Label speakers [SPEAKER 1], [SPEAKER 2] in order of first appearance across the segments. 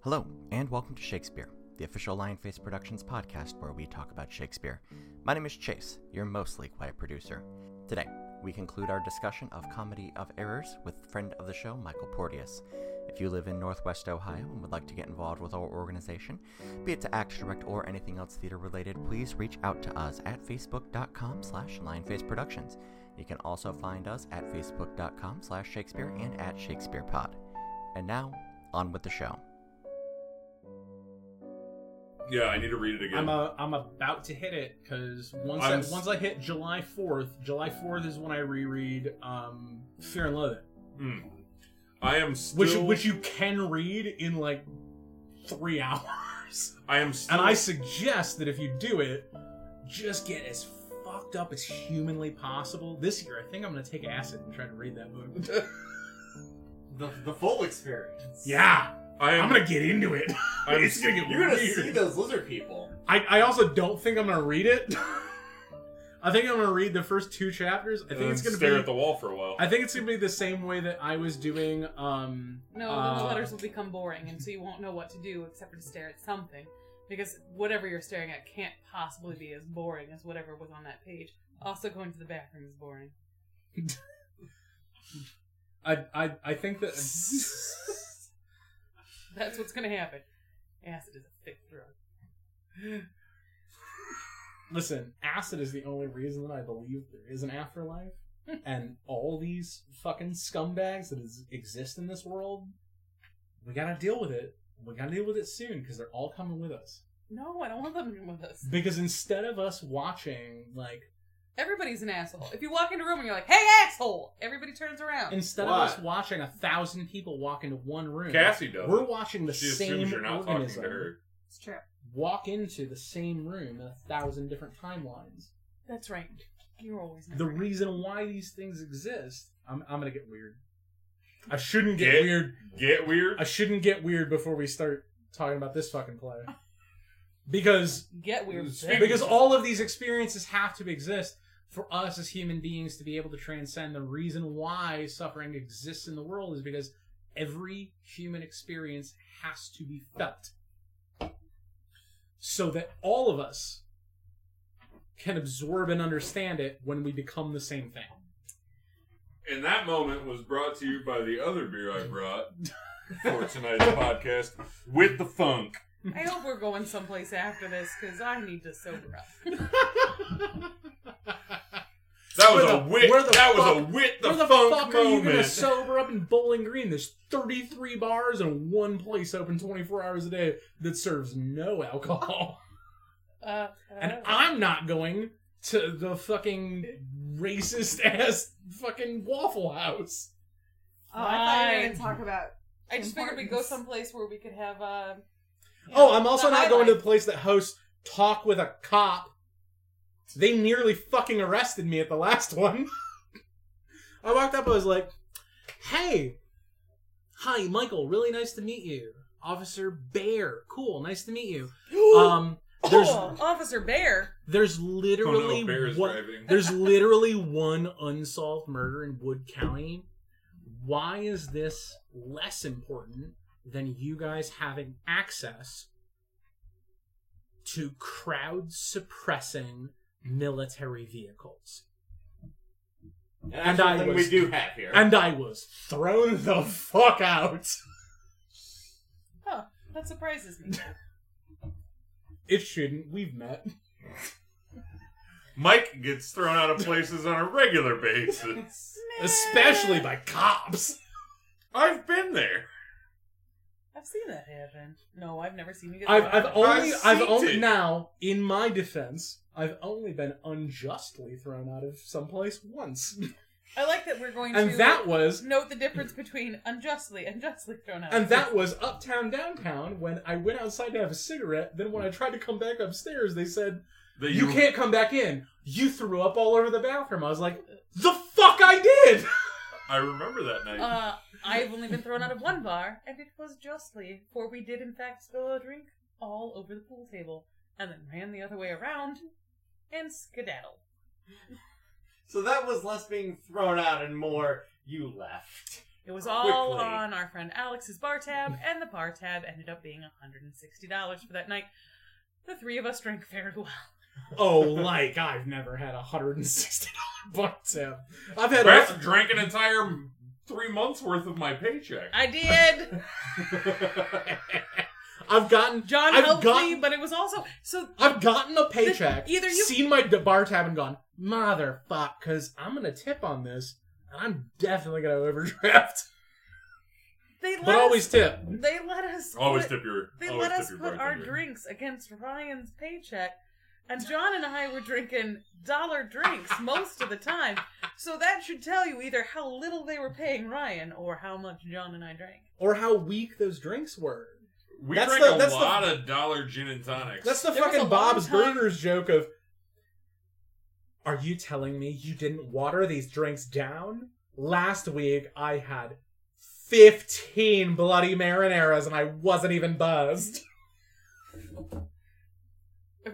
[SPEAKER 1] Hello, and welcome to Shakespeare, the official Lionface Productions podcast where we talk about Shakespeare. My name is Chase, your mostly quiet producer. Today, we conclude our discussion of Comedy of Errors with friend of the show, Michael Porteous. If you live in Northwest Ohio and would like to get involved with our organization, be it to Act Direct or anything else theater related, please reach out to us at facebook.com slash lionfaceproductions. You can also find us at facebook.com slash Shakespeare and at ShakespearePod. And now, on with the show.
[SPEAKER 2] Yeah, I need to read it again.
[SPEAKER 3] I'm a, I'm about to hit it because once
[SPEAKER 2] I'm
[SPEAKER 3] I,
[SPEAKER 2] s-
[SPEAKER 3] once I hit July 4th, July 4th is when I reread um, Fear and Loathing,
[SPEAKER 2] Hmm. I am still.
[SPEAKER 3] which which you can read in like three hours.
[SPEAKER 2] I am still.
[SPEAKER 3] And I suggest that if you do it, just get as fucked up as humanly possible. This year, I think I'm gonna take acid and try to read that book.
[SPEAKER 4] the, the full experience.
[SPEAKER 3] yeah,
[SPEAKER 2] I am.
[SPEAKER 3] I'm gonna get into it.
[SPEAKER 2] I'm-
[SPEAKER 3] it's gonna get
[SPEAKER 4] You're gonna
[SPEAKER 3] weird.
[SPEAKER 4] see those lizard people.
[SPEAKER 3] I, I also don't think I'm gonna read it. I think I'm gonna read the first two chapters. I think
[SPEAKER 2] and
[SPEAKER 3] it's gonna
[SPEAKER 2] stare
[SPEAKER 3] be
[SPEAKER 2] at the wall for a while.
[SPEAKER 3] I think it's gonna be the same way that I was doing. Um,
[SPEAKER 5] No, then
[SPEAKER 3] uh,
[SPEAKER 5] the letters will become boring, and so you won't know what to do except for to stare at something. Because whatever you're staring at can't possibly be as boring as whatever was on that page. Also, going to the bathroom is boring.
[SPEAKER 3] I, I I think that
[SPEAKER 5] That's what's going to happen. Acid is a thick drug.
[SPEAKER 3] listen, acid is the only reason that I believe there is an afterlife, and all these fucking scumbags that is, exist in this world, we gotta deal with it. We gotta deal with it soon because they're all coming with us.
[SPEAKER 5] No, I don't want them in with us.
[SPEAKER 3] Because instead of us watching, like
[SPEAKER 5] Everybody's an asshole. If you walk into a room and you're like, "Hey, asshole!" everybody turns around.
[SPEAKER 3] instead
[SPEAKER 4] Why?
[SPEAKER 3] of us watching a thousand people walk into one room,
[SPEAKER 2] Cassie does.
[SPEAKER 3] we're watching the
[SPEAKER 2] she
[SPEAKER 3] same
[SPEAKER 2] assumes you're not
[SPEAKER 3] organism.
[SPEAKER 2] talking to her.
[SPEAKER 5] It's true.
[SPEAKER 3] walk into the same room in a thousand different timelines.
[SPEAKER 5] That's right. You're always
[SPEAKER 3] The
[SPEAKER 5] right.
[SPEAKER 3] reason why these things exist, I'm, I'm gonna get weird. I shouldn't get,
[SPEAKER 2] Get-
[SPEAKER 3] weird.
[SPEAKER 2] Get weird.
[SPEAKER 3] I shouldn't get weird before we start talking about this fucking play, because
[SPEAKER 5] Get weird. with
[SPEAKER 2] Speaking-
[SPEAKER 5] it.
[SPEAKER 3] because all of these experiences have to exist for us as human beings to be able to transcend. The reason why suffering exists in the world is because every human experience has to be felt. So that all of us can absorb and understand it when we become the same thing.
[SPEAKER 2] And that moment was brought to you by the other beer I brought for tonight's podcast with the funk.
[SPEAKER 5] I hope we're going someplace after this because I need to sober up.
[SPEAKER 2] That was
[SPEAKER 3] Where
[SPEAKER 2] a
[SPEAKER 3] the-
[SPEAKER 2] wit.
[SPEAKER 3] where the
[SPEAKER 2] that was
[SPEAKER 3] fuck-
[SPEAKER 2] a wit the,
[SPEAKER 3] Where the
[SPEAKER 2] funk
[SPEAKER 3] fuck are you
[SPEAKER 2] moment.
[SPEAKER 3] gonna sober up in Bowling Green? There's 33 bars and one place open 24 hours a day that serves no alcohol.
[SPEAKER 5] Uh,
[SPEAKER 3] And
[SPEAKER 5] uh,
[SPEAKER 3] I'm not going to the fucking racist ass fucking Waffle House.
[SPEAKER 6] Oh, I thought you were
[SPEAKER 5] Fine.
[SPEAKER 6] gonna talk about.
[SPEAKER 5] I just figured we'd go
[SPEAKER 6] importance.
[SPEAKER 5] someplace where we could have. Uh, you
[SPEAKER 3] Oh,
[SPEAKER 5] know,
[SPEAKER 3] I'm also
[SPEAKER 5] the
[SPEAKER 3] not going to the
[SPEAKER 5] highlight.
[SPEAKER 3] place that hosts Talk with a Cop. They nearly fucking arrested me at the last one. I walked up, I was like, hey, hi, Michael, really nice to meet you. Officer Bear, cool, nice to meet you. Um, there's
[SPEAKER 5] Oh, Officer Bear.
[SPEAKER 3] there's
[SPEAKER 2] oh
[SPEAKER 3] literally
[SPEAKER 2] no, bears
[SPEAKER 3] one-
[SPEAKER 2] driving.
[SPEAKER 3] There's literally one unsolved murder in Wood County. Why is this less important than you guys having access to crowd suppressing military vehicles? And
[SPEAKER 4] And
[SPEAKER 3] I
[SPEAKER 4] I
[SPEAKER 3] was-
[SPEAKER 4] we do have here.
[SPEAKER 3] And I was thrown the fuck out.
[SPEAKER 5] Huh, that surprises me.
[SPEAKER 3] It shouldn't. We've met.
[SPEAKER 2] Mike gets thrown out of places on a regular basis.
[SPEAKER 3] Especially by cops.
[SPEAKER 2] I've been there.
[SPEAKER 5] I've seen that happen. No, I've never seen you get.
[SPEAKER 3] I've,
[SPEAKER 5] that
[SPEAKER 3] I've
[SPEAKER 5] happen.
[SPEAKER 3] only,
[SPEAKER 2] I've
[SPEAKER 3] I've
[SPEAKER 2] seen
[SPEAKER 3] only
[SPEAKER 2] it.
[SPEAKER 3] now, in my defense, I've only been unjustly thrown out of someplace once,
[SPEAKER 5] I like that we're going to
[SPEAKER 3] and that was,
[SPEAKER 5] note the difference between unjustly and justly thrown out.
[SPEAKER 3] and that was uptown downtown when I went outside to have a cigarette. Then when I tried to come back upstairs, they said
[SPEAKER 2] That
[SPEAKER 3] you can't come back in. You threw up all over the bathroom. I was like, the fuck I did.
[SPEAKER 2] I remember that night.
[SPEAKER 5] Uh, I've only been thrown out of one bar, and it was justly, for we did in fact spill a drink all over the pool table, and then ran the other way around and skedaddle.
[SPEAKER 4] so that was less being thrown out and more you left.
[SPEAKER 5] It was all
[SPEAKER 4] Quickly.
[SPEAKER 5] on our friend Alex's bar tab, and the bar tab ended up being $160 for that night. The three of us drank very well.
[SPEAKER 3] Oh, like I've never had a hundred and sixty dollar bar tab. I've had
[SPEAKER 2] Beth drank an entire m- three months worth of my paycheck.
[SPEAKER 5] I did!
[SPEAKER 3] I've gotten
[SPEAKER 5] John
[SPEAKER 3] I've
[SPEAKER 5] helped me,
[SPEAKER 3] gotten-
[SPEAKER 5] but it was also. So
[SPEAKER 3] I've gotten a paycheck.
[SPEAKER 5] either you-
[SPEAKER 3] seen my d- bar tab and gone motherfuck because I'm gonna tip on this and I'm definitely gonna overdraft,
[SPEAKER 5] they let
[SPEAKER 3] but always
[SPEAKER 5] us.
[SPEAKER 3] tip.
[SPEAKER 5] They let us.
[SPEAKER 2] always
[SPEAKER 5] put-
[SPEAKER 2] tip your.
[SPEAKER 5] They
[SPEAKER 2] always
[SPEAKER 5] let
[SPEAKER 2] tip
[SPEAKER 5] us
[SPEAKER 2] your
[SPEAKER 5] put our
[SPEAKER 2] bartender.
[SPEAKER 5] drinks against Ryan's paycheck, and John and I were drinking dollar drinks most of the time. So that should tell you either how little they were paying Ryan or how much John and I drank.
[SPEAKER 3] Or how weak those drinks were.
[SPEAKER 2] We
[SPEAKER 3] That's
[SPEAKER 2] drank
[SPEAKER 3] the- that's
[SPEAKER 2] a
[SPEAKER 3] the-
[SPEAKER 2] lot of dollar gin and tonics.
[SPEAKER 3] That's the
[SPEAKER 5] There was a
[SPEAKER 3] fucking
[SPEAKER 5] long
[SPEAKER 3] Bob's
[SPEAKER 5] time-
[SPEAKER 3] Burgers joke of. Are you telling me you didn't water these drinks down? Last week I had 15 bloody marineras and I wasn't even buzzed.
[SPEAKER 2] I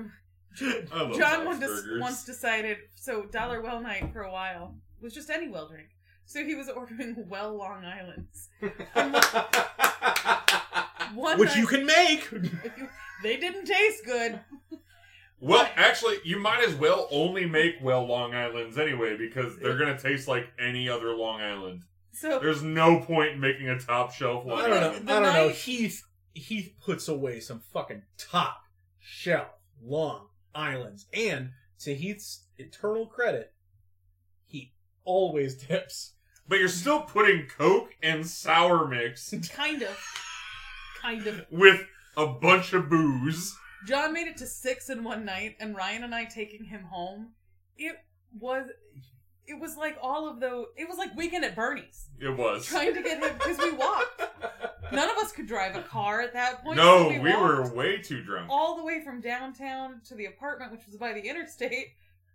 [SPEAKER 2] love
[SPEAKER 5] John
[SPEAKER 2] Bob's
[SPEAKER 5] once,
[SPEAKER 2] Burgers.
[SPEAKER 5] once decided so dollar well night for a while was just any well drink. So he was ordering well Long Island's.
[SPEAKER 4] Hmm.
[SPEAKER 5] One
[SPEAKER 3] Which
[SPEAKER 5] night-
[SPEAKER 3] you can make!
[SPEAKER 5] they didn't taste good.
[SPEAKER 2] Well, actually, you might as well only make well Long Island's anyway because they're gonna taste like any other Long Island.
[SPEAKER 5] So
[SPEAKER 2] There's no point in making a top shelf Long
[SPEAKER 3] I don't know.
[SPEAKER 2] Island.
[SPEAKER 5] The
[SPEAKER 3] I don't know.
[SPEAKER 5] night-
[SPEAKER 3] Heath Heath puts away some fucking top shelf long islands, and to Heath's eternal credit, he always tips.
[SPEAKER 2] But you're still putting Coke and sour mix
[SPEAKER 5] kind of, kind of.
[SPEAKER 2] with a bunch of booze.
[SPEAKER 5] John made it to six in one night, and Ryan and I taking him home. It was, it was like all of the. It was like weekend at Bernie's,
[SPEAKER 2] It was.
[SPEAKER 5] trying to get him because we walked. None of us could drive a car at that point.
[SPEAKER 2] No,
[SPEAKER 5] so
[SPEAKER 2] we were
[SPEAKER 5] walked
[SPEAKER 2] way too drunk.
[SPEAKER 5] all the way from downtown to the apartment, which was by the interstate.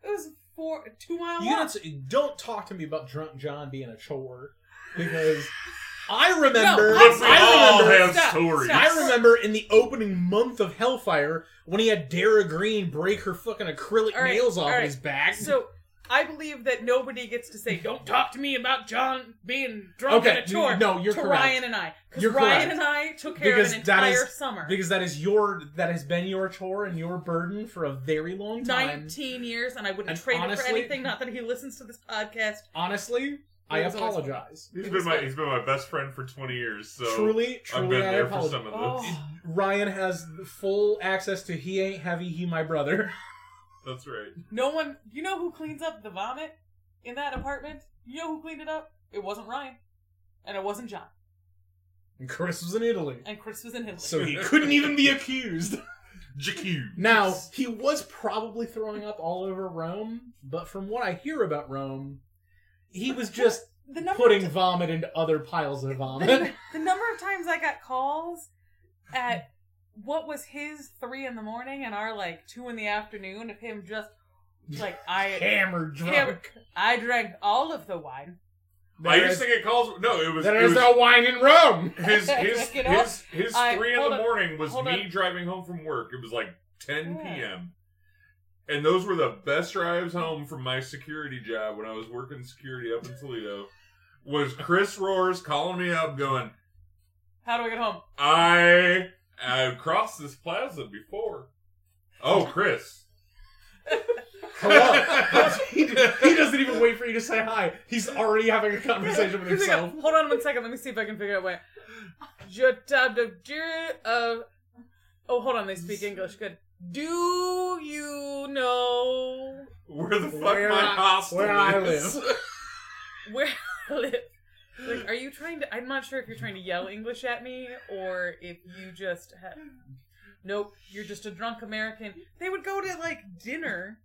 [SPEAKER 5] It was four two mile
[SPEAKER 3] You
[SPEAKER 5] walk.
[SPEAKER 3] don't, don't talk to me about drunk John being a chore because I remember.
[SPEAKER 5] No,
[SPEAKER 2] Look, we
[SPEAKER 5] I
[SPEAKER 2] all
[SPEAKER 5] remember-
[SPEAKER 2] have
[SPEAKER 5] Stop,
[SPEAKER 2] stories.
[SPEAKER 5] stop.
[SPEAKER 3] I remember in the opening month of Hellfire when he had Dara Green break her fucking acrylic
[SPEAKER 5] All right,
[SPEAKER 3] nails off
[SPEAKER 5] all right.
[SPEAKER 3] his back.
[SPEAKER 5] So I believe that nobody gets to say, "Don't talk to me about John being drunk
[SPEAKER 3] Okay,
[SPEAKER 5] and a chore."
[SPEAKER 3] no, you're
[SPEAKER 5] to
[SPEAKER 3] correct.
[SPEAKER 5] Ryan and I, because
[SPEAKER 3] You're
[SPEAKER 5] Ryan
[SPEAKER 3] correct.
[SPEAKER 5] and I took care
[SPEAKER 3] Because
[SPEAKER 5] of an
[SPEAKER 3] that
[SPEAKER 5] entire
[SPEAKER 3] is-
[SPEAKER 5] summer.
[SPEAKER 3] because that is your that has been your chore and your burden for a very long time.
[SPEAKER 5] 19 years, and I wouldn't
[SPEAKER 3] And
[SPEAKER 5] trade it for
[SPEAKER 3] honestly-
[SPEAKER 5] anything. Not that he listens to this podcast.
[SPEAKER 3] honestly, I
[SPEAKER 5] It was always-
[SPEAKER 3] apologize.
[SPEAKER 2] He's been my he's been my best friend for 20 years. So
[SPEAKER 3] truly, truly,
[SPEAKER 2] I've been
[SPEAKER 3] I
[SPEAKER 2] there for
[SPEAKER 3] apologize.
[SPEAKER 2] some of this.
[SPEAKER 5] Oh,
[SPEAKER 3] Ryan has full access to "He Ain't Heavy, He My Brother."
[SPEAKER 2] That's right.
[SPEAKER 5] no one. You know who cleans up the vomit in that apartment? You know who cleaned it up? It wasn't Ryan, and it wasn't John,
[SPEAKER 3] And Chris was in Italy,
[SPEAKER 5] and Chris was in Italy.
[SPEAKER 3] so he couldn't even be accused.
[SPEAKER 2] Jacques.
[SPEAKER 3] Now he was probably throwing up all over Rome, but from what I hear about Rome, he was just
[SPEAKER 5] the number of
[SPEAKER 3] putting vomit into other piles of
[SPEAKER 5] the,
[SPEAKER 3] vomit.
[SPEAKER 5] the number of times I got calls at what was his three in the morning and our like two in the afternoon of him just like I
[SPEAKER 3] Hammered drunk.
[SPEAKER 5] Hammered. I drank all of the wine.
[SPEAKER 2] I
[SPEAKER 3] There
[SPEAKER 2] used to
[SPEAKER 3] is-
[SPEAKER 2] get calls. No, it was,
[SPEAKER 3] there
[SPEAKER 2] it
[SPEAKER 3] is
[SPEAKER 2] was
[SPEAKER 3] no wine in Rome.
[SPEAKER 2] his his
[SPEAKER 5] Look it up.
[SPEAKER 2] his, his
[SPEAKER 5] I-
[SPEAKER 2] three in
[SPEAKER 5] hold
[SPEAKER 2] the
[SPEAKER 5] on.
[SPEAKER 2] morning was
[SPEAKER 5] Hold
[SPEAKER 2] me
[SPEAKER 5] on.
[SPEAKER 2] driving home from work. It was like 10
[SPEAKER 5] Yeah.
[SPEAKER 2] p.m. And those were the best drives home from my security job when I was working security up in Toledo. Was Chris Roars calling me up, going,
[SPEAKER 5] How do I get home?
[SPEAKER 2] "I I crossed this plaza before." Oh, Chris.
[SPEAKER 3] Hello. he, he doesn't even wait for you to say hi. He's already having a conversation with
[SPEAKER 5] He's like,
[SPEAKER 3] himself.
[SPEAKER 5] Hold on one second. Let me see if I can figure out where. Jotadabjir of. Oh, hold on. They speak English. Good. Do you know
[SPEAKER 2] Where the fuck
[SPEAKER 3] Where
[SPEAKER 2] my
[SPEAKER 3] I-
[SPEAKER 2] hostel
[SPEAKER 3] where I
[SPEAKER 2] is?
[SPEAKER 5] where I live? Like, are you trying to? I'm not sure if you're trying to yell English at me or if you just have. Nope, you're just a drunk American. They would go to like dinner,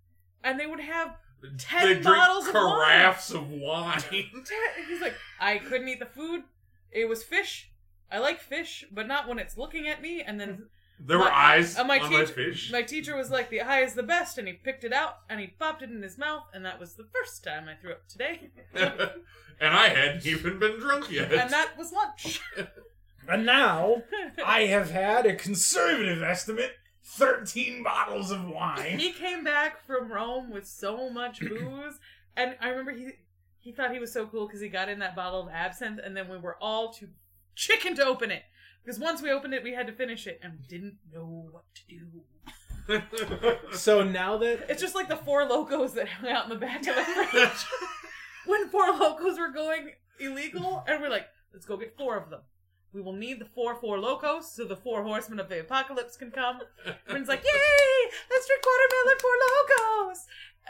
[SPEAKER 5] and they would have. Ten
[SPEAKER 2] they drink
[SPEAKER 5] bottles of wine.
[SPEAKER 2] carafes of wine.
[SPEAKER 5] ta- He's like, I couldn't eat the food. It was fish. I like fish, but not when it's looking at me. And then
[SPEAKER 2] There were
[SPEAKER 5] My-
[SPEAKER 2] eyes
[SPEAKER 5] uh, my
[SPEAKER 2] on my
[SPEAKER 5] teeth-
[SPEAKER 2] fish.
[SPEAKER 5] my teacher was like, "The eye is the best," and he picked it out and he popped it in his mouth, and that was the first time I threw up today,
[SPEAKER 2] and I hadn't even been drunk yet.
[SPEAKER 5] and that was lunch.
[SPEAKER 3] And now I have had a conservative estimate: thirteen bottles of wine.
[SPEAKER 5] he came back from Rome with so much booze, and I remember he He thought he was so cool because he got in that bottle of absinthe, and then we were all too chicken to open it. Because once we opened it, we had to finish it, and we didn't know what to do.
[SPEAKER 3] So now that
[SPEAKER 5] It's just like the four locos that hung out in the back of the fridge when four locos were going illegal, and we're like, let's go get four of them. We will need the four four locos so the four horsemen of the apocalypse can come. Everyone's like, yay! Let's drink watermelon four locos.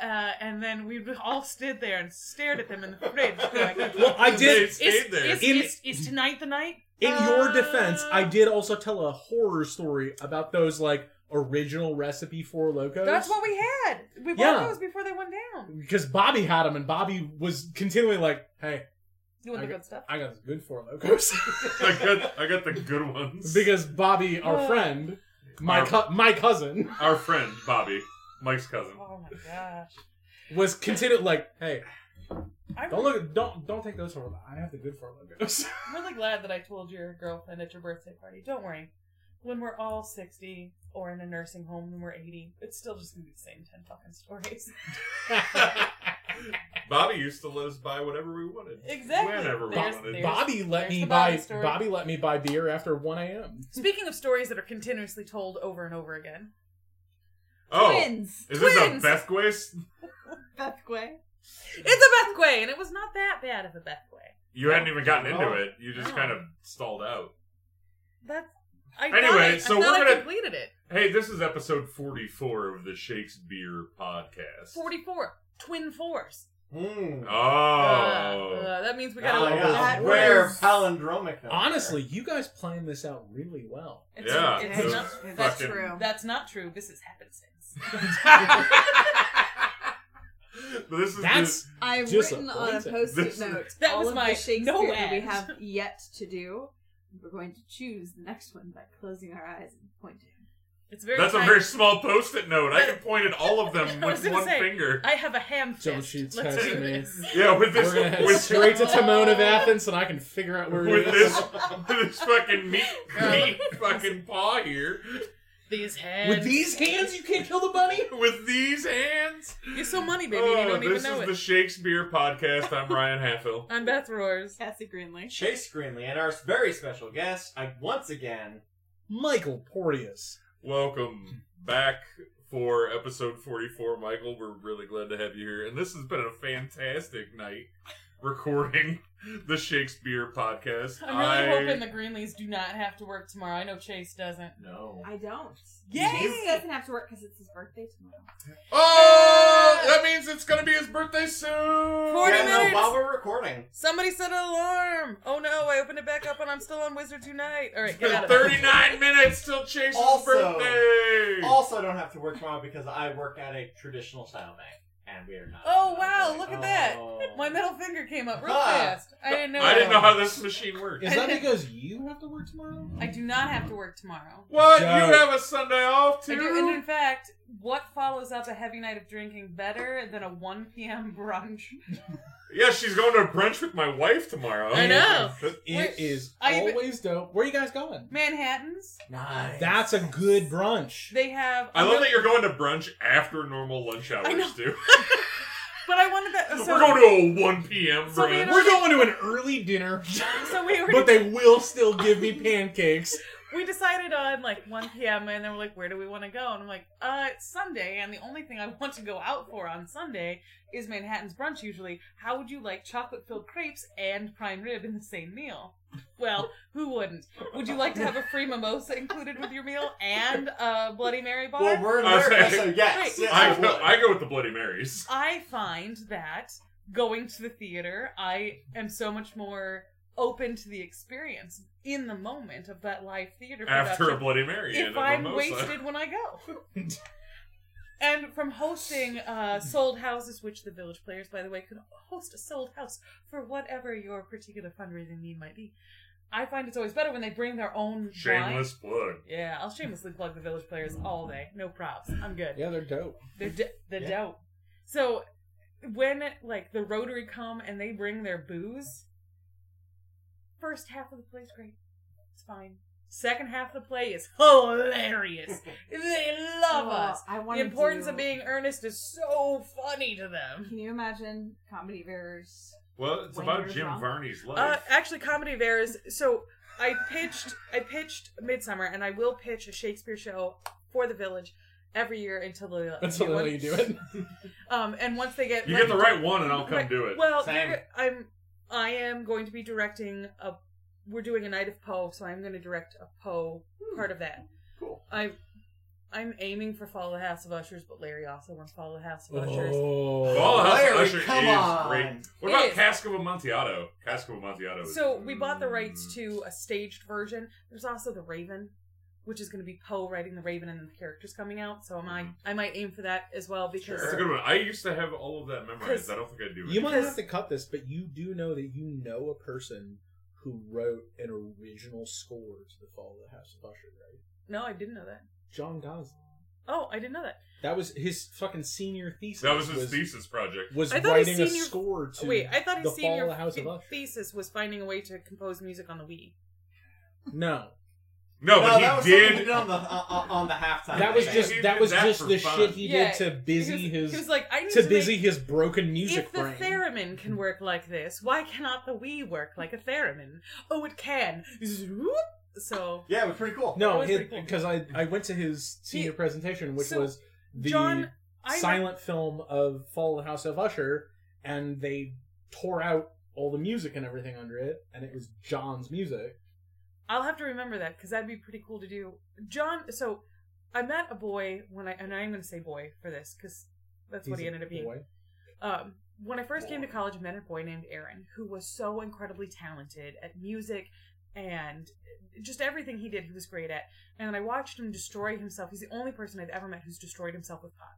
[SPEAKER 5] Uh, and then we all stood there and stared at them in the fridge. Like,
[SPEAKER 3] well, I did.
[SPEAKER 2] They stayed
[SPEAKER 5] is,
[SPEAKER 2] there.
[SPEAKER 5] is,
[SPEAKER 3] In-
[SPEAKER 5] is, is tonight the night?
[SPEAKER 3] In your defense, I
[SPEAKER 5] Uh,
[SPEAKER 3] did also tell a horror story about those like original recipe for locos.
[SPEAKER 5] That's what we had. We bought
[SPEAKER 3] Yeah.
[SPEAKER 5] those before they went down.
[SPEAKER 3] because Bobby had them, and Bobby was continually like, "Hey,
[SPEAKER 5] You want the
[SPEAKER 3] I-
[SPEAKER 5] good stuff?
[SPEAKER 3] I got some good four locos."
[SPEAKER 2] I got I got the good ones.
[SPEAKER 3] because Bobby, our
[SPEAKER 5] Uh.
[SPEAKER 3] friend, my
[SPEAKER 2] Our-
[SPEAKER 3] co- my cousin,
[SPEAKER 2] Our friend Bobby, Mike's cousin.
[SPEAKER 5] Oh my gosh.
[SPEAKER 3] was continually like, "Hey,
[SPEAKER 5] I'm
[SPEAKER 3] don't look, don't don't take those four. I have the good four locos."
[SPEAKER 5] I'm really glad that I told your girlfriend at your birthday party. Don't worry. When we're all 60 or in a nursing home when we're 80, it's still just going to be the same 10 fucking stories.
[SPEAKER 2] Bobby used to let us buy whatever we wanted.
[SPEAKER 5] Exactly.
[SPEAKER 2] Whenever we
[SPEAKER 5] There's-
[SPEAKER 2] wanted.
[SPEAKER 5] there's-
[SPEAKER 3] Bobby let
[SPEAKER 5] there's
[SPEAKER 3] me
[SPEAKER 5] the
[SPEAKER 3] buy
[SPEAKER 5] Bobby story.
[SPEAKER 3] Bobby let me buy beer after one a.m.
[SPEAKER 5] Speaking of stories that are continuously told over and over again,
[SPEAKER 2] Oh,
[SPEAKER 6] Twins.
[SPEAKER 2] is this a
[SPEAKER 5] Twins!
[SPEAKER 2] Bethquist?
[SPEAKER 6] Beth Gway.
[SPEAKER 5] it's a Bethway, and it was not that bad of a Bethway.
[SPEAKER 2] You hadn't even gotten into
[SPEAKER 3] Oh.
[SPEAKER 2] it. You just
[SPEAKER 5] No.
[SPEAKER 2] kind of stalled out.
[SPEAKER 5] That's. I
[SPEAKER 2] Anyway,
[SPEAKER 5] thought I, I
[SPEAKER 2] so
[SPEAKER 5] thought
[SPEAKER 2] we're
[SPEAKER 5] I
[SPEAKER 2] gonna-
[SPEAKER 5] completed it.
[SPEAKER 2] Hey, this is episode 44 of the Shakespeare podcast.
[SPEAKER 5] 44. Twin fours.
[SPEAKER 4] Mm.
[SPEAKER 2] Oh.
[SPEAKER 5] Uh, uh, that means we got
[SPEAKER 4] That
[SPEAKER 5] to.
[SPEAKER 3] Oh,
[SPEAKER 4] was
[SPEAKER 3] that
[SPEAKER 4] rare
[SPEAKER 6] was-
[SPEAKER 4] palindromic. there.
[SPEAKER 3] Honestly, you guys planned this out really well.
[SPEAKER 2] Yeah,
[SPEAKER 5] It's,
[SPEAKER 2] those
[SPEAKER 5] not,
[SPEAKER 6] that's
[SPEAKER 2] fucking-
[SPEAKER 6] true.
[SPEAKER 5] that's not true. This is happenstance.
[SPEAKER 2] But this is
[SPEAKER 3] That's
[SPEAKER 6] I've written
[SPEAKER 3] Disappointing.
[SPEAKER 6] on a post-it
[SPEAKER 2] This-
[SPEAKER 6] note
[SPEAKER 5] That
[SPEAKER 6] all
[SPEAKER 5] was
[SPEAKER 6] of
[SPEAKER 5] my
[SPEAKER 6] the Shakespeare
[SPEAKER 5] no
[SPEAKER 6] that we
[SPEAKER 5] ad.
[SPEAKER 6] have yet to do. We're going to choose the next one by closing our eyes and pointing.
[SPEAKER 5] It's
[SPEAKER 2] the,
[SPEAKER 5] very.
[SPEAKER 2] that's a
[SPEAKER 5] tiny.
[SPEAKER 2] very small post-it note. I
[SPEAKER 5] That-
[SPEAKER 2] can point at all of them
[SPEAKER 5] I was
[SPEAKER 2] with
[SPEAKER 5] gonna
[SPEAKER 2] one
[SPEAKER 5] say, uh,
[SPEAKER 2] finger.
[SPEAKER 5] I have a ham fist.
[SPEAKER 3] Don't shoot
[SPEAKER 5] Let's
[SPEAKER 3] past
[SPEAKER 5] do
[SPEAKER 3] me.
[SPEAKER 5] this.
[SPEAKER 2] yeah, with this
[SPEAKER 3] We're gonna head
[SPEAKER 2] with,
[SPEAKER 3] straight to Timon of Athens, and I can figure out where
[SPEAKER 2] with
[SPEAKER 3] it is.
[SPEAKER 2] this with this fucking meat,
[SPEAKER 5] Uh,
[SPEAKER 2] meat fucking paw here
[SPEAKER 5] These hands.
[SPEAKER 3] With these hands, you can't kill the bunny.
[SPEAKER 2] with these hands.
[SPEAKER 5] You're so money, baby.
[SPEAKER 2] oh,
[SPEAKER 5] you don't even
[SPEAKER 2] this
[SPEAKER 5] know
[SPEAKER 2] is
[SPEAKER 5] it.
[SPEAKER 2] the Shakespeare podcast. I'm Ryan Hatfield.
[SPEAKER 5] I'm Beth Roars.
[SPEAKER 6] Cassie Greenley.
[SPEAKER 4] Chase Greenley and our very special guest, I once again.
[SPEAKER 3] Michael Porteous.
[SPEAKER 2] Welcome back for episode 44, Michael. We're really glad to have you here, and this has been a fantastic night recording the Shakespeare podcast.
[SPEAKER 5] I'm really
[SPEAKER 2] I-
[SPEAKER 5] hoping the Greenleys do not have to work tomorrow. I know Chase doesn't.
[SPEAKER 4] No.
[SPEAKER 6] I don't. He
[SPEAKER 5] Yay!
[SPEAKER 6] doesn't have to work because it's his birthday tomorrow.
[SPEAKER 2] Oh, that means it's gonna be his birthday soon.
[SPEAKER 5] 40
[SPEAKER 4] Yeah, no,
[SPEAKER 5] minutes.
[SPEAKER 4] while we're recording.
[SPEAKER 5] Somebody set an alarm. Oh no! I opened it back up and I'm still on Wizards Unite. All right, get out of here.
[SPEAKER 2] 39 minutes till Chase's
[SPEAKER 4] Also-
[SPEAKER 2] birthday.
[SPEAKER 4] Also, I don't have to work tomorrow because I work at a traditional style bank, and we are not.
[SPEAKER 5] Oh wow! Look at that.
[SPEAKER 4] Oh.
[SPEAKER 5] My middle finger came up real
[SPEAKER 4] Ah.
[SPEAKER 5] fast. I didn't know.
[SPEAKER 2] I didn't
[SPEAKER 5] that.
[SPEAKER 2] know how this machine worked.
[SPEAKER 5] Is that
[SPEAKER 3] because you have to work tomorrow?
[SPEAKER 5] I do not have to work tomorrow.
[SPEAKER 2] What?
[SPEAKER 3] No.
[SPEAKER 2] You have a Sunday off
[SPEAKER 5] I do, and
[SPEAKER 2] too?
[SPEAKER 5] in fact, what follows up a heavy night of drinking better than a 1 p.m. brunch?
[SPEAKER 2] Yeah, she's going to brunch with my wife tomorrow.
[SPEAKER 5] I know. Wait,
[SPEAKER 3] It is
[SPEAKER 5] I even-
[SPEAKER 3] always dope. Where are you guys going?
[SPEAKER 5] Manhattan's.
[SPEAKER 4] Nice.
[SPEAKER 3] That's a good brunch.
[SPEAKER 5] They have.
[SPEAKER 2] I love that you're going to brunch after normal lunch hours,
[SPEAKER 5] know.
[SPEAKER 2] too.
[SPEAKER 5] But I wanted that. So,
[SPEAKER 2] We're going to a 1 p.m.
[SPEAKER 5] So we
[SPEAKER 2] brunch.
[SPEAKER 5] don't-
[SPEAKER 3] We're going to an early dinner,
[SPEAKER 5] so we were.
[SPEAKER 3] but they will still give me pancakes.
[SPEAKER 5] we decided on like 1 p.m. and then we're like, where do we want to go? And I'm like, uh, it's Sunday, and the only thing I want to go out for on Sunday is Manhattan's brunch. Usually, how would you like chocolate-filled crepes and prime rib in the same meal? Well, who wouldn't? Would you like to have a free mimosa included with your meal and a Bloody Mary bar?
[SPEAKER 4] Well, we're in
[SPEAKER 2] I was
[SPEAKER 4] America, so
[SPEAKER 2] saying-
[SPEAKER 4] yes.
[SPEAKER 5] Wait.
[SPEAKER 4] yes
[SPEAKER 2] I,
[SPEAKER 4] would.
[SPEAKER 2] go, I go with the Bloody Marys.
[SPEAKER 5] I find that going to the theater, I am so much more open to the experience in the moment of that live theater
[SPEAKER 2] After a
[SPEAKER 5] production
[SPEAKER 2] Bloody Mary
[SPEAKER 5] if
[SPEAKER 2] and a
[SPEAKER 5] I'm
[SPEAKER 2] mimosa.
[SPEAKER 5] wasted when I go. and from hosting uh, sold houses, which the Village Players, by the way, could host a sold house for whatever your particular fundraising need might be, I find it's always better when they bring their own wine.
[SPEAKER 2] Shameless plug.
[SPEAKER 5] Yeah, I'll shamelessly plug the Village Players all day. No props. I'm good.
[SPEAKER 3] Yeah, they're dope.
[SPEAKER 5] They're d- they're
[SPEAKER 4] Yeah.
[SPEAKER 5] dope. So when like the Rotary come and they bring their booze, first half of the play's great. It's fine. Second half of the play is hilarious. they love
[SPEAKER 6] Oh,
[SPEAKER 5] us.
[SPEAKER 6] I
[SPEAKER 5] The
[SPEAKER 6] wanna
[SPEAKER 5] importance
[SPEAKER 6] do-
[SPEAKER 5] of being earnest is so funny to them.
[SPEAKER 6] Can you imagine comedy bears
[SPEAKER 2] Well, it's
[SPEAKER 6] Wayne
[SPEAKER 2] about
[SPEAKER 6] Earp
[SPEAKER 2] Jim
[SPEAKER 6] Rock?
[SPEAKER 2] Varney's life.
[SPEAKER 5] Uh, actually, comedy of errors. So I pitched, I pitched Midsummer, and I will pitch a Shakespeare show for the Village every year until they let
[SPEAKER 3] That's
[SPEAKER 5] me
[SPEAKER 3] the way you do it.
[SPEAKER 5] Um, and once they get
[SPEAKER 2] you get the
[SPEAKER 5] like-
[SPEAKER 2] right one, and I'll come do it.
[SPEAKER 5] Well,
[SPEAKER 4] Same.
[SPEAKER 5] they're- I'm I am going to be directing a. We're doing a night of Poe, so I'm going to direct a Poe part of that.
[SPEAKER 4] Cool.
[SPEAKER 5] I I'm aiming for Fall of the House of Ushers, but Larry also wants Fall of the House of Ushers.
[SPEAKER 2] Fall
[SPEAKER 3] Oh.
[SPEAKER 2] of House
[SPEAKER 4] Larry,
[SPEAKER 2] Usher
[SPEAKER 4] come
[SPEAKER 2] is
[SPEAKER 4] on.
[SPEAKER 2] great. What
[SPEAKER 5] It
[SPEAKER 2] about
[SPEAKER 5] is.
[SPEAKER 2] Cask of Amontillado? Cask of Amontillado. Is
[SPEAKER 5] So we bought the rights to a staged version. There's also the Raven, which is going to be Poe writing the Raven and the characters coming out. So I might I might aim for that as well because
[SPEAKER 2] Mm-hmm. That's a good one. I used to have all of that memorized. I don't think I do.
[SPEAKER 3] You
[SPEAKER 2] anymore.
[SPEAKER 3] might have to cut this, but you do know that you know a person who wrote an original score to the Fall of the House of Usher, right?
[SPEAKER 5] no, I didn't know that.
[SPEAKER 3] John Gosling.
[SPEAKER 5] Oh, I didn't know that.
[SPEAKER 3] That was his fucking senior thesis.
[SPEAKER 2] That was his thesis project.
[SPEAKER 3] Was
[SPEAKER 5] I thought his
[SPEAKER 3] writing
[SPEAKER 5] senior-
[SPEAKER 3] a score to
[SPEAKER 5] Wait, I thought
[SPEAKER 3] the
[SPEAKER 5] his
[SPEAKER 3] Fall of
[SPEAKER 5] senior
[SPEAKER 3] the House of
[SPEAKER 5] th-
[SPEAKER 3] Usher.
[SPEAKER 5] thesis was finding a way to compose music on the Wii.
[SPEAKER 3] No,
[SPEAKER 2] No,
[SPEAKER 4] no, that
[SPEAKER 2] but
[SPEAKER 4] was
[SPEAKER 2] he
[SPEAKER 4] something
[SPEAKER 2] did.
[SPEAKER 4] he did on the uh, uh, on the halftime.
[SPEAKER 3] that was
[SPEAKER 4] thing.
[SPEAKER 3] just
[SPEAKER 2] He
[SPEAKER 3] that
[SPEAKER 2] did
[SPEAKER 3] was
[SPEAKER 2] that
[SPEAKER 3] just
[SPEAKER 2] for
[SPEAKER 3] the
[SPEAKER 2] fun.
[SPEAKER 3] shit he
[SPEAKER 5] Yeah,
[SPEAKER 3] did to busy
[SPEAKER 5] he was,
[SPEAKER 3] his
[SPEAKER 5] he was like I need
[SPEAKER 3] to
[SPEAKER 5] make-
[SPEAKER 3] busy his broken music
[SPEAKER 5] if the
[SPEAKER 3] brain.
[SPEAKER 5] theremin can work like this, why cannot the Wii work like a theremin? Oh, it can. Zoop. So
[SPEAKER 4] yeah, it was pretty cool.
[SPEAKER 5] That
[SPEAKER 3] no,
[SPEAKER 5] was pretty cool.
[SPEAKER 3] because I I went to his senior
[SPEAKER 5] He-
[SPEAKER 3] presentation, which
[SPEAKER 5] so,
[SPEAKER 3] was the
[SPEAKER 5] John, I
[SPEAKER 3] silent film of Fall of the House of Usher, and they tore out all the music and everything under it, and it was John's music.
[SPEAKER 5] I'll have to remember that because that'd be pretty cool to do. John, so I met a boy when I and I'm going to say boy for this because that's what
[SPEAKER 3] He's
[SPEAKER 5] he
[SPEAKER 3] a
[SPEAKER 5] ended up being.
[SPEAKER 3] boy.
[SPEAKER 5] Um, when I first came to college, I met a boy named Aaron who was so incredibly talented at music and just everything he did, he was great at. And I watched him destroy himself. He's the only person I've ever met who's destroyed himself with pot.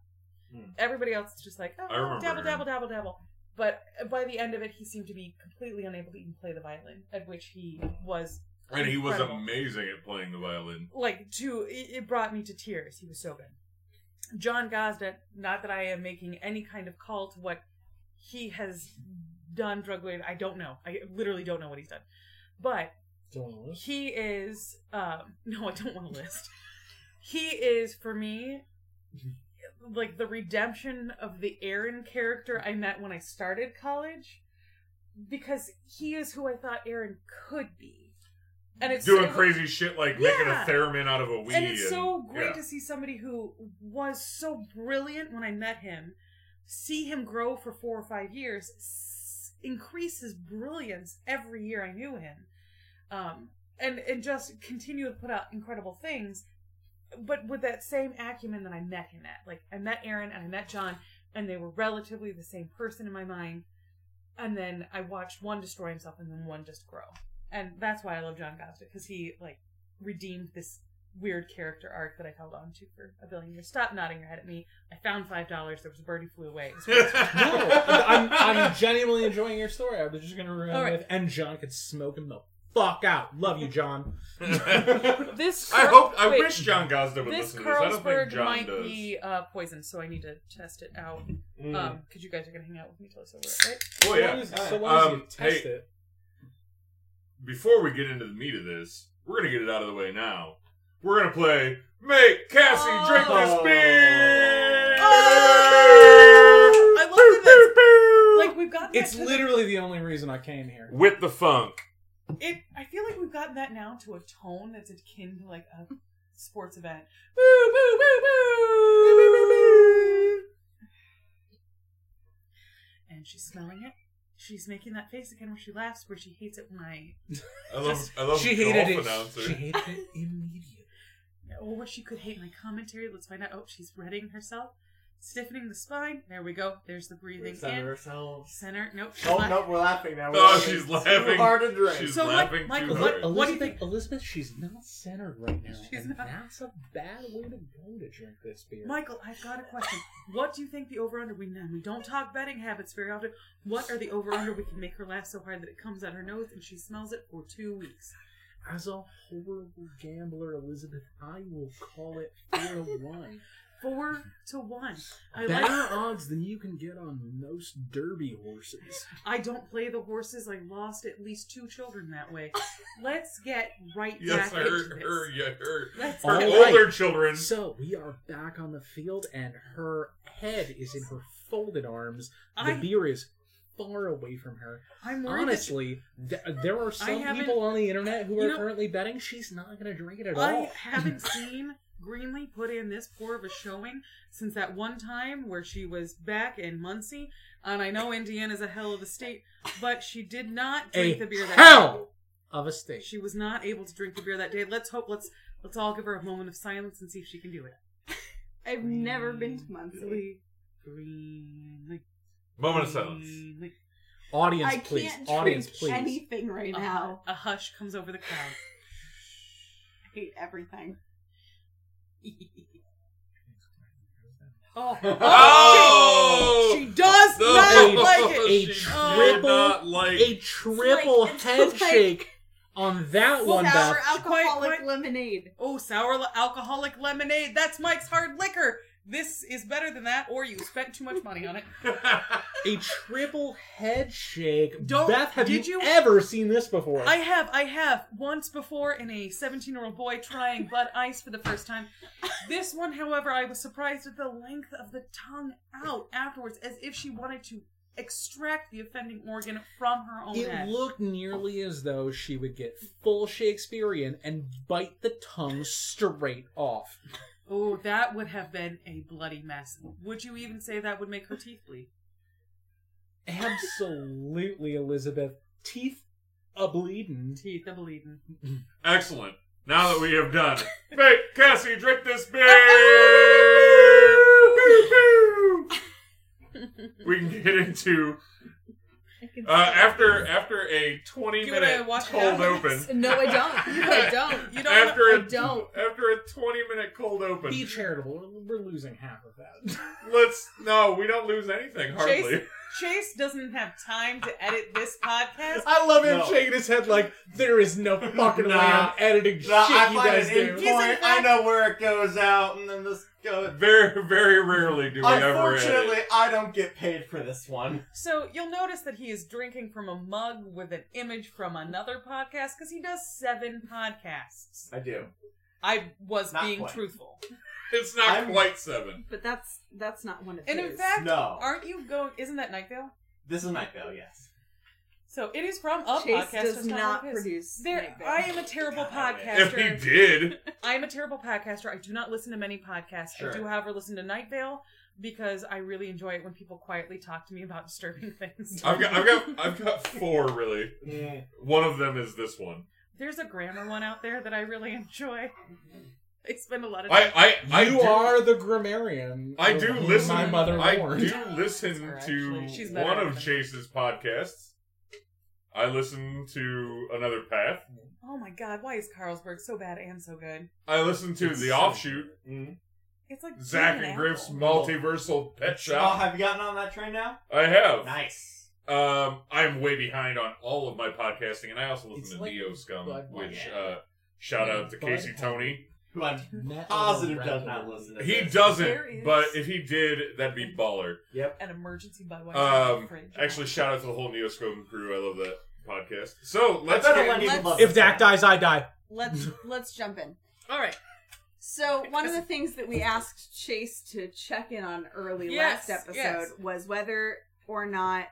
[SPEAKER 4] Hmm.
[SPEAKER 5] Everybody else is just like,
[SPEAKER 2] I
[SPEAKER 5] oh,
[SPEAKER 2] remember
[SPEAKER 5] dabble,
[SPEAKER 2] Aaron.
[SPEAKER 5] dabble, dabble, dabble. But by the end of it, he seemed to be completely unable to even play the violin, at which he was.
[SPEAKER 2] And he was
[SPEAKER 5] incredible
[SPEAKER 2] amazing at playing the violin.
[SPEAKER 5] like to it it brought me to tears. He was so good. John Gosden, not that I am making any kind of call to what he has done drug related. I don't know. I literally don't know what he's done. But
[SPEAKER 3] Don't know.
[SPEAKER 5] he is um no, I don't want to list. He is for me like the redemption of the Aaron character I met when I started college because he is who I thought Aaron could be. And it's
[SPEAKER 2] Doing
[SPEAKER 5] it-
[SPEAKER 2] crazy shit like making a
[SPEAKER 5] Yeah.
[SPEAKER 2] theremin out of a Wii.
[SPEAKER 5] and it's so great
[SPEAKER 2] yeah.
[SPEAKER 5] to see somebody who was so brilliant when I met him, see him grow for four or five years, s- increase his brilliance every year I knew him, um, and and just continue to put out incredible things, but with that same acumen that I met him at. Like I met Aaron and I met John, and they were relatively the same person in my mind. And then I watched one destroy himself and then one just grow. And that's why I love John Gosden, because he like redeemed this weird character arc that I held on to for a billion years. Stop nodding your head at me. I found five dollars. There was a bird who flew away.
[SPEAKER 3] No, I'm, I'm genuinely enjoying your story. I was just gonna ruin
[SPEAKER 5] All
[SPEAKER 3] it,
[SPEAKER 5] right.
[SPEAKER 3] with, and John could smoke him the fuck out. Love you, John.
[SPEAKER 5] this
[SPEAKER 2] I
[SPEAKER 5] cur-
[SPEAKER 2] hope. I
[SPEAKER 5] wait,
[SPEAKER 2] wish John Gosden would
[SPEAKER 5] this
[SPEAKER 2] listen to this. I don't think
[SPEAKER 5] Carlsberg
[SPEAKER 2] John
[SPEAKER 5] might
[SPEAKER 2] does.
[SPEAKER 5] be uh, poisoned, so I need to test it out.
[SPEAKER 4] Mm.
[SPEAKER 5] Um, because you guys are gonna hang out with me till it's over, right?
[SPEAKER 2] Well, Oh, yeah.
[SPEAKER 3] So why does- so why does
[SPEAKER 2] Um,
[SPEAKER 3] he test
[SPEAKER 2] hey.
[SPEAKER 3] it?
[SPEAKER 2] Before we get into the meat of this, we're gonna get it out of the way now. We're gonna play "Make Cassie Drink This
[SPEAKER 4] Oh.
[SPEAKER 2] Beer."
[SPEAKER 5] Oh. I love that Like we've gotten
[SPEAKER 3] It's
[SPEAKER 5] that to the-
[SPEAKER 3] literally the only reason I came here.
[SPEAKER 2] With the funk.
[SPEAKER 5] it. I feel like we've gotten that now to a tone that's akin to like a sports event.
[SPEAKER 3] Boo, boo, boo, boo.
[SPEAKER 5] And she's smelling it. She's making that face again where she laughs, where she hates it when I
[SPEAKER 2] I love. I love
[SPEAKER 3] She hated
[SPEAKER 2] golf
[SPEAKER 3] it.
[SPEAKER 2] announcer.
[SPEAKER 3] She hated it immediately.
[SPEAKER 5] or what she could hate my commentary. Let's find out. Oh, she's readying herself, stiffening the spine. There we go. There's the breathing
[SPEAKER 4] Center
[SPEAKER 5] in.
[SPEAKER 4] ourselves.
[SPEAKER 5] Center. Nope. she's
[SPEAKER 4] Oh
[SPEAKER 5] not.
[SPEAKER 4] no, we're laughing now. We're
[SPEAKER 2] Oh, she's laughing.
[SPEAKER 4] Too hard to drink.
[SPEAKER 2] She's
[SPEAKER 5] So, like,
[SPEAKER 2] laughing
[SPEAKER 5] Michael,
[SPEAKER 2] too
[SPEAKER 5] what-
[SPEAKER 2] hard.
[SPEAKER 5] what do you think-
[SPEAKER 3] Elizabeth, she's not centered right now.
[SPEAKER 5] She's
[SPEAKER 3] and
[SPEAKER 5] not.
[SPEAKER 3] That's a bad way to go to drink this beer.
[SPEAKER 5] Michael, I've got a question. What do you think the over under we know? We don't talk betting habits very often. What are the over under we can make her laugh so hard that it comes out her nose and she smells it for two weeks?
[SPEAKER 3] As a horrible gambler, Elizabeth, I will call it four to one.
[SPEAKER 5] Four to one. I
[SPEAKER 3] Better
[SPEAKER 5] like.
[SPEAKER 3] odds than you can get on most derby horses.
[SPEAKER 5] I don't play the horses. I lost at least two children that way. Let's get right
[SPEAKER 2] Yes,
[SPEAKER 5] back
[SPEAKER 2] her,
[SPEAKER 5] into this.
[SPEAKER 2] her, yeah, her,
[SPEAKER 5] Let's
[SPEAKER 2] her
[SPEAKER 3] All
[SPEAKER 5] get
[SPEAKER 3] right.
[SPEAKER 2] older children.
[SPEAKER 3] So we are back on the field, and her head is in her folded arms. The
[SPEAKER 5] I-
[SPEAKER 3] beer is far away from her.
[SPEAKER 5] I'm worried. that she-
[SPEAKER 3] Honestly, th- there are some
[SPEAKER 5] haven't-
[SPEAKER 3] people on the internet who
[SPEAKER 5] You
[SPEAKER 3] are
[SPEAKER 5] know-
[SPEAKER 3] currently betting she's not going to drink it at all.
[SPEAKER 5] I haven't seen Greenlee put in this poor of a showing since that one time where she was back in Muncie. And I know Indiana's a hell of a state, but she did not drink
[SPEAKER 3] A
[SPEAKER 5] the beer that
[SPEAKER 3] hell of a
[SPEAKER 5] day.
[SPEAKER 3] state.
[SPEAKER 5] She was not able to drink the beer that day. Let's hope. Let's let's all give her a moment of silence and see if she can do it.
[SPEAKER 6] I've never been to Muncie.
[SPEAKER 5] Greenlee.
[SPEAKER 2] Moment of silence.
[SPEAKER 5] Greenlee.
[SPEAKER 3] Audience,
[SPEAKER 6] I can't
[SPEAKER 3] please.
[SPEAKER 6] drink
[SPEAKER 3] Audience, please.
[SPEAKER 6] anything right now.
[SPEAKER 5] A hush comes over the crowd.
[SPEAKER 6] I hate everything.
[SPEAKER 5] Oh,
[SPEAKER 2] Oh!
[SPEAKER 5] she, she does
[SPEAKER 2] No,
[SPEAKER 5] not
[SPEAKER 3] Oh,
[SPEAKER 5] like it.
[SPEAKER 3] a
[SPEAKER 2] she did
[SPEAKER 3] triple-
[SPEAKER 2] not like
[SPEAKER 3] A triple
[SPEAKER 6] It's like-
[SPEAKER 3] head
[SPEAKER 6] it's like-
[SPEAKER 3] shake on that one,
[SPEAKER 6] Sour
[SPEAKER 3] Beth.
[SPEAKER 5] Quite-
[SPEAKER 6] alcoholic
[SPEAKER 5] quite-
[SPEAKER 6] lemonade.
[SPEAKER 5] Oh, sour le- alcoholic lemonade. That's Mike's hard liquor. This is better than that, or you spent too much money on it.
[SPEAKER 3] A triple head shake.
[SPEAKER 5] Don't-
[SPEAKER 3] Beth, have
[SPEAKER 5] did you-
[SPEAKER 3] ever seen this before?
[SPEAKER 5] I have, I have, once before in a 17 year old boy trying Bud Ice for the first time. This one, however, I was surprised at the length of the tongue out afterwards, as if she wanted to extract the offending organ from her own
[SPEAKER 3] It
[SPEAKER 5] head.
[SPEAKER 3] looked nearly as though she would get full Shakespearean and bite the tongue straight off.
[SPEAKER 5] oh, that would have been a bloody mess. Would you even say that would make her teeth bleed?
[SPEAKER 3] Absolutely, Elizabeth. Teeth a bleeding.
[SPEAKER 5] Teeth, I believe in.
[SPEAKER 2] Excellent. Now that we have done, it. make Cassie drink this beer. we can get into uh, after after a twenty
[SPEAKER 5] Do you wanna
[SPEAKER 2] minute
[SPEAKER 5] watch it
[SPEAKER 2] cold
[SPEAKER 5] out?
[SPEAKER 2] open.
[SPEAKER 7] No, I don't. No, I don't.
[SPEAKER 5] You don't wanna-
[SPEAKER 2] After
[SPEAKER 7] I
[SPEAKER 2] a
[SPEAKER 7] don't.
[SPEAKER 2] after a twenty minute cold open,
[SPEAKER 3] Be charitable. We're we're losing half of that.
[SPEAKER 2] let's no, we don't lose anything hardly.
[SPEAKER 5] Chase, Chase doesn't have time to edit this podcast.
[SPEAKER 3] I love him
[SPEAKER 4] No.
[SPEAKER 3] shaking his head like there is no fucking way I'm
[SPEAKER 4] Nah.
[SPEAKER 3] editing shit
[SPEAKER 4] No, I
[SPEAKER 3] you
[SPEAKER 4] find
[SPEAKER 3] guys
[SPEAKER 4] it in
[SPEAKER 3] do.
[SPEAKER 5] He's in
[SPEAKER 4] point. I
[SPEAKER 5] fact-
[SPEAKER 4] know where it goes out, and then this goes.
[SPEAKER 2] Very very rarely do we ever.
[SPEAKER 4] Unfortunately,
[SPEAKER 2] edit.
[SPEAKER 4] I don't get paid for this one.
[SPEAKER 5] So you'll notice that he is drinking from a mug with an image from another podcast because he does seven podcasts.
[SPEAKER 4] I do.
[SPEAKER 5] I was
[SPEAKER 4] Not
[SPEAKER 5] being
[SPEAKER 4] quite.
[SPEAKER 5] truthful.
[SPEAKER 2] it's not
[SPEAKER 4] I'm-
[SPEAKER 2] quite seven.
[SPEAKER 6] But that's that's not one of
[SPEAKER 5] And
[SPEAKER 6] his.
[SPEAKER 5] in fact,
[SPEAKER 2] Oh.
[SPEAKER 4] No.
[SPEAKER 5] aren't you going? Isn't that Nightvale?
[SPEAKER 4] This is my fail, yes.
[SPEAKER 5] So it is from a
[SPEAKER 6] Chase
[SPEAKER 5] podcast.
[SPEAKER 6] does
[SPEAKER 5] it's not,
[SPEAKER 6] not
[SPEAKER 5] like his.
[SPEAKER 6] produce.
[SPEAKER 5] There,
[SPEAKER 6] Nightvale.
[SPEAKER 5] I am a terrible
[SPEAKER 4] God, I
[SPEAKER 2] If he
[SPEAKER 5] podcaster.
[SPEAKER 2] did,
[SPEAKER 5] I am a terrible podcaster. I do not listen to many podcasts.
[SPEAKER 4] Sure.
[SPEAKER 5] I do, however, listen to Nightvale because I really enjoy it when people quietly talk to me about disturbing things.
[SPEAKER 2] I've got I've got I've got four really. One of them is this one.
[SPEAKER 5] There's a grammar one out there that I really enjoy. I spend a lot of time.
[SPEAKER 2] I I, I
[SPEAKER 3] you
[SPEAKER 2] do,
[SPEAKER 3] are the grammarian.
[SPEAKER 2] I
[SPEAKER 3] of
[SPEAKER 2] do
[SPEAKER 3] whom
[SPEAKER 2] listen.
[SPEAKER 3] My mother
[SPEAKER 2] I
[SPEAKER 3] warned.
[SPEAKER 2] do listen
[SPEAKER 5] Or actually,
[SPEAKER 2] to
[SPEAKER 5] she's better
[SPEAKER 2] one
[SPEAKER 5] than-
[SPEAKER 2] of Chase's podcasts. I listen to another path.
[SPEAKER 5] Oh my god, why is Carlsberg so bad and so good?
[SPEAKER 2] I listen to
[SPEAKER 3] It's
[SPEAKER 2] the
[SPEAKER 3] so-
[SPEAKER 2] offshoot
[SPEAKER 4] Mm-hmm.
[SPEAKER 5] It's like
[SPEAKER 2] Zach
[SPEAKER 5] being an
[SPEAKER 2] and Griff's
[SPEAKER 5] apple.
[SPEAKER 2] multiversal pet
[SPEAKER 4] Oh,
[SPEAKER 2] shop. Oh.
[SPEAKER 4] have you gotten on that train now?
[SPEAKER 2] I have.
[SPEAKER 4] Nice.
[SPEAKER 2] Um, I'm way behind on all of my podcasting, and I also listen
[SPEAKER 3] It's
[SPEAKER 2] to
[SPEAKER 3] like
[SPEAKER 2] Neo Scum,
[SPEAKER 3] Bud Light.
[SPEAKER 2] which uh, shout out to
[SPEAKER 3] Bud
[SPEAKER 2] Casey
[SPEAKER 3] Light.
[SPEAKER 2] Tony.
[SPEAKER 4] Who I'm
[SPEAKER 3] Met
[SPEAKER 4] positive
[SPEAKER 3] a
[SPEAKER 4] does
[SPEAKER 3] regular-
[SPEAKER 4] not listen to
[SPEAKER 2] He
[SPEAKER 4] this.
[SPEAKER 6] There is-
[SPEAKER 2] doesn't, but if he did, that'd be baller.
[SPEAKER 4] Yep.
[SPEAKER 5] An emergency Budweiser in
[SPEAKER 2] Um,
[SPEAKER 5] the fridge.
[SPEAKER 2] actually, shout out to the whole Neoscope crew. I love that podcast. So let's
[SPEAKER 4] I bet
[SPEAKER 2] get-
[SPEAKER 4] Eleni
[SPEAKER 6] Let's-
[SPEAKER 4] loves
[SPEAKER 3] If
[SPEAKER 4] this
[SPEAKER 3] Dak
[SPEAKER 4] one.
[SPEAKER 3] dies, I die.
[SPEAKER 6] let's let's jump in.
[SPEAKER 5] all right.
[SPEAKER 6] So one of the things that we asked Chase to check in on early
[SPEAKER 5] Yes,
[SPEAKER 6] last episode
[SPEAKER 5] yes.
[SPEAKER 6] was whether or not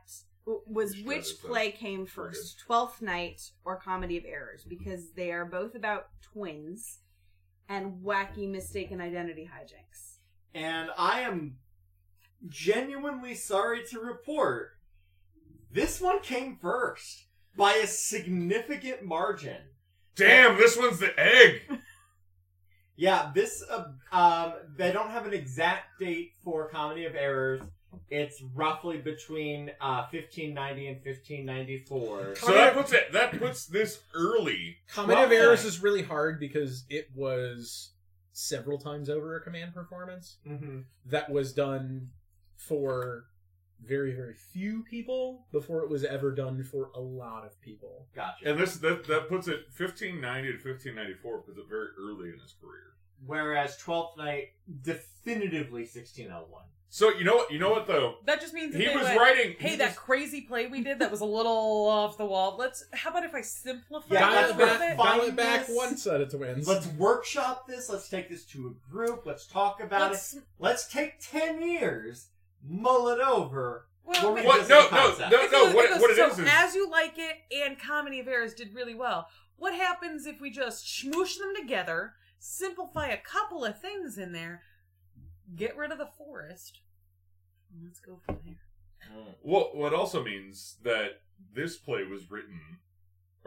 [SPEAKER 6] w- was
[SPEAKER 2] Which
[SPEAKER 6] which
[SPEAKER 2] one is that?
[SPEAKER 6] play came first, Twelfth Night or Comedy of Errors, because they are both about twins and wacky mistaken identity hijinks.
[SPEAKER 4] And I am genuinely sorry to report this one came first by a significant margin.
[SPEAKER 2] damn, this one's the egg.
[SPEAKER 4] Yeah, this uh, um they don't have an exact date for Comedy of Errors. It's roughly between uh, 1590 and 1594.
[SPEAKER 2] So that puts it. That puts this early.
[SPEAKER 3] Comedy of
[SPEAKER 4] Well,
[SPEAKER 3] Errors
[SPEAKER 4] then.
[SPEAKER 3] is really hard because it was several times over a command performance
[SPEAKER 4] hmm
[SPEAKER 3] that was done for very, very few people before it was ever done for a lot of people.
[SPEAKER 4] Gotcha.
[SPEAKER 2] And this that that puts it 1590 to 1594 puts it very early in his career.
[SPEAKER 4] Whereas Twelfth Night definitively 1601.
[SPEAKER 2] So you know what? You know what though?
[SPEAKER 5] That just means that
[SPEAKER 2] He
[SPEAKER 5] they
[SPEAKER 2] was
[SPEAKER 5] went,
[SPEAKER 2] writing.
[SPEAKER 5] Hey,
[SPEAKER 2] he
[SPEAKER 5] that
[SPEAKER 2] was-
[SPEAKER 5] crazy play we did that was a little off the wall. Let's. How about if I simplify
[SPEAKER 4] Yeah,
[SPEAKER 5] it a
[SPEAKER 3] dial
[SPEAKER 4] that's
[SPEAKER 3] it
[SPEAKER 5] little
[SPEAKER 3] back,
[SPEAKER 5] bit?
[SPEAKER 4] fine.
[SPEAKER 3] dial it back
[SPEAKER 4] Fineness.
[SPEAKER 3] one set of twins.
[SPEAKER 4] Let's workshop this. Let's take this to a group. Let's talk about it.
[SPEAKER 5] Let's.
[SPEAKER 4] Let's take 10 years, mull it over,
[SPEAKER 5] Well,
[SPEAKER 4] What
[SPEAKER 5] wait,
[SPEAKER 4] were
[SPEAKER 2] What? No, no, no,
[SPEAKER 5] It
[SPEAKER 2] no.
[SPEAKER 5] goes-
[SPEAKER 2] What,
[SPEAKER 5] it goes,
[SPEAKER 2] what it
[SPEAKER 5] so
[SPEAKER 2] is is
[SPEAKER 5] as you like it and comedy of errors did really well. What happens if we just smoosh them together, simplify a couple of things in there, get rid of the forest, and let's go from there.
[SPEAKER 2] Well, what also means that this play was written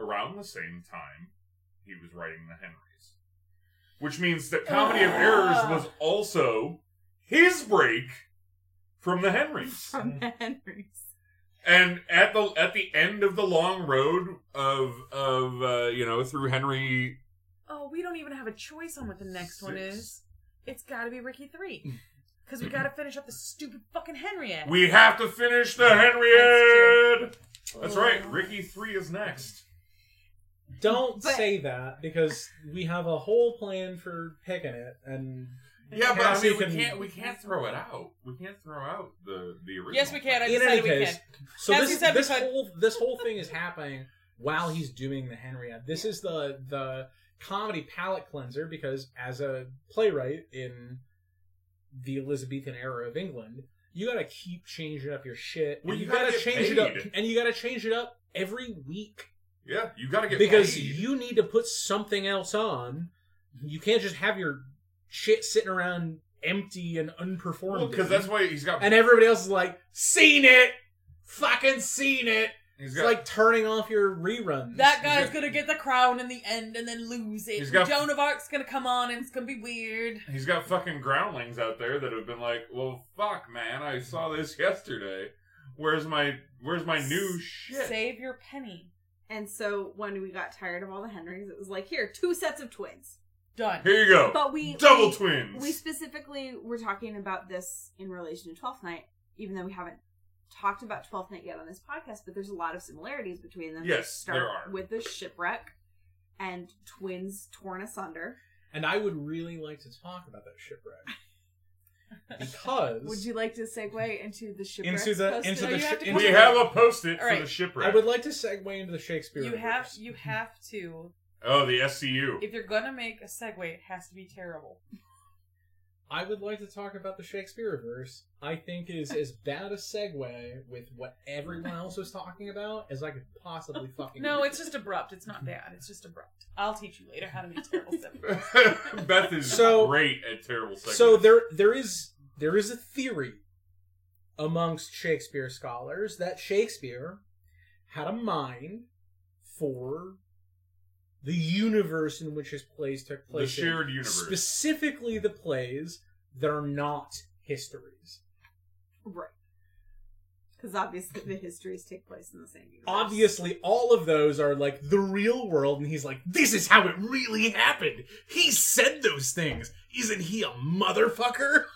[SPEAKER 2] around the same time he was writing The Henrys, which means that Comedy of Errors was also his break from The Henrys.
[SPEAKER 6] From the Henrys.
[SPEAKER 2] And at the at the end of the long road of of uh, you know through Henry,
[SPEAKER 5] Oh, we don't even have a choice on what the next one
[SPEAKER 2] Six. Mm.
[SPEAKER 5] is. It's got to be Ricky three, because we got to finish up the stupid fucking Henriette.
[SPEAKER 2] we have to finish the Henriette. That's
[SPEAKER 3] Oh.
[SPEAKER 2] right. Ricky three is next.
[SPEAKER 3] Don't
[SPEAKER 6] But-
[SPEAKER 3] say that because we have a whole plan for picking it, and
[SPEAKER 2] Yeah, but I
[SPEAKER 3] Cassie
[SPEAKER 2] mean, we
[SPEAKER 3] can-
[SPEAKER 2] can't we can't throw it out. We can't throw out the the original.
[SPEAKER 5] Yes, we can. I
[SPEAKER 3] in any
[SPEAKER 5] decided we
[SPEAKER 3] case,
[SPEAKER 5] can.
[SPEAKER 3] so
[SPEAKER 5] As you
[SPEAKER 3] this
[SPEAKER 5] said, we
[SPEAKER 3] this
[SPEAKER 5] could.
[SPEAKER 3] whole this whole thing is happening while he's doing the Henriette. This is the the comedy palate cleanser because as a playwright in the Elizabethan era of England, you got to keep changing up your shit. and
[SPEAKER 2] Well,
[SPEAKER 3] you,
[SPEAKER 2] you
[SPEAKER 3] got
[SPEAKER 2] gotta
[SPEAKER 3] to
[SPEAKER 2] get
[SPEAKER 3] change it up,
[SPEAKER 2] paid.
[SPEAKER 3] and you got to change it up every week
[SPEAKER 2] Yeah, you got to get
[SPEAKER 3] because
[SPEAKER 2] paid.
[SPEAKER 3] you need to put something else on. You can't just have your shit sitting around empty and unperformed.
[SPEAKER 2] because that's why he's got
[SPEAKER 3] and everybody else is like, "Seen it, fucking seen it."
[SPEAKER 2] he's
[SPEAKER 3] It's
[SPEAKER 2] got
[SPEAKER 3] like turning off your reruns.
[SPEAKER 5] That guy's gonna get the crown in the end and then lose it.
[SPEAKER 2] He's got-
[SPEAKER 5] Joan of Arc's gonna come on and it's gonna be weird.
[SPEAKER 2] he's got fucking groundlings out there that have been like, well, fuck, man, I saw this yesterday. Where's my where's my new shit?
[SPEAKER 5] Save your penny.
[SPEAKER 6] And so when we got tired of all the Henrys, it was like, here, two sets of twins.
[SPEAKER 5] Done.
[SPEAKER 2] Here you go,
[SPEAKER 6] But we
[SPEAKER 2] double
[SPEAKER 6] we-
[SPEAKER 2] twins.
[SPEAKER 6] We specifically were talking about this in relation to Twelfth Night, even though we haven't talked about Twelfth Night yet on this podcast. But there's a lot of similarities between them.
[SPEAKER 2] Yes,
[SPEAKER 6] Start
[SPEAKER 2] there are.
[SPEAKER 6] with the shipwreck and twins torn asunder.
[SPEAKER 3] and I would really like to talk about that shipwreck because
[SPEAKER 6] Would you like to segue into the shipwreck? oh,
[SPEAKER 3] into the into
[SPEAKER 5] No,
[SPEAKER 3] the
[SPEAKER 5] you have to
[SPEAKER 3] into
[SPEAKER 2] we
[SPEAKER 3] the-
[SPEAKER 2] have a post-it
[SPEAKER 5] All right.
[SPEAKER 2] for the shipwreck.
[SPEAKER 3] I would like to segue into the Shakespeare.
[SPEAKER 5] You have
[SPEAKER 3] universe.
[SPEAKER 5] you have to
[SPEAKER 2] oh, the SCU.
[SPEAKER 5] if you're gonna make a segue, it has to be terrible.
[SPEAKER 3] I would like to talk about the Shakespeare verse. I think is as bad a segue with what everyone else was talking about as I could possibly fucking.
[SPEAKER 5] No,
[SPEAKER 3] do.
[SPEAKER 5] it's just abrupt. It's not bad. It's just abrupt. I'll teach you later how to make terrible segues.
[SPEAKER 2] Beth is
[SPEAKER 3] So-
[SPEAKER 2] great at terrible segments.
[SPEAKER 3] So there there is there is a theory amongst Shakespeare scholars that Shakespeare had a mind for the universe in which his plays took
[SPEAKER 2] the
[SPEAKER 3] place. in,
[SPEAKER 2] shared universe.
[SPEAKER 3] Specifically the plays that are not histories.
[SPEAKER 6] right. Because obviously the histories take place in the same universe.
[SPEAKER 3] Obviously all of those are like the real world and he's like, This is how it really happened. He said those things. Isn't he a motherfucker?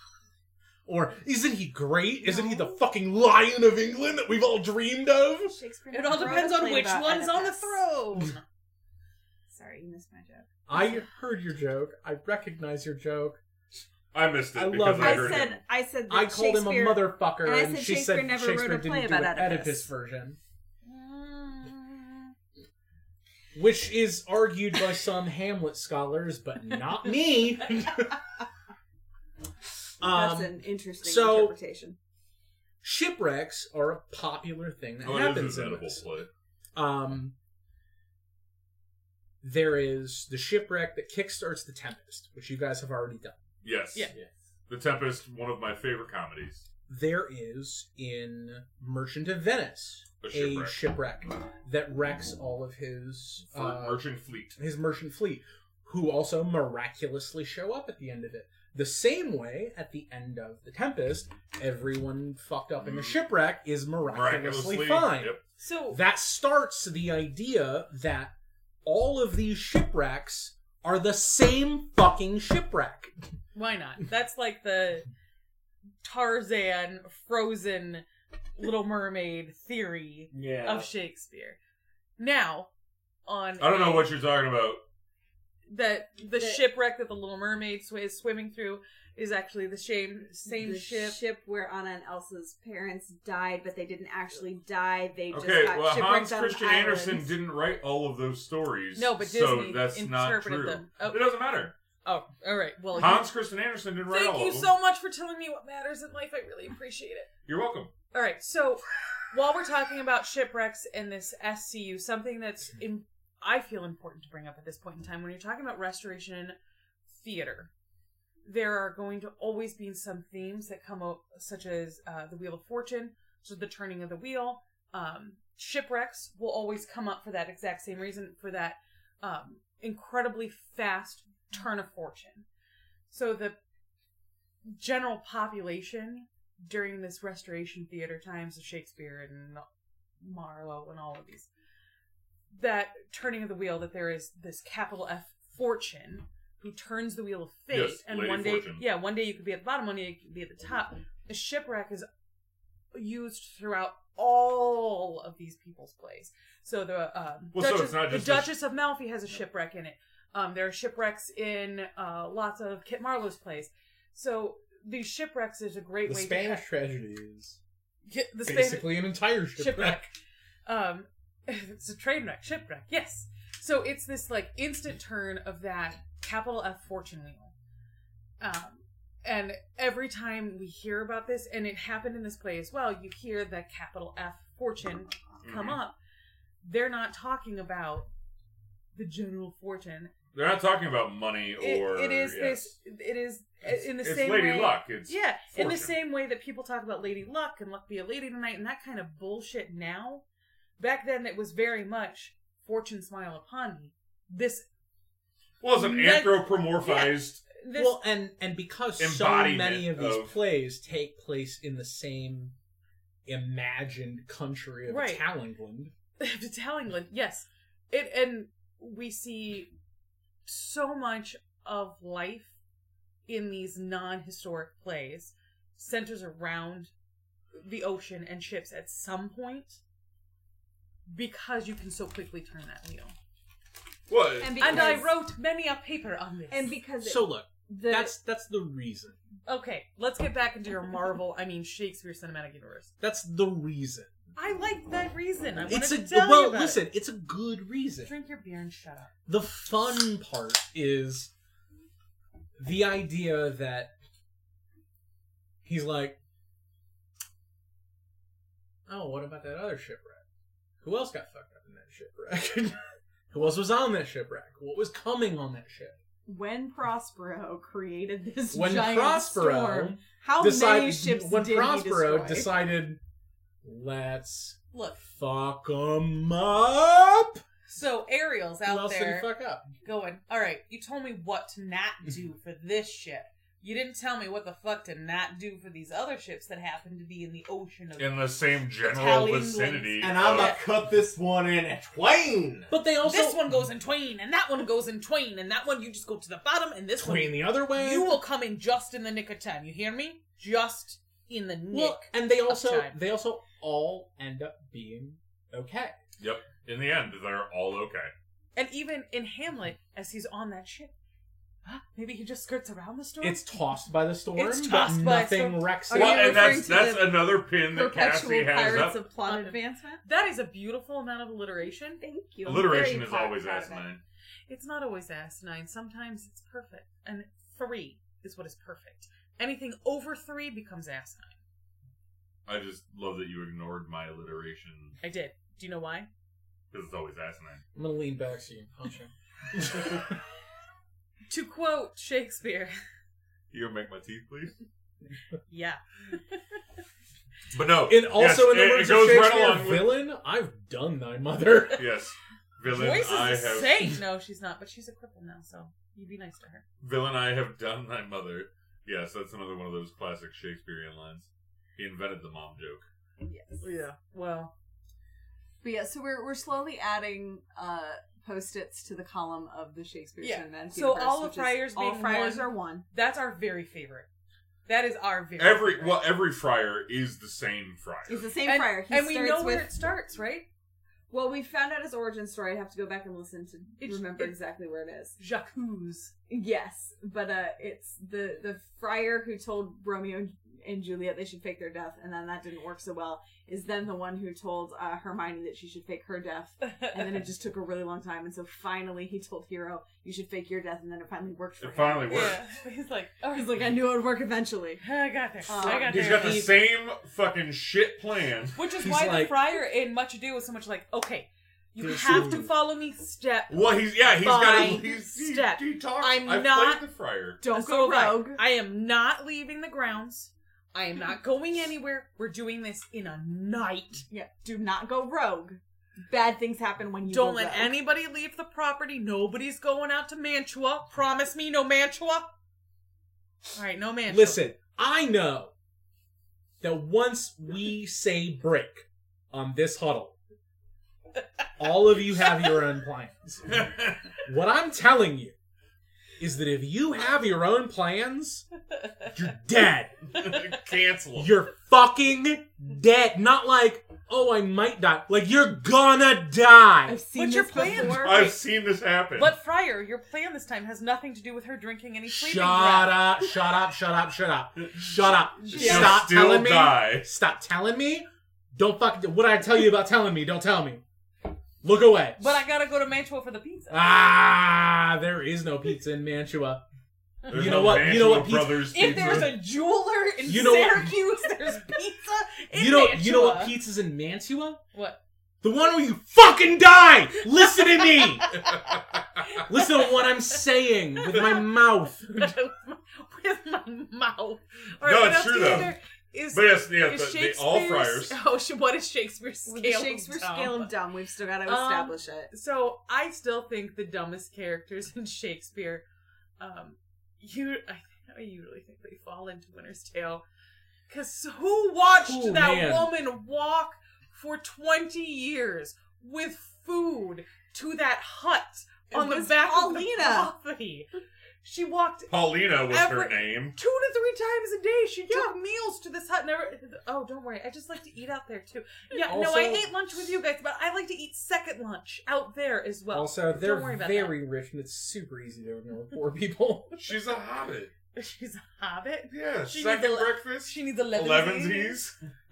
[SPEAKER 3] Or isn't he great? Isn't he the fucking lion of England that we've all dreamed of?
[SPEAKER 6] Shakespeare.
[SPEAKER 5] It all
[SPEAKER 6] wrote a
[SPEAKER 5] depends on
[SPEAKER 6] play
[SPEAKER 5] which
[SPEAKER 6] about
[SPEAKER 5] one's on the
[SPEAKER 6] Oedipus.
[SPEAKER 5] throne.
[SPEAKER 6] Sorry, you missed my joke.
[SPEAKER 3] I heard your joke. I recognize your joke.
[SPEAKER 2] I missed it
[SPEAKER 3] I
[SPEAKER 2] because
[SPEAKER 3] love
[SPEAKER 2] I
[SPEAKER 3] it.
[SPEAKER 6] I
[SPEAKER 2] heard
[SPEAKER 6] said.
[SPEAKER 2] him.
[SPEAKER 6] I said. That
[SPEAKER 3] I called him a
[SPEAKER 6] Shakespeare-
[SPEAKER 3] motherfucker,
[SPEAKER 6] and I
[SPEAKER 3] and,
[SPEAKER 6] said
[SPEAKER 3] she
[SPEAKER 6] Shakespeare
[SPEAKER 3] said
[SPEAKER 6] never wrote
[SPEAKER 3] Shakespeare
[SPEAKER 6] a play
[SPEAKER 3] didn't do
[SPEAKER 6] about
[SPEAKER 3] an
[SPEAKER 6] Oedipus.
[SPEAKER 3] Oedipus version,
[SPEAKER 5] Mm.
[SPEAKER 3] which is argued by some Hamlet scholars, but not me.
[SPEAKER 6] That's
[SPEAKER 3] um,
[SPEAKER 6] an interesting
[SPEAKER 3] so-
[SPEAKER 6] interpretation.
[SPEAKER 3] shipwrecks are a popular thing that
[SPEAKER 2] Oh, it
[SPEAKER 3] happens
[SPEAKER 2] is an
[SPEAKER 3] in
[SPEAKER 2] edible
[SPEAKER 3] this.
[SPEAKER 2] play.
[SPEAKER 3] Um, there is the shipwreck that kickstarts the Tempest, which you guys have already done.
[SPEAKER 2] Yes.
[SPEAKER 5] Yeah.
[SPEAKER 2] The Tempest, one of my favorite comedies.
[SPEAKER 3] there is in Merchant of Venice
[SPEAKER 2] A
[SPEAKER 3] a
[SPEAKER 2] shipwreck.
[SPEAKER 3] shipwreck, that wrecks all of his
[SPEAKER 2] For
[SPEAKER 3] uh,
[SPEAKER 2] Merchant Fleet.
[SPEAKER 3] his merchant fleet, who also miraculously show up at the end of it. The same way at the end of the Tempest, everyone fucked up in
[SPEAKER 2] Mm.
[SPEAKER 3] the shipwreck is miraculously, fine.
[SPEAKER 2] Yep.
[SPEAKER 5] So
[SPEAKER 3] That starts the idea that all of these shipwrecks are the same fucking shipwreck.
[SPEAKER 5] Why not? That's like the Tarzan, Frozen, Little Mermaid theory
[SPEAKER 4] Yeah.
[SPEAKER 5] of Shakespeare. Now, on
[SPEAKER 2] I don't know what you're talking about.
[SPEAKER 5] that the,
[SPEAKER 6] The-
[SPEAKER 5] shipwreck that the Little Mermaid sw- is swimming through is actually the same same
[SPEAKER 6] the
[SPEAKER 5] ship.
[SPEAKER 6] where Anna and Elsa's parents died, but they didn't actually die. They just
[SPEAKER 2] Okay,
[SPEAKER 6] got
[SPEAKER 2] well,
[SPEAKER 6] shipwrecked
[SPEAKER 2] Hans
[SPEAKER 6] on
[SPEAKER 2] Christian
[SPEAKER 6] an
[SPEAKER 2] Andersen
[SPEAKER 6] island.
[SPEAKER 2] didn't write all of those stories.
[SPEAKER 5] No, but
[SPEAKER 2] so
[SPEAKER 5] Disney
[SPEAKER 2] that's not
[SPEAKER 5] interpreted
[SPEAKER 2] true.
[SPEAKER 5] them. Oh.
[SPEAKER 2] It doesn't matter.
[SPEAKER 5] Oh, all right. Well, you-
[SPEAKER 2] Hans Christian Andersen didn't write all
[SPEAKER 5] thank you
[SPEAKER 2] of them.
[SPEAKER 5] so much for telling me what matters in life. I really appreciate it.
[SPEAKER 2] You're welcome.
[SPEAKER 5] All right. So while we're talking about shipwrecks and this SCU, something that's in, I feel important to bring up at this point in time when you're talking about restoration theater, there are going to always be some themes that come up, such as uh, the Wheel of Fortune, so the turning of the wheel. Um, shipwrecks will always come up for that exact same reason for that um, incredibly fast turn of fortune. So the general population during this restoration theater times of Shakespeare and Marlowe and all of these that turning of the wheel that there is this capital F fortune who turns the wheel of fate
[SPEAKER 2] Yes,
[SPEAKER 5] and
[SPEAKER 2] Lady
[SPEAKER 5] one day
[SPEAKER 2] Fortune.
[SPEAKER 5] yeah one day you could be at the bottom one day you could be at the top the shipwreck is used throughout all of these people's plays so the um,
[SPEAKER 2] Well, so
[SPEAKER 5] Duchess,
[SPEAKER 2] it's not
[SPEAKER 5] the
[SPEAKER 2] just a sh-
[SPEAKER 5] Duchess of Malfi has a shipwreck in it um, there are shipwrecks in uh, lots of Kit Marlowe's plays so these shipwrecks is a great
[SPEAKER 3] The
[SPEAKER 5] way
[SPEAKER 3] Spanish
[SPEAKER 5] to
[SPEAKER 3] tragedy is
[SPEAKER 5] Yeah, the Spanish
[SPEAKER 3] basically an entire
[SPEAKER 5] shipwreck.
[SPEAKER 3] shipwreck.
[SPEAKER 5] Um, it's a train wreck, shipwreck. Yes. So it's this like instant turn of that capital F fortune wheel. Um, and every time we hear about this, and it happened in this play as well, you hear the capital F fortune come
[SPEAKER 2] Mhm.
[SPEAKER 5] up. They're not talking about the general fortune.
[SPEAKER 2] They're not talking about money
[SPEAKER 5] It-
[SPEAKER 2] or
[SPEAKER 5] it is
[SPEAKER 2] yes.
[SPEAKER 5] this. It is uh, in the
[SPEAKER 2] it's
[SPEAKER 5] same
[SPEAKER 2] Lady
[SPEAKER 5] way.
[SPEAKER 2] Luck. It's
[SPEAKER 5] Yeah, in
[SPEAKER 2] fortune.
[SPEAKER 5] the same way that people talk about Lady Luck and Luck be a lady tonight and that kind of bullshit now. Back then, it was very much fortune smile upon me. This,
[SPEAKER 2] Well, it's an
[SPEAKER 5] Neg-
[SPEAKER 2] anthropomorphized.
[SPEAKER 5] this,
[SPEAKER 3] well, and and because so
[SPEAKER 2] Embodiment
[SPEAKER 3] many of these
[SPEAKER 2] of-
[SPEAKER 3] plays take place in the same imagined country of
[SPEAKER 5] Right.
[SPEAKER 3] Italian England,
[SPEAKER 5] to tell England, yes, it, and we see so much of life in these non-historic plays centers around the ocean and ships at some point because you can so quickly turn that wheel.
[SPEAKER 2] Well,
[SPEAKER 6] And, because,
[SPEAKER 5] And I wrote many a paper on this.
[SPEAKER 6] And because it-
[SPEAKER 3] so look,
[SPEAKER 6] the,
[SPEAKER 3] that's that's the reason.
[SPEAKER 5] Okay, let's get back into your Marvel, I mean Shakespeare cinematic universe.
[SPEAKER 3] That's the reason.
[SPEAKER 5] I like that reason. I wanted
[SPEAKER 3] It's a
[SPEAKER 5] to tell you
[SPEAKER 3] well,
[SPEAKER 5] about
[SPEAKER 3] listen, it's a good
[SPEAKER 5] It.
[SPEAKER 3] reason.
[SPEAKER 5] Drink your beer and shut up.
[SPEAKER 3] the fun part is the idea that he's like, oh, what about that other shipwreck? Who else got fucked up in that shipwreck? Who else was on that shipwreck? What was coming on that ship?
[SPEAKER 6] when Prospero created this
[SPEAKER 3] When
[SPEAKER 6] giant
[SPEAKER 3] Prospero
[SPEAKER 6] storm, how
[SPEAKER 3] Decide-
[SPEAKER 6] many ships
[SPEAKER 3] when
[SPEAKER 6] did
[SPEAKER 3] Prospero
[SPEAKER 6] he destroy?
[SPEAKER 3] decided, let's
[SPEAKER 5] Look,
[SPEAKER 3] fuck 'em up.
[SPEAKER 5] so Ariel's
[SPEAKER 3] Who
[SPEAKER 5] out
[SPEAKER 3] else did
[SPEAKER 5] there
[SPEAKER 3] he fuck up?
[SPEAKER 5] going, all right, you told me what to not do for this ship. You didn't tell me what the fuck to not do for these other ships that happen to be in the ocean of
[SPEAKER 2] in the same general
[SPEAKER 5] Italian
[SPEAKER 2] vicinity.
[SPEAKER 4] And I'm
[SPEAKER 2] of-
[SPEAKER 4] gonna cut this one in a twain.
[SPEAKER 3] But they also
[SPEAKER 5] this one goes in twain, and that one goes in twain, and that one you just go to the bottom, and this
[SPEAKER 3] Queen the other
[SPEAKER 5] one
[SPEAKER 3] way.
[SPEAKER 5] you will come in just in the nick of time. You hear me? Just in the nick.
[SPEAKER 3] Well, and they also
[SPEAKER 5] time.
[SPEAKER 3] they also all end up being okay.
[SPEAKER 2] Yep. In the end, they're all okay.
[SPEAKER 5] And even in Hamlet, as he's on that ship, huh, maybe he just skirts around the storm.
[SPEAKER 3] It's tossed by the storm,
[SPEAKER 5] It's tossed
[SPEAKER 3] but
[SPEAKER 5] by
[SPEAKER 3] nothing
[SPEAKER 5] storm.
[SPEAKER 3] wrecks
[SPEAKER 6] Are
[SPEAKER 3] it.
[SPEAKER 6] you
[SPEAKER 2] well,
[SPEAKER 6] referring
[SPEAKER 2] and that's
[SPEAKER 6] to
[SPEAKER 2] that's
[SPEAKER 6] the
[SPEAKER 2] another pin that
[SPEAKER 6] Perpetual
[SPEAKER 2] Cassie has
[SPEAKER 6] pirates
[SPEAKER 2] up.
[SPEAKER 6] of plot
[SPEAKER 5] Uh,
[SPEAKER 6] advancement.
[SPEAKER 5] that is a beautiful amount of alliteration.
[SPEAKER 6] Thank you. I'm
[SPEAKER 2] Alliteration
[SPEAKER 6] very
[SPEAKER 2] is
[SPEAKER 6] proud-
[SPEAKER 2] always
[SPEAKER 6] proud of
[SPEAKER 2] asinine.
[SPEAKER 5] It's not always asinine. Sometimes it's perfect, and three is what is perfect. Anything over three becomes asinine.
[SPEAKER 2] I just love that you ignored my alliteration
[SPEAKER 5] I did. Do you know why?
[SPEAKER 2] because it's always asinine.
[SPEAKER 3] I'm gonna lean back so you can punch him.
[SPEAKER 5] To quote Shakespeare,
[SPEAKER 2] You gonna make my teeth, please?
[SPEAKER 5] yeah.
[SPEAKER 2] But no.
[SPEAKER 3] and
[SPEAKER 2] yes,
[SPEAKER 3] also, in the
[SPEAKER 2] it-
[SPEAKER 3] words
[SPEAKER 2] it goes
[SPEAKER 3] of
[SPEAKER 2] right
[SPEAKER 3] Shakespeare,
[SPEAKER 2] along with-
[SPEAKER 3] villain, I've done thy mother.
[SPEAKER 2] Yes, villain.
[SPEAKER 5] Voice is
[SPEAKER 2] I
[SPEAKER 5] a
[SPEAKER 2] have
[SPEAKER 5] saint. No, she's not, but she's a cripple now, so you be nice to her.
[SPEAKER 2] villain. I have done thy mother. Yes, that's another one of those classic Shakespearean lines. He invented the mom joke.
[SPEAKER 6] Yes.
[SPEAKER 5] Well,
[SPEAKER 6] But yeah, so we're we're slowly adding uh post-its to the column of the Shakespeare
[SPEAKER 5] Yeah.
[SPEAKER 6] Cinematic
[SPEAKER 5] So
[SPEAKER 6] Universe,
[SPEAKER 5] all
[SPEAKER 6] which
[SPEAKER 5] of
[SPEAKER 6] is
[SPEAKER 5] Friars
[SPEAKER 6] all
[SPEAKER 5] being
[SPEAKER 6] Friars
[SPEAKER 5] one.
[SPEAKER 6] are one.
[SPEAKER 5] that's our very favorite. That is our very
[SPEAKER 2] Every
[SPEAKER 5] favorite.
[SPEAKER 2] well, every friar is the same friar.
[SPEAKER 6] He's the same
[SPEAKER 5] and,
[SPEAKER 6] friar. He
[SPEAKER 5] and we
[SPEAKER 6] starts
[SPEAKER 5] know
[SPEAKER 6] with
[SPEAKER 5] where it starts, right?
[SPEAKER 6] Well, we found out his origin story. I have to go back and listen to
[SPEAKER 5] It's-
[SPEAKER 6] remember
[SPEAKER 5] it's-
[SPEAKER 6] exactly where it is.
[SPEAKER 5] Jacques.
[SPEAKER 6] Yes, but uh, it's the the friar who told Romeo and Juliet they should fake their death, and then that didn't work so well. Is then the one who told uh, Hermione that she should fake her death, and then it just took a really long time, and so finally he told Hero, "You should fake your death," and then it finally worked for
[SPEAKER 2] It
[SPEAKER 6] him.
[SPEAKER 2] finally worked.
[SPEAKER 5] yeah. He's like, oh,
[SPEAKER 6] He's like, "I knew it would work eventually."
[SPEAKER 5] I got there.
[SPEAKER 6] Um,
[SPEAKER 5] I got
[SPEAKER 2] He's
[SPEAKER 5] there.
[SPEAKER 2] got the same fucking shit plan.
[SPEAKER 5] Which is
[SPEAKER 3] He's
[SPEAKER 5] why the
[SPEAKER 3] like-
[SPEAKER 5] friar in Much Ado was so much like, okay, you
[SPEAKER 3] This
[SPEAKER 5] have to
[SPEAKER 3] is-
[SPEAKER 5] follow me step.
[SPEAKER 2] Well, he's yeah, he's got a,
[SPEAKER 5] Fine.
[SPEAKER 2] he's, he,
[SPEAKER 5] Step.
[SPEAKER 2] he talks.
[SPEAKER 5] I'm
[SPEAKER 2] I've
[SPEAKER 5] not-
[SPEAKER 2] played the friar.
[SPEAKER 6] Don't
[SPEAKER 5] So
[SPEAKER 6] go
[SPEAKER 5] right,
[SPEAKER 6] rogue.
[SPEAKER 5] I am not leaving the grounds. I am not going anywhere. We're doing this in a night.
[SPEAKER 6] Yeah, do not go rogue. Bad things happen when you
[SPEAKER 5] Don't
[SPEAKER 6] go
[SPEAKER 5] let
[SPEAKER 6] rogue.
[SPEAKER 5] anybody leave the property. Nobody's going out to Mantua. Promise me no Mantua. All right, no Mantua.
[SPEAKER 3] Listen, I know that once we say break on this huddle, all of you have your own plans. What I'm telling you is that if you have your own plans, you're dead.
[SPEAKER 2] Cancel. him.
[SPEAKER 3] You're fucking dead. Not like, oh, I might die. Like, you're gonna die.
[SPEAKER 6] I've seen
[SPEAKER 5] What's
[SPEAKER 6] this
[SPEAKER 5] your plan?
[SPEAKER 6] before.
[SPEAKER 2] I've seen this happen.
[SPEAKER 5] But Friar, your plan this time has nothing to do with her drinking any sleeping
[SPEAKER 3] Shut
[SPEAKER 5] draught.
[SPEAKER 3] up, shut up, shut up, shut up. Shut up.
[SPEAKER 2] She'll
[SPEAKER 3] Stop
[SPEAKER 2] still
[SPEAKER 3] telling me.
[SPEAKER 2] die.
[SPEAKER 3] Stop telling me. Don't fuck. What I tell you about telling me, don't tell me. Look away.
[SPEAKER 5] But I gotta go to Mantua for the pizza.
[SPEAKER 3] ah, there is no pizza in Mantua.
[SPEAKER 2] There's
[SPEAKER 3] you know
[SPEAKER 2] no
[SPEAKER 3] what-
[SPEAKER 2] Mantua
[SPEAKER 3] you know what, Pete?
[SPEAKER 2] Brothers
[SPEAKER 5] If
[SPEAKER 2] pizza.
[SPEAKER 5] there's a jeweler in
[SPEAKER 3] You know what-
[SPEAKER 5] Syracuse, there's pizza in
[SPEAKER 3] you know, you know
[SPEAKER 5] Mantua.
[SPEAKER 3] what pizza's in Mantua?
[SPEAKER 5] What?
[SPEAKER 3] The one where you fucking die. Listen to me. Listen to what I'm saying with my mouth.
[SPEAKER 5] With my mouth. All
[SPEAKER 2] No,
[SPEAKER 5] what
[SPEAKER 2] it's
[SPEAKER 5] else
[SPEAKER 2] true,
[SPEAKER 5] do you
[SPEAKER 2] though.
[SPEAKER 5] think there Is,
[SPEAKER 2] but yes, yeah,
[SPEAKER 5] is
[SPEAKER 2] but the, all
[SPEAKER 5] Shakespeare's-
[SPEAKER 2] friars.
[SPEAKER 5] Oh, sh- what is Shakespeare's
[SPEAKER 6] With
[SPEAKER 5] scale?
[SPEAKER 6] the Shakespeare
[SPEAKER 5] of dumb?
[SPEAKER 6] scale of dumb, we've still got to
[SPEAKER 5] Um,
[SPEAKER 6] establish it.
[SPEAKER 5] So I still think the dumbest characters in Shakespeare, um, you, I know you really think they fall into Winter's Tale, because who watched
[SPEAKER 3] Ooh,
[SPEAKER 5] that
[SPEAKER 3] man.
[SPEAKER 5] woman walk for twenty years with food to that hut
[SPEAKER 6] It
[SPEAKER 5] on the
[SPEAKER 6] was
[SPEAKER 5] back
[SPEAKER 6] Paulina.
[SPEAKER 5] of the property? She walked
[SPEAKER 2] Paulina was her
[SPEAKER 5] Every-
[SPEAKER 2] name.
[SPEAKER 5] two to three times a day. She took meals to this hut. Never. Oh, don't worry. I just like to eat out there too. Yeah. no,
[SPEAKER 3] Also-
[SPEAKER 5] I ate lunch with you guys, but I like to eat second lunch out there as well.
[SPEAKER 3] also,
[SPEAKER 5] don't
[SPEAKER 3] they're
[SPEAKER 5] worry about
[SPEAKER 3] very rich and it's super easy to ignore poor people.
[SPEAKER 2] She's a hobbit.
[SPEAKER 5] that. She's a hobbit.
[SPEAKER 2] Yeah.
[SPEAKER 5] She
[SPEAKER 2] second
[SPEAKER 5] needs a-
[SPEAKER 2] breakfast.
[SPEAKER 5] She needs eleven.
[SPEAKER 2] Elevensies,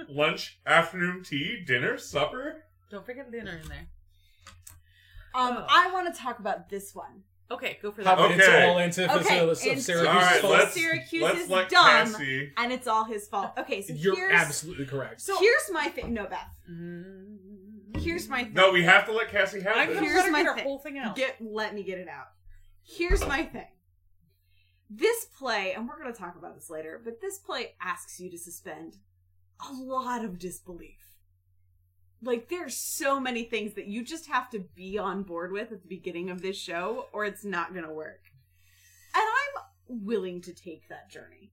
[SPEAKER 2] lunch, afternoon tea, dinner, supper.
[SPEAKER 5] Don't forget dinner in there.
[SPEAKER 6] Um,
[SPEAKER 5] Oh.
[SPEAKER 6] I want to talk about this one.
[SPEAKER 5] Okay, go for that.
[SPEAKER 3] But it's
[SPEAKER 2] Okay.
[SPEAKER 3] all into
[SPEAKER 6] Okay,
[SPEAKER 3] Facilis of
[SPEAKER 6] into-
[SPEAKER 2] All
[SPEAKER 3] Syracuse.
[SPEAKER 2] right,
[SPEAKER 6] fault.
[SPEAKER 2] let's
[SPEAKER 6] Syracuse
[SPEAKER 2] let's
[SPEAKER 6] is
[SPEAKER 2] let
[SPEAKER 6] dumb.
[SPEAKER 2] Cassie.
[SPEAKER 6] and it's all his fault. Okay, so
[SPEAKER 3] You're
[SPEAKER 6] here's
[SPEAKER 3] absolutely correct.
[SPEAKER 5] So-
[SPEAKER 6] here's my thing. No, Beth.
[SPEAKER 5] Mm.
[SPEAKER 6] Here's my thing.
[SPEAKER 2] No, we have to let Cassie have
[SPEAKER 5] I'm
[SPEAKER 2] this.
[SPEAKER 5] gonna
[SPEAKER 6] Here's
[SPEAKER 5] let her
[SPEAKER 6] my
[SPEAKER 5] get her
[SPEAKER 6] thing.
[SPEAKER 5] whole thing out.
[SPEAKER 6] Get let me get it out. Here's my thing. This play, and we're going to talk about this later, but this play asks you to suspend a lot of disbelief. Like there's so many things that you just have to be on board with at the beginning of this show or it's not going to work. And I'm willing to take that journey.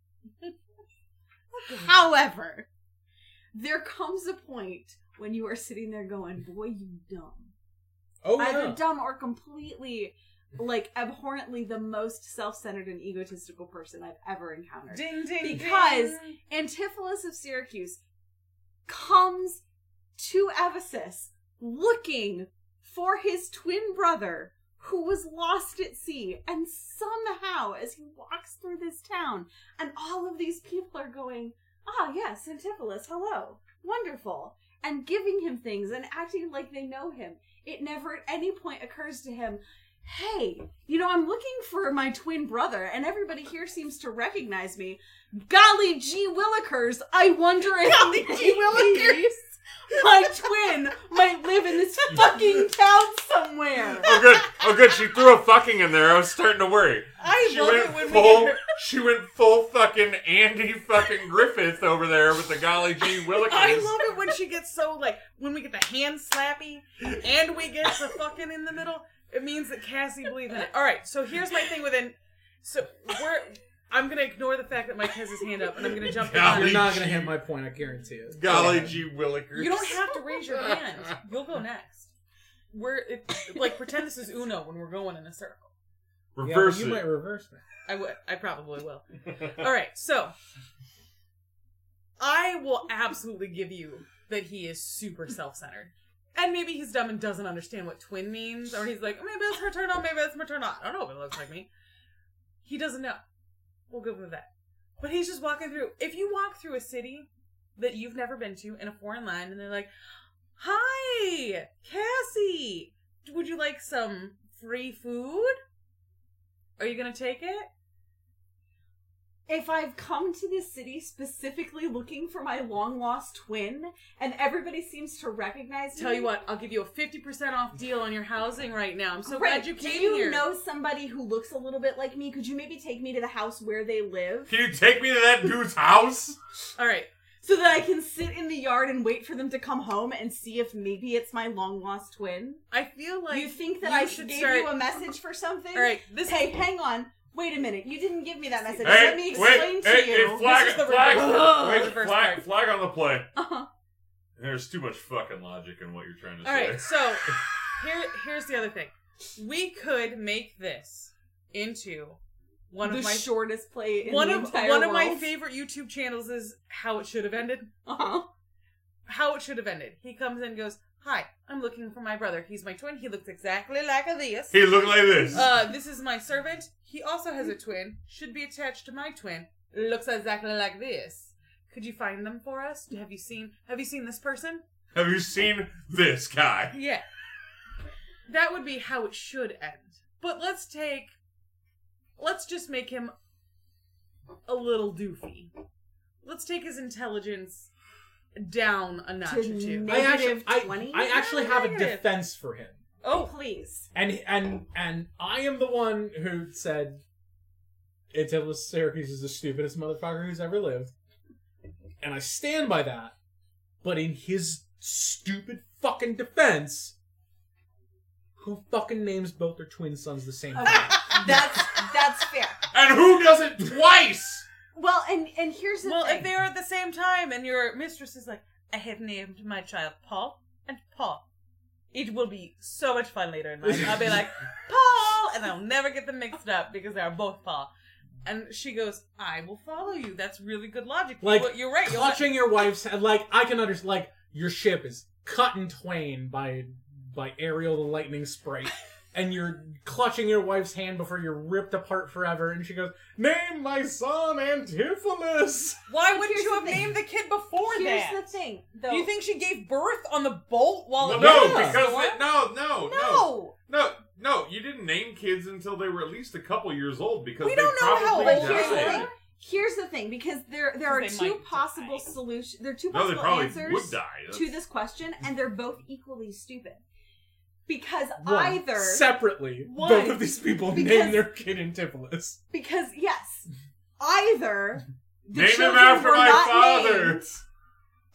[SPEAKER 6] However, there comes a point when you are sitting there going, "Boy, you dumb."
[SPEAKER 3] oh,
[SPEAKER 6] either
[SPEAKER 3] yeah.
[SPEAKER 6] dumb or completely like abhorrently the most self-centered and egotistical person I've ever encountered.
[SPEAKER 5] ding ding ding.
[SPEAKER 6] Because- Antipholus of Syracuse comes to Ephesus looking for his twin brother who was lost at sea and somehow as he walks through this town and all of these people are going ah yes Antipholus hello wonderful and giving him things and acting like they know him it never at any point occurs to him hey you know i'm looking for my twin brother and everybody here seems to recognize me golly gee willikers i wonder if golly
[SPEAKER 5] gee willikers.
[SPEAKER 6] my twin might live in this fucking town somewhere.
[SPEAKER 2] Oh good, oh good. She threw a fucking in there. I was starting to worry.
[SPEAKER 5] I
[SPEAKER 2] she
[SPEAKER 5] love
[SPEAKER 2] went
[SPEAKER 5] it when we
[SPEAKER 2] full.
[SPEAKER 5] get her-
[SPEAKER 2] She went full fucking Andy fucking Griffith over there with the golly gee willikers.
[SPEAKER 5] I love it when she gets so like when we get the hand slappy and we get the fucking in the middle. It means that Cassie believes in it. All right, so here's my thing with an So we're I'm gonna ignore the fact that Mike has his hand up, and I'm gonna jump in. on
[SPEAKER 3] You're
[SPEAKER 5] it.
[SPEAKER 3] not going to hit my point, I guarantee it.
[SPEAKER 2] golly gee willikers.
[SPEAKER 5] You don't have to raise your hand. You'll go next. We're it, like pretend this is Uno when we're going in a circle.
[SPEAKER 3] Yeah, but
[SPEAKER 2] reverse
[SPEAKER 3] you
[SPEAKER 2] it.
[SPEAKER 3] might reverse that.
[SPEAKER 5] I would. I probably will. All right, so I will absolutely give you that he is super self-centered, and maybe he's dumb and doesn't understand what twin means, or he's like, maybe that's her turn on, maybe that's my turn on. I don't know if it looks like me. He doesn't know. We'll give him that. But he's just walking through. If you walk through a city that you've never been to in a foreign land and they're like, Hi, Cassie, would you like some free food? Are you going to take it?
[SPEAKER 6] if I've come to this city specifically looking for my long lost twin and everybody seems to recognize
[SPEAKER 5] Tell
[SPEAKER 6] me,
[SPEAKER 5] you what, I'll give you a 50% off deal on your housing right now. I'm so
[SPEAKER 6] great.
[SPEAKER 5] glad you came
[SPEAKER 6] Do you
[SPEAKER 5] here.
[SPEAKER 6] know somebody who looks a little bit like me? Could you maybe take me to the house where they live
[SPEAKER 2] Can you take me to that dude's house?
[SPEAKER 5] All right.
[SPEAKER 6] so that I can sit in the yard and wait for them to come home and see if maybe it's my long lost twin?
[SPEAKER 5] I feel like
[SPEAKER 6] you think that
[SPEAKER 5] you
[SPEAKER 6] I
[SPEAKER 5] should
[SPEAKER 6] gave
[SPEAKER 5] start-
[SPEAKER 6] you a message for something?
[SPEAKER 5] All right, this
[SPEAKER 6] hey, hang on. Wait a minute. You didn't give me that message.
[SPEAKER 2] Hey,
[SPEAKER 6] Let me
[SPEAKER 2] wait,
[SPEAKER 6] explain to
[SPEAKER 2] hey,
[SPEAKER 6] you.
[SPEAKER 2] hey, flag,
[SPEAKER 5] This is the
[SPEAKER 2] flag,
[SPEAKER 5] reverse-
[SPEAKER 2] wait,
[SPEAKER 5] reverse
[SPEAKER 2] flag,
[SPEAKER 5] part.
[SPEAKER 2] flag on the play.
[SPEAKER 6] Uh-huh.
[SPEAKER 2] There's too much fucking logic in what you're trying to
[SPEAKER 5] All
[SPEAKER 2] say.
[SPEAKER 5] right, so here here's the other thing. We could make this into one
[SPEAKER 6] the
[SPEAKER 5] of my
[SPEAKER 6] shortest play in
[SPEAKER 5] one
[SPEAKER 6] the
[SPEAKER 5] of
[SPEAKER 6] entire
[SPEAKER 5] one of my
[SPEAKER 6] world.
[SPEAKER 5] favorite YouTube channels is how it should have ended.
[SPEAKER 6] Uh-huh.
[SPEAKER 5] How it should have ended. He comes in and goes, "Hi, I'm looking for my brother. He's my twin. He looks exactly like a this.
[SPEAKER 2] He looked like this.
[SPEAKER 5] Uh, this is my servant. He also has a twin. Should be attached to my twin. Looks exactly like this. Could you find them for us? Have you seen Have you seen this person?
[SPEAKER 2] Have you seen this guy?
[SPEAKER 5] Yeah. That would be how it should end. But let's take let's just make him a little doofy. Let's take his intelligence down a notch or
[SPEAKER 6] To
[SPEAKER 5] two.
[SPEAKER 3] I actually,
[SPEAKER 6] Negative
[SPEAKER 3] I,
[SPEAKER 6] 20?
[SPEAKER 3] I actually have a
[SPEAKER 5] Negative.
[SPEAKER 3] defense for him.
[SPEAKER 5] Oh,
[SPEAKER 6] Please.
[SPEAKER 3] And and and I am the one who said Antipholus Syracuse is the stupidest motherfucker who's ever lived. And I stand by that. But in his stupid fucking defense, who fucking names both their twin sons the same
[SPEAKER 6] Okay.
[SPEAKER 3] thing?
[SPEAKER 6] that's that's fair.
[SPEAKER 2] And who does it twice?
[SPEAKER 6] Well, and and here's the
[SPEAKER 5] well,
[SPEAKER 6] thing.
[SPEAKER 5] if they're at the same time and your mistress is like, I have named my child Paul and Paul. It will be so much fun later in life. I'll be like, Paul! And I'll never get them mixed up because they're both Paul. And she goes, I will follow you. That's really good logic.
[SPEAKER 3] Like,
[SPEAKER 5] Well, you're right. You'll not-
[SPEAKER 3] Clutching your wife's head, like I can understand. Like your ship is cut in twain by by Ariel the lightning sprite, and you're clutching your wife's hand before you're ripped apart forever. And she goes, "Name my son Antipholus."
[SPEAKER 5] Why
[SPEAKER 6] But
[SPEAKER 5] wouldn't
[SPEAKER 6] here's
[SPEAKER 5] you
[SPEAKER 6] the
[SPEAKER 5] have
[SPEAKER 6] thing.
[SPEAKER 5] named the kid before
[SPEAKER 6] here's
[SPEAKER 5] that?
[SPEAKER 6] the thing, though.
[SPEAKER 5] Do you think she gave birth on the boat while
[SPEAKER 2] No,
[SPEAKER 5] it
[SPEAKER 2] no,
[SPEAKER 5] was in the
[SPEAKER 2] because
[SPEAKER 5] storm?
[SPEAKER 2] it- no, no, no,
[SPEAKER 6] no?
[SPEAKER 2] no, no. You didn't name kids until they were at least a couple years old because
[SPEAKER 5] We
[SPEAKER 2] they
[SPEAKER 5] don't know how
[SPEAKER 2] probably
[SPEAKER 6] But
[SPEAKER 5] old
[SPEAKER 6] here's the
[SPEAKER 5] they
[SPEAKER 2] died.
[SPEAKER 6] thing. Here's the thing, because there there are
[SPEAKER 5] Because they
[SPEAKER 6] two
[SPEAKER 5] might
[SPEAKER 6] possible
[SPEAKER 5] die.
[SPEAKER 6] solutions. There are two
[SPEAKER 2] No, they
[SPEAKER 6] possible
[SPEAKER 2] probably
[SPEAKER 6] answers
[SPEAKER 2] would die. That's-
[SPEAKER 6] to this question, and they're both equally stupid. Because
[SPEAKER 3] One.
[SPEAKER 6] either
[SPEAKER 3] separately,
[SPEAKER 6] One.
[SPEAKER 3] both of these people name
[SPEAKER 6] Because-
[SPEAKER 3] their kid Antipholus.
[SPEAKER 6] because yes, either the
[SPEAKER 2] Name him
[SPEAKER 6] children
[SPEAKER 2] after
[SPEAKER 6] were
[SPEAKER 2] my
[SPEAKER 6] not
[SPEAKER 2] father.
[SPEAKER 6] named,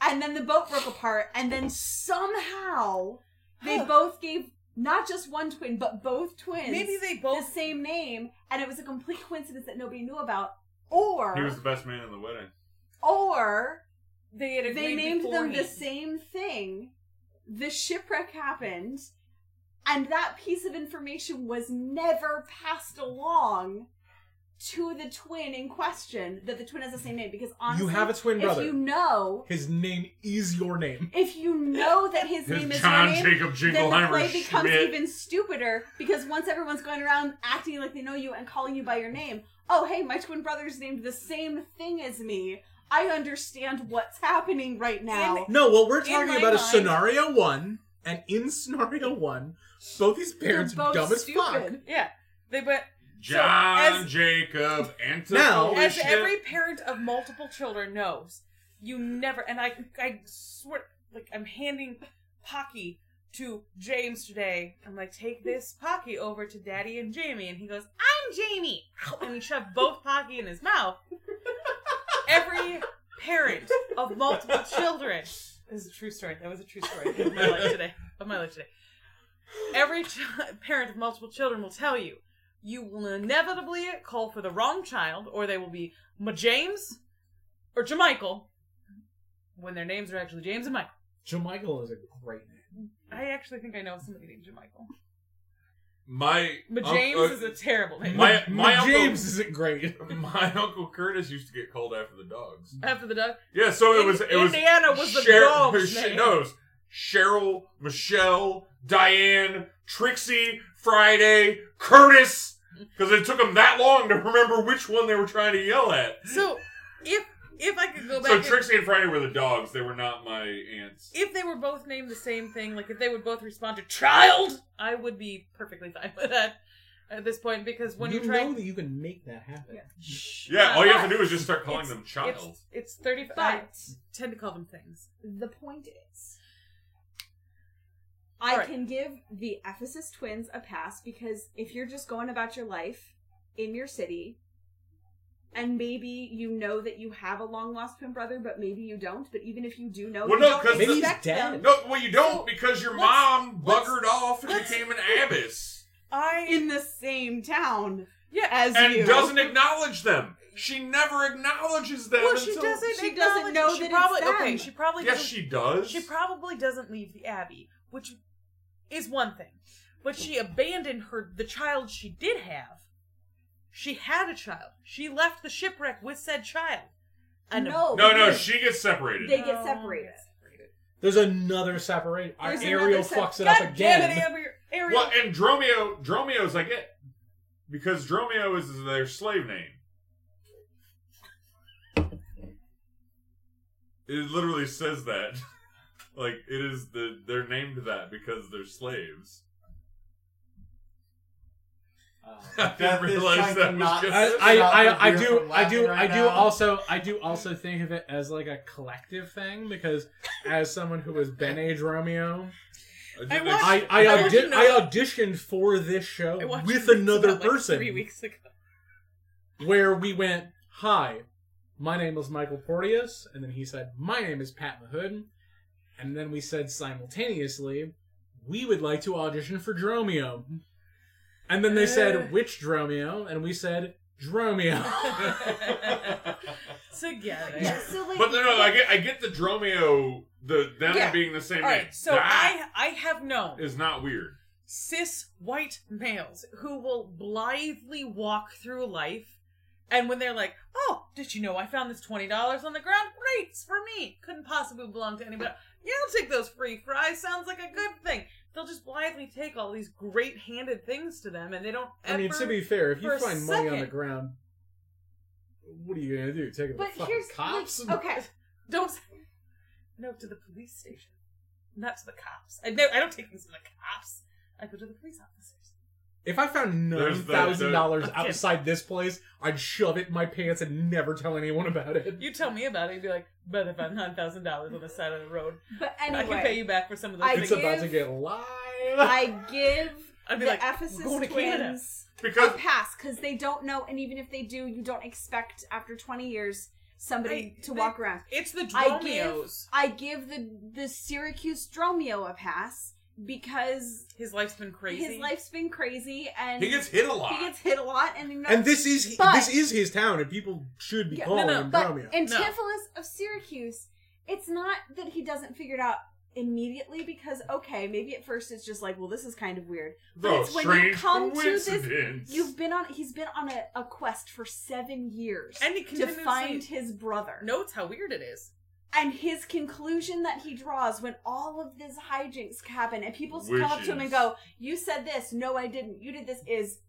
[SPEAKER 6] and then the boat broke apart, and then somehow they both gave not just one twin, but both twins.
[SPEAKER 5] Maybe they
[SPEAKER 6] the
[SPEAKER 5] both.
[SPEAKER 6] same name, and it was a complete coincidence that nobody knew about. Or,
[SPEAKER 2] He was the best man in the wedding.
[SPEAKER 6] or
[SPEAKER 5] They had
[SPEAKER 6] they
[SPEAKER 5] agreed
[SPEAKER 6] named them the
[SPEAKER 5] beforehand.
[SPEAKER 6] same thing. The shipwreck happened, and that piece of information was never passed along to the twin in question that the twin has the same name. Because honestly,
[SPEAKER 3] you have a twin
[SPEAKER 6] if
[SPEAKER 3] brother.
[SPEAKER 6] you know,
[SPEAKER 3] His name is your name.
[SPEAKER 6] if you know that his,
[SPEAKER 2] His
[SPEAKER 6] name is
[SPEAKER 2] John
[SPEAKER 6] your name,
[SPEAKER 2] Jacob
[SPEAKER 6] then the
[SPEAKER 2] Jingleheimer
[SPEAKER 6] play becomes
[SPEAKER 2] Schmidt.
[SPEAKER 6] even stupider because once everyone's going around acting like they know you and calling you by your name, oh hey, my twin brother's named the same thing as me. I understand what's happening right now.
[SPEAKER 3] No, what we're
[SPEAKER 5] In
[SPEAKER 3] talking
[SPEAKER 5] my
[SPEAKER 3] about is
[SPEAKER 5] mind-
[SPEAKER 3] scenario one, and in scenario one, both these parents
[SPEAKER 6] They're both
[SPEAKER 3] are dumb as fuck.
[SPEAKER 6] stupid.
[SPEAKER 5] Yeah, they but
[SPEAKER 2] John
[SPEAKER 5] as-
[SPEAKER 2] Jacob Antipholus.
[SPEAKER 3] Now- Holy
[SPEAKER 5] as
[SPEAKER 2] Schmidt.
[SPEAKER 5] every parent of multiple children knows, you never and I I swear like I'm handing Pocky to James today. I'm like, take this Pocky over to Daddy and Jamie, and he goes, I'm Jamie, and he shoved both Pocky in his mouth. Every parent of multiple children. This is a true story. That was a true story of my life today. Of my life today. Every ch- parent of multiple children will tell you you will inevitably call for the wrong child, or they will be Ma James or Jamichael when their names are actually James and Michael.
[SPEAKER 3] Jamichael is a great name.
[SPEAKER 5] I actually think I know somebody named Jamichael.
[SPEAKER 2] my
[SPEAKER 5] But
[SPEAKER 2] unc-
[SPEAKER 5] James
[SPEAKER 2] uh,
[SPEAKER 5] is a terrible name.
[SPEAKER 2] My- my uncle-
[SPEAKER 3] James isn't great.
[SPEAKER 2] my uncle Curtis used to get called after the dogs.
[SPEAKER 5] After the duck,
[SPEAKER 2] Yeah, so it
[SPEAKER 5] In-
[SPEAKER 2] was it was
[SPEAKER 5] Indiana was the
[SPEAKER 2] Sher-
[SPEAKER 5] dog's
[SPEAKER 2] Sh-
[SPEAKER 5] name.
[SPEAKER 2] No, it was Cheryl, Michelle, Diane, Trixie, Friday, Curtis. Because it took them that long to remember which one they were trying to yell at.
[SPEAKER 5] so If if I could go back,
[SPEAKER 2] So
[SPEAKER 5] and-
[SPEAKER 2] Trixie and Friday were the dogs. They were not my aunts.
[SPEAKER 5] if they were both named the same thing, like if they would both respond to child, I would be perfectly fine with that at this point because when
[SPEAKER 3] you
[SPEAKER 5] you are trying,
[SPEAKER 3] know that you can make that happen.
[SPEAKER 2] Yeah, all you have
[SPEAKER 5] but
[SPEAKER 2] to do is just start calling
[SPEAKER 5] it's-
[SPEAKER 2] them child.
[SPEAKER 5] it's it's thirty five. I
[SPEAKER 6] But
[SPEAKER 5] tend to call them things.
[SPEAKER 6] the point is, I
[SPEAKER 5] Alright.
[SPEAKER 6] can give the Ephesus twins a pass because if you're just going about your life in your city, and maybe you know that you have a long lost twin brother, but maybe you don't. But even if you do know,
[SPEAKER 2] Well,
[SPEAKER 6] you
[SPEAKER 2] no,
[SPEAKER 6] don't
[SPEAKER 2] 'cause
[SPEAKER 3] the-
[SPEAKER 6] respect
[SPEAKER 3] Maybe he's
[SPEAKER 6] them.
[SPEAKER 2] No, well, you don't
[SPEAKER 6] So,
[SPEAKER 2] because your
[SPEAKER 6] let's-
[SPEAKER 2] mom
[SPEAKER 6] let's-
[SPEAKER 2] buggered off and
[SPEAKER 6] let's-
[SPEAKER 2] became an abbess
[SPEAKER 5] I
[SPEAKER 6] in the same town
[SPEAKER 5] yeah.
[SPEAKER 6] as
[SPEAKER 2] and
[SPEAKER 6] you.
[SPEAKER 2] doesn't acknowledge them. She never acknowledges them.
[SPEAKER 5] Well, she
[SPEAKER 2] until-
[SPEAKER 5] doesn't.
[SPEAKER 6] She doesn't
[SPEAKER 5] acknowledge-
[SPEAKER 6] know
[SPEAKER 5] she
[SPEAKER 6] that it's
[SPEAKER 5] probably, Okay,
[SPEAKER 6] them.
[SPEAKER 5] she probably
[SPEAKER 2] Yes,
[SPEAKER 5] doesn't
[SPEAKER 2] she does.
[SPEAKER 5] She probably doesn't leave the abbey, which is one thing. But she abandoned her the child she did have. She had a child. She left the shipwreck with said child. And
[SPEAKER 6] No,
[SPEAKER 2] no, no,
[SPEAKER 6] because
[SPEAKER 2] she gets separated.
[SPEAKER 6] They get separated.
[SPEAKER 3] There's another separate. Our
[SPEAKER 6] There's
[SPEAKER 3] Ariel
[SPEAKER 6] another sep-
[SPEAKER 3] fucks it
[SPEAKER 5] God
[SPEAKER 3] up
[SPEAKER 5] damn it,
[SPEAKER 3] again.
[SPEAKER 5] Amber, Ariel.
[SPEAKER 2] Well, and Dromio, Dromio's I get because Dromio is their slave name. It literally says that, like it is the they're named that because they're slaves. I didn't
[SPEAKER 4] Uh, That- this
[SPEAKER 2] realize
[SPEAKER 4] chunk
[SPEAKER 2] that
[SPEAKER 4] of
[SPEAKER 2] was
[SPEAKER 4] not-
[SPEAKER 2] just-
[SPEAKER 3] I,
[SPEAKER 4] this is
[SPEAKER 3] I,
[SPEAKER 4] not what
[SPEAKER 3] I, I
[SPEAKER 4] we're
[SPEAKER 3] do
[SPEAKER 4] from
[SPEAKER 3] I do
[SPEAKER 4] laughing
[SPEAKER 3] I
[SPEAKER 4] right
[SPEAKER 3] do
[SPEAKER 4] now.
[SPEAKER 3] also I do also think of it as like a collective thing because as someone who was Ben Age Romeo,
[SPEAKER 5] I
[SPEAKER 2] didn't
[SPEAKER 5] watched-
[SPEAKER 2] ex-
[SPEAKER 3] I I,
[SPEAKER 5] I want you
[SPEAKER 3] audi-
[SPEAKER 5] to know-
[SPEAKER 3] I auditioned for this show
[SPEAKER 5] I watched
[SPEAKER 3] with
[SPEAKER 5] this
[SPEAKER 3] another
[SPEAKER 5] about, like,
[SPEAKER 3] person.
[SPEAKER 5] three weeks ago.
[SPEAKER 3] where we went, Hi, my name is Michael Porteous. And then he said, My name is Pat Mahood. And then we said simultaneously, We would like to audition for Dromio. And then they said, Which Dromio? And we said, Dromio.
[SPEAKER 5] Together.
[SPEAKER 6] Yeah, so like,
[SPEAKER 2] But no, no, I get I get the Dromio, the them
[SPEAKER 5] Yeah.
[SPEAKER 2] being the same
[SPEAKER 5] All
[SPEAKER 2] name.
[SPEAKER 5] right. So
[SPEAKER 2] that
[SPEAKER 5] I I have known
[SPEAKER 2] is not weird.
[SPEAKER 5] cis white males who will blithely walk through life and when they're like, Oh, did you know I found this twenty dollars on the ground? Great, it's for me. Couldn't possibly belong to anybody. Yeah, I'll take those free fries. Sounds like a good thing. They'll just blithely take all these great handed things to them and they don't ever
[SPEAKER 3] I mean, to be fair, if
[SPEAKER 5] for
[SPEAKER 3] you
[SPEAKER 5] a
[SPEAKER 3] find money on the
[SPEAKER 5] second.
[SPEAKER 3] ground, what are you going to do? Take it to the
[SPEAKER 6] But
[SPEAKER 3] fucking
[SPEAKER 6] here's
[SPEAKER 3] cops?
[SPEAKER 6] like, okay.
[SPEAKER 5] don't s- No to the police station. Not to the cops. I no I don't take things to the cops. I go to the police officers.
[SPEAKER 3] If I found
[SPEAKER 2] There's
[SPEAKER 3] nine
[SPEAKER 2] the-
[SPEAKER 3] thousand dollars
[SPEAKER 5] the-
[SPEAKER 3] outside this place, I'd shove it in my pants and never tell anyone about it.
[SPEAKER 5] You tell me about it, you'd be like, but if I'm nine thousand dollars on the side of the road,
[SPEAKER 6] But
[SPEAKER 5] I
[SPEAKER 6] anyway,
[SPEAKER 5] can pay you back for some of those
[SPEAKER 6] I
[SPEAKER 5] things.
[SPEAKER 3] It's about to
[SPEAKER 6] give-
[SPEAKER 3] get live.
[SPEAKER 6] I give
[SPEAKER 5] I'd be
[SPEAKER 6] the
[SPEAKER 5] like,
[SPEAKER 6] Ephesus
[SPEAKER 5] "We're going to Canada."
[SPEAKER 6] twins a
[SPEAKER 2] Because
[SPEAKER 6] pass because they don't know, and even if they do, you don't expect after 20 years somebody
[SPEAKER 5] I-
[SPEAKER 6] to
[SPEAKER 5] they-
[SPEAKER 6] walk around.
[SPEAKER 5] It's the
[SPEAKER 6] I give,
[SPEAKER 5] Dromios.
[SPEAKER 6] I give the the Syracuse Dromio a pass because
[SPEAKER 5] His life's been crazy.
[SPEAKER 6] his life's been crazy and
[SPEAKER 2] he gets hit a lot.
[SPEAKER 6] he gets hit a lot, and you know,
[SPEAKER 3] And this is
[SPEAKER 6] But-
[SPEAKER 3] this is his town, and people should be
[SPEAKER 6] Yeah, no,
[SPEAKER 3] calling
[SPEAKER 5] no,
[SPEAKER 3] him
[SPEAKER 6] But
[SPEAKER 3] Dromio.
[SPEAKER 6] Antipholus of Syracuse, it's not that he doesn't figure it out immediately because okay, maybe at first it's just like, well, this is kind of weird. But
[SPEAKER 2] Oh,
[SPEAKER 6] it's when you
[SPEAKER 2] strange
[SPEAKER 6] come to this
[SPEAKER 2] coincidence.
[SPEAKER 6] You've been on he's been on a, a quest for seven years
[SPEAKER 5] And he
[SPEAKER 6] to
[SPEAKER 5] continuously
[SPEAKER 6] find his brother.
[SPEAKER 5] notes how weird it is.
[SPEAKER 6] And his conclusion that he draws when all of this hijinks happen and people come up to him and
[SPEAKER 2] Witches.
[SPEAKER 6] go, You said this, no I didn't, you did this is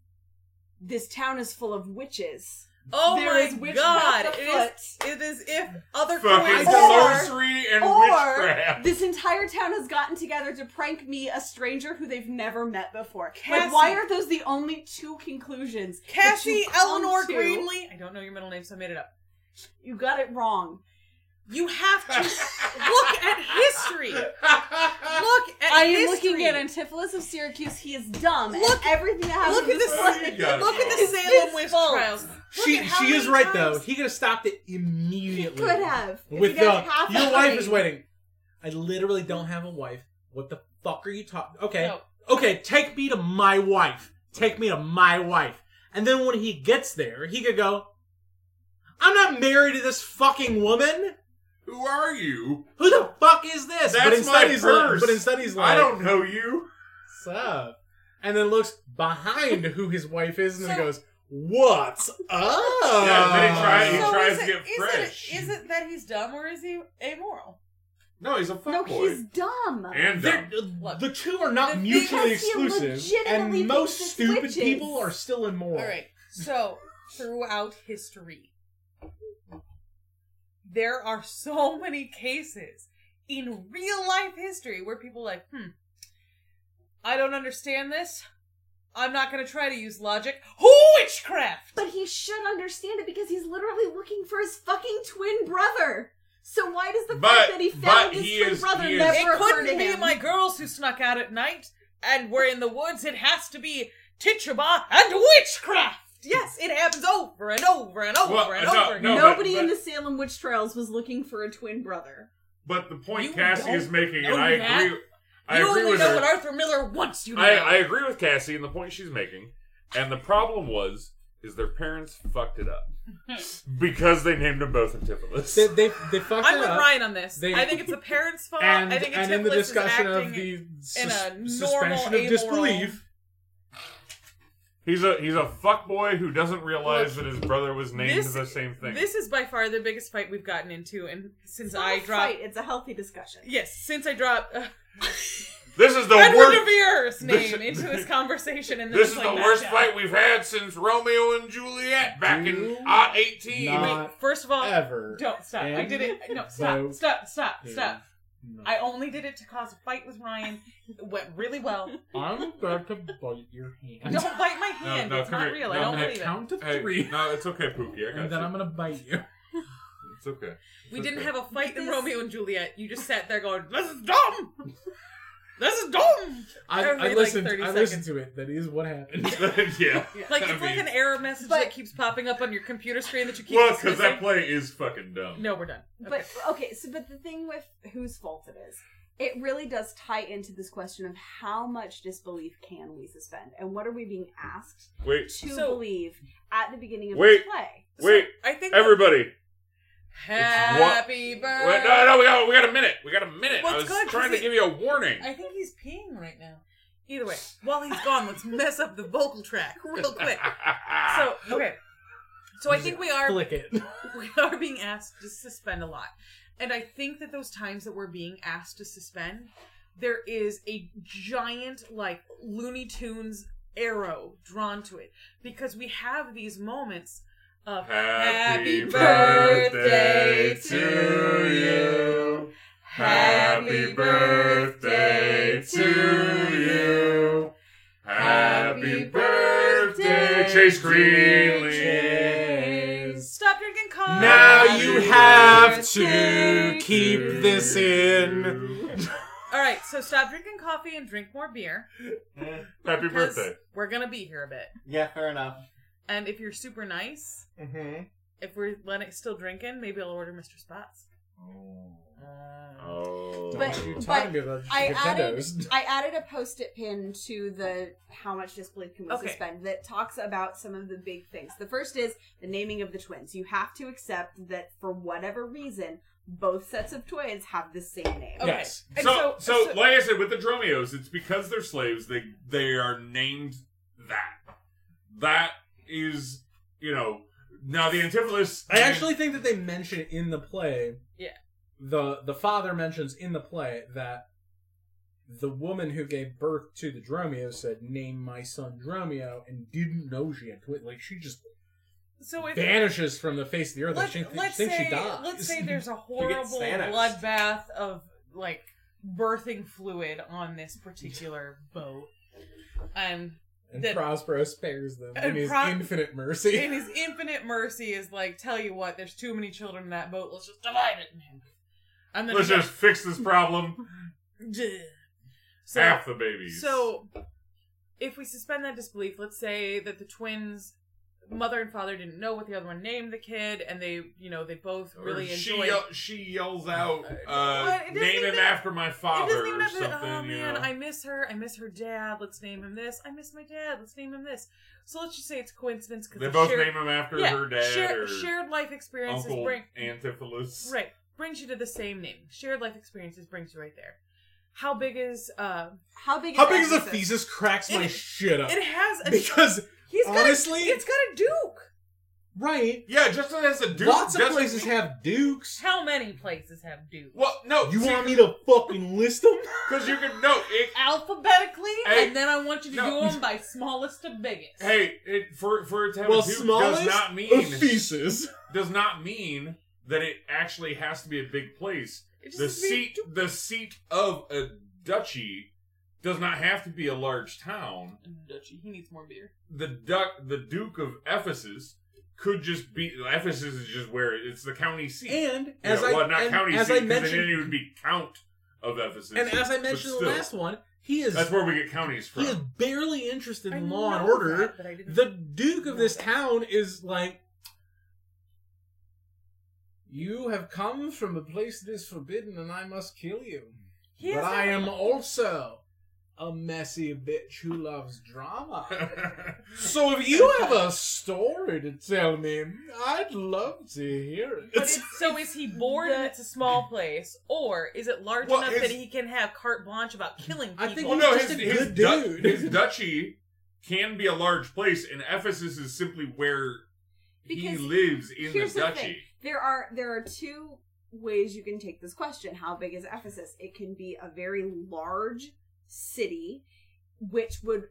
[SPEAKER 6] this town is full of witches.
[SPEAKER 5] Oh
[SPEAKER 6] There is
[SPEAKER 5] my
[SPEAKER 6] witchcraft
[SPEAKER 5] god! It
[SPEAKER 6] afoot.
[SPEAKER 5] is, it is if other
[SPEAKER 2] fucking
[SPEAKER 5] coins.
[SPEAKER 6] Or-
[SPEAKER 2] sorcery and
[SPEAKER 6] or
[SPEAKER 2] witchcraft.
[SPEAKER 6] this entire town has gotten together to prank me, a stranger who they've never met before.
[SPEAKER 5] Cassie.
[SPEAKER 6] Like, why are those the only two conclusions? that you
[SPEAKER 5] Cassie
[SPEAKER 6] come
[SPEAKER 5] Eleanor
[SPEAKER 6] to?
[SPEAKER 5] Greenlee. I don't know your middle name, so I made it up.
[SPEAKER 6] You got it wrong.
[SPEAKER 5] You have to look at history. Look at
[SPEAKER 6] I am
[SPEAKER 5] history.
[SPEAKER 6] looking at Antipholus of Syracus. He is dumb. and
[SPEAKER 5] Look-
[SPEAKER 6] everything that happens.
[SPEAKER 5] Look at this.
[SPEAKER 2] Oh, you got it
[SPEAKER 5] Look at the
[SPEAKER 2] wrong.
[SPEAKER 5] Salem
[SPEAKER 6] It's
[SPEAKER 5] witch
[SPEAKER 6] false.
[SPEAKER 5] trials. Look
[SPEAKER 3] she
[SPEAKER 5] at how
[SPEAKER 3] she is
[SPEAKER 5] many
[SPEAKER 3] right though.
[SPEAKER 5] times-
[SPEAKER 3] He could have stopped it
[SPEAKER 6] He
[SPEAKER 3] immediately.
[SPEAKER 6] could have. if
[SPEAKER 3] With
[SPEAKER 6] he doesn't
[SPEAKER 3] the
[SPEAKER 6] have
[SPEAKER 3] your
[SPEAKER 6] money.
[SPEAKER 3] wife is waiting. I literally don't have a wife. What the fuck are you talking? Okay,
[SPEAKER 5] No.
[SPEAKER 3] okay, take me to my wife. Take me to my wife. And then when he gets there, he could go. I'm not married to this fucking woman.
[SPEAKER 2] Who are you?
[SPEAKER 3] Who the fuck is this?
[SPEAKER 2] That's
[SPEAKER 3] but instead
[SPEAKER 2] my
[SPEAKER 3] he's
[SPEAKER 2] purse.
[SPEAKER 3] like, but instead he's like,
[SPEAKER 2] I don't know you.
[SPEAKER 3] Sup? And then looks behind who his wife is and then
[SPEAKER 5] So-
[SPEAKER 3] goes, What's up?
[SPEAKER 2] Yeah, then he tried- he
[SPEAKER 5] So
[SPEAKER 2] tried- tries
[SPEAKER 5] is
[SPEAKER 2] to
[SPEAKER 5] it-
[SPEAKER 2] get
[SPEAKER 5] is
[SPEAKER 2] fresh.
[SPEAKER 5] It, is it that he's dumb or is he amoral?
[SPEAKER 2] No, he's a
[SPEAKER 6] No,
[SPEAKER 2] fuckboy.
[SPEAKER 6] he's dumb.
[SPEAKER 2] And
[SPEAKER 3] They're-
[SPEAKER 2] dumb.
[SPEAKER 5] Look,
[SPEAKER 3] the two are not
[SPEAKER 5] the-
[SPEAKER 3] mutually
[SPEAKER 6] because he
[SPEAKER 3] exclusive, and
[SPEAKER 6] legitimately
[SPEAKER 3] most
[SPEAKER 6] thinks it's
[SPEAKER 3] stupid
[SPEAKER 6] witches.
[SPEAKER 3] people are still immoral.
[SPEAKER 5] All right. So throughout history, there are so many cases in real life history where people like, hmm, I don't understand this. I'm not going to try to use logic. Witchcraft!
[SPEAKER 6] But he should understand it because he's literally looking for his fucking twin brother. So why does the
[SPEAKER 2] But-
[SPEAKER 6] fact that he
[SPEAKER 2] but
[SPEAKER 6] found his
[SPEAKER 2] he
[SPEAKER 6] twin
[SPEAKER 2] is-
[SPEAKER 6] brother
[SPEAKER 2] he is-
[SPEAKER 6] never
[SPEAKER 5] It
[SPEAKER 6] occur to
[SPEAKER 5] couldn't be
[SPEAKER 6] him?
[SPEAKER 5] my girls who snuck out at night and were in the woods. It has to be Tituba and witchcraft. Yes, it happens over and over and over
[SPEAKER 2] Well,
[SPEAKER 5] and
[SPEAKER 2] no,
[SPEAKER 5] over.
[SPEAKER 2] no,
[SPEAKER 5] again.
[SPEAKER 6] Nobody
[SPEAKER 2] but-
[SPEAKER 6] in
[SPEAKER 2] but-
[SPEAKER 6] the Salem witch trials was looking for a twin brother.
[SPEAKER 2] But the point
[SPEAKER 5] You
[SPEAKER 2] Cassie
[SPEAKER 5] don't
[SPEAKER 2] is making, and
[SPEAKER 5] know
[SPEAKER 2] I
[SPEAKER 5] that.
[SPEAKER 2] agree, I
[SPEAKER 5] you
[SPEAKER 2] agree
[SPEAKER 5] only
[SPEAKER 2] with
[SPEAKER 5] know
[SPEAKER 2] her.
[SPEAKER 5] what Arthur Miller wants you to
[SPEAKER 2] I,
[SPEAKER 5] know.
[SPEAKER 2] I agree with Cassie and the point she's making. And the problem was, is their parents fucked it up because they named them both Antipholus.
[SPEAKER 3] They, they, they fucked
[SPEAKER 5] I'm
[SPEAKER 3] it
[SPEAKER 5] with
[SPEAKER 3] up.
[SPEAKER 5] Ryan on this.
[SPEAKER 3] They-
[SPEAKER 5] I think it's the parents' fault.
[SPEAKER 3] And,
[SPEAKER 5] I think
[SPEAKER 3] and in the
[SPEAKER 5] Antipholus is
[SPEAKER 3] discussion of
[SPEAKER 5] acting-
[SPEAKER 3] the
[SPEAKER 5] in
[SPEAKER 3] sus-
[SPEAKER 5] a normal,
[SPEAKER 3] suspension
[SPEAKER 5] amoral-
[SPEAKER 3] of disbelief,
[SPEAKER 2] He's a he's a fuckboy who doesn't realize that his brother was named
[SPEAKER 5] this-
[SPEAKER 2] the same thing.
[SPEAKER 5] This is by far the biggest fight we've gotten into, and since
[SPEAKER 6] It's not
[SPEAKER 5] I
[SPEAKER 6] a
[SPEAKER 5] dropped,
[SPEAKER 6] fight, it's a healthy discussion.
[SPEAKER 5] yes, since I dropped uh,
[SPEAKER 2] This is the
[SPEAKER 5] Edward
[SPEAKER 2] worst.
[SPEAKER 5] Devere's
[SPEAKER 2] this-
[SPEAKER 5] name into this conversation, and then
[SPEAKER 2] This is
[SPEAKER 5] it's like
[SPEAKER 2] the
[SPEAKER 5] back
[SPEAKER 2] worst
[SPEAKER 5] out.
[SPEAKER 2] fight we've had since Romeo and Juliet back in
[SPEAKER 3] Do
[SPEAKER 2] uh, eighteen.
[SPEAKER 3] not-
[SPEAKER 5] Wait, first of all,
[SPEAKER 3] ever.
[SPEAKER 5] don't stop. I
[SPEAKER 3] And
[SPEAKER 5] did it. No, stop,
[SPEAKER 3] vote
[SPEAKER 5] stop, stop,
[SPEAKER 3] is
[SPEAKER 5] stop.
[SPEAKER 2] uh,
[SPEAKER 3] not.
[SPEAKER 5] I only did it to cause a fight with Ryan. It went really well.
[SPEAKER 3] I'm about to bite your hand.
[SPEAKER 5] Don't bite my hand.
[SPEAKER 2] No, no,
[SPEAKER 5] it's
[SPEAKER 2] come
[SPEAKER 5] not
[SPEAKER 2] here.
[SPEAKER 5] real. I
[SPEAKER 2] No,
[SPEAKER 5] don't
[SPEAKER 2] no,
[SPEAKER 3] I'm gonna
[SPEAKER 5] believe it.
[SPEAKER 3] count to
[SPEAKER 2] Hey,
[SPEAKER 3] three,
[SPEAKER 2] no, it's okay, Pookie. I got
[SPEAKER 3] and then
[SPEAKER 2] you.
[SPEAKER 3] I'm gonna bite you.
[SPEAKER 2] It's okay.
[SPEAKER 5] We
[SPEAKER 2] It's
[SPEAKER 5] didn't
[SPEAKER 2] okay.
[SPEAKER 5] have a fight in
[SPEAKER 6] This-
[SPEAKER 5] Romeo and Juliet. You just sat there going, "This is dumb. This is dumb."
[SPEAKER 3] I,
[SPEAKER 5] Every,
[SPEAKER 3] I
[SPEAKER 5] like,
[SPEAKER 3] listened.
[SPEAKER 5] 30
[SPEAKER 3] I listened to it. That is what happened.
[SPEAKER 2] yeah.
[SPEAKER 5] Like
[SPEAKER 2] I
[SPEAKER 5] it's like
[SPEAKER 2] mean-
[SPEAKER 5] an error message
[SPEAKER 6] But-
[SPEAKER 5] that keeps popping up on your computer screen that you keep.
[SPEAKER 2] Well, because that
[SPEAKER 5] dismissing.
[SPEAKER 2] play is fucking dumb.
[SPEAKER 5] No, we're done.
[SPEAKER 6] But okay, so but the thing with whose fault it is, it really does tie into this question of how much disbelief can we suspend, and what are we being asked
[SPEAKER 2] Wait,
[SPEAKER 6] to
[SPEAKER 5] So-
[SPEAKER 6] believe at the beginning of
[SPEAKER 2] Wait.
[SPEAKER 6] the play?
[SPEAKER 2] wait,
[SPEAKER 5] I think that-
[SPEAKER 2] everybody.
[SPEAKER 5] Happy
[SPEAKER 2] Wait,
[SPEAKER 5] birthday.
[SPEAKER 2] no, no, we got we got a minute. We got a minute. I
[SPEAKER 5] What's
[SPEAKER 2] was
[SPEAKER 5] good,
[SPEAKER 2] trying
[SPEAKER 5] 'cause
[SPEAKER 2] to give you a warning.
[SPEAKER 5] I think he's peeing right now. Either way, while he's gone, let's mess up the vocal track real quick. So okay, so I think we are
[SPEAKER 3] Flick it.
[SPEAKER 5] we are being asked to suspend a lot. And I think that those times that we're being asked to suspend, there is a giant, like, Looney Tunes arrow drawn to it. Because we have these moments of
[SPEAKER 2] Happy
[SPEAKER 5] Happy
[SPEAKER 2] birthday
[SPEAKER 5] birthday
[SPEAKER 2] to
[SPEAKER 5] to
[SPEAKER 2] you. Happy birthday to you. Happy
[SPEAKER 5] Happy
[SPEAKER 2] birthday,
[SPEAKER 5] birthday,
[SPEAKER 2] Chase
[SPEAKER 5] dear
[SPEAKER 2] Greenlee.
[SPEAKER 5] Stop drinking coffee.
[SPEAKER 3] Now you have to
[SPEAKER 5] Birthday
[SPEAKER 3] keep this in.
[SPEAKER 5] All right, so stop drinking coffee and drink more beer.
[SPEAKER 4] Eh,
[SPEAKER 2] Happy
[SPEAKER 5] because
[SPEAKER 2] birthday.
[SPEAKER 5] We're going to be here a bit.
[SPEAKER 4] yeah, fair enough.
[SPEAKER 5] And if you're super nice,
[SPEAKER 4] Mm-hmm.
[SPEAKER 5] if we're letting, still drinking, maybe I'll order Mr. Spots. Uh,
[SPEAKER 2] Oh.
[SPEAKER 6] But-
[SPEAKER 3] Don't you
[SPEAKER 6] but
[SPEAKER 3] talk to me about
[SPEAKER 6] I added,
[SPEAKER 3] Nintendos.
[SPEAKER 6] I added a post-it pin to the how much disbelief can we
[SPEAKER 5] Okay.
[SPEAKER 6] suspend that talks about some of the big things. The first is the naming of the twins. You have to accept that for whatever reason, both sets of twins have the same name.
[SPEAKER 5] Okay.
[SPEAKER 3] Yes.
[SPEAKER 5] And
[SPEAKER 2] so, so, like I said, with the Dromios, it's because they're slaves. They they are named that. That is, you know. Now the Antipholus.
[SPEAKER 3] I actually think that they mention in the play.
[SPEAKER 5] Yeah.
[SPEAKER 3] The the father mentions in the play that the woman who gave birth to the Dromio said, "Name my son Dromio," and didn't know she had twins. Like she just
[SPEAKER 5] so if,
[SPEAKER 3] vanishes from the face of the earth. Like
[SPEAKER 5] Let's,
[SPEAKER 3] she th-
[SPEAKER 5] let's
[SPEAKER 3] thinks
[SPEAKER 5] say,
[SPEAKER 3] she dies.
[SPEAKER 5] let's say there's a horrible
[SPEAKER 4] Thanos.
[SPEAKER 5] bloodbath of like birthing fluid on this particular boat, and
[SPEAKER 3] and
[SPEAKER 5] that-
[SPEAKER 3] Prospero spares them in
[SPEAKER 5] And
[SPEAKER 3] his
[SPEAKER 5] Pro-
[SPEAKER 3] infinite mercy.
[SPEAKER 5] in his infinite mercy is like, tell you what, there's too many children in that boat. Let's just divide it. And then
[SPEAKER 2] Let's
[SPEAKER 5] he
[SPEAKER 2] just fix this problem.
[SPEAKER 5] goes, "Duh." so,
[SPEAKER 2] Half the babies.
[SPEAKER 5] So, if we suspend that disbelief, let's say that the twins, mother and father, didn't know what the other one named the kid, and they, you know, they both
[SPEAKER 2] Or
[SPEAKER 5] really
[SPEAKER 2] she
[SPEAKER 5] enjoyed.
[SPEAKER 2] yell- she yells out, uh,
[SPEAKER 5] Well, it doesn't
[SPEAKER 2] "Name him
[SPEAKER 5] even-
[SPEAKER 2] after my
[SPEAKER 5] It
[SPEAKER 2] father"
[SPEAKER 5] doesn't even
[SPEAKER 2] or
[SPEAKER 5] have to.
[SPEAKER 2] something.
[SPEAKER 5] Oh
[SPEAKER 2] you
[SPEAKER 5] man,
[SPEAKER 2] know.
[SPEAKER 5] I miss her. I miss her dad. Let's name him this. I miss my dad. Let's name him this. So let's just say it's coincidence because
[SPEAKER 2] they both name him after
[SPEAKER 5] yeah,
[SPEAKER 2] her dad
[SPEAKER 5] share-
[SPEAKER 2] or
[SPEAKER 5] shared life experiences
[SPEAKER 2] Uncle
[SPEAKER 5] bring
[SPEAKER 2] Antipholus.
[SPEAKER 5] right brings you to the same name. Shared life experiences brings you right there. How big is uh?
[SPEAKER 6] How big?
[SPEAKER 3] How big is a
[SPEAKER 6] Ephesus?
[SPEAKER 3] thesis? Cracks my
[SPEAKER 5] It-
[SPEAKER 3] shit up
[SPEAKER 5] It has a.
[SPEAKER 3] because
[SPEAKER 5] he's got a-
[SPEAKER 3] honestly-
[SPEAKER 5] it's got a duke.
[SPEAKER 3] right,
[SPEAKER 2] Yeah, just as a dude.
[SPEAKER 3] lots of
[SPEAKER 2] doesn't
[SPEAKER 3] places
[SPEAKER 2] mean-
[SPEAKER 3] have dukes.
[SPEAKER 5] How many places have dukes?
[SPEAKER 2] Well, no,
[SPEAKER 3] You want me to fucking list them?
[SPEAKER 2] Because you can no. It,
[SPEAKER 5] alphabetically,
[SPEAKER 2] Hey,
[SPEAKER 5] and then I want you to
[SPEAKER 2] no.
[SPEAKER 5] do them by smallest to biggest.
[SPEAKER 2] hey, it, for for it to have
[SPEAKER 3] Well, Oh,
[SPEAKER 2] a duke
[SPEAKER 3] smallest
[SPEAKER 2] does not mean
[SPEAKER 3] of feces.
[SPEAKER 2] does not mean that it actually has to be a big place.
[SPEAKER 5] It
[SPEAKER 2] The
[SPEAKER 5] just made-
[SPEAKER 2] seat, the seat of a duchy, does not have to be a large town.
[SPEAKER 5] Dutchie, he needs more beer.
[SPEAKER 2] the duck the Duke of Ephesus could just be Ephesus is just where it- it's the county seat.
[SPEAKER 3] And
[SPEAKER 2] You
[SPEAKER 3] as
[SPEAKER 2] know,
[SPEAKER 3] I
[SPEAKER 2] well, not
[SPEAKER 3] and
[SPEAKER 2] county
[SPEAKER 3] as
[SPEAKER 2] seat,
[SPEAKER 3] I
[SPEAKER 2] 'cause then
[SPEAKER 3] mentioned
[SPEAKER 2] it would be count of Ephesus.
[SPEAKER 3] and as I
[SPEAKER 2] but
[SPEAKER 3] mentioned in the
[SPEAKER 2] still,
[SPEAKER 3] last one, he is
[SPEAKER 2] that's where we get counties from.
[SPEAKER 3] he is barely interested
[SPEAKER 5] I
[SPEAKER 3] in law and
[SPEAKER 5] know
[SPEAKER 3] order.
[SPEAKER 5] that, but I didn't-
[SPEAKER 3] The Duke of this town is like, you have come from a place that is forbidden, and I must kill you.
[SPEAKER 5] He
[SPEAKER 3] but
[SPEAKER 5] has
[SPEAKER 3] I
[SPEAKER 5] no-
[SPEAKER 3] am also a messy bitch who loves drama. so if you have a story to tell me, I'd love to hear it.
[SPEAKER 5] But it's, so is he bored and it's a small place, or is it large
[SPEAKER 2] Well,
[SPEAKER 5] enough
[SPEAKER 2] his-
[SPEAKER 5] that he can have carte blanche about killing people?
[SPEAKER 3] I think
[SPEAKER 2] well,
[SPEAKER 3] he's
[SPEAKER 2] no,
[SPEAKER 3] just
[SPEAKER 2] his,
[SPEAKER 3] a
[SPEAKER 2] his,
[SPEAKER 3] good
[SPEAKER 2] du-
[SPEAKER 3] dude.
[SPEAKER 2] his duchy can be a large place, and Ephesus is simply where he
[SPEAKER 6] Because
[SPEAKER 2] lives in the
[SPEAKER 6] Here's the
[SPEAKER 2] duchy.
[SPEAKER 6] thing. There are there are two ways you can take this question. How big is Ephesus? It can be a very large city, which would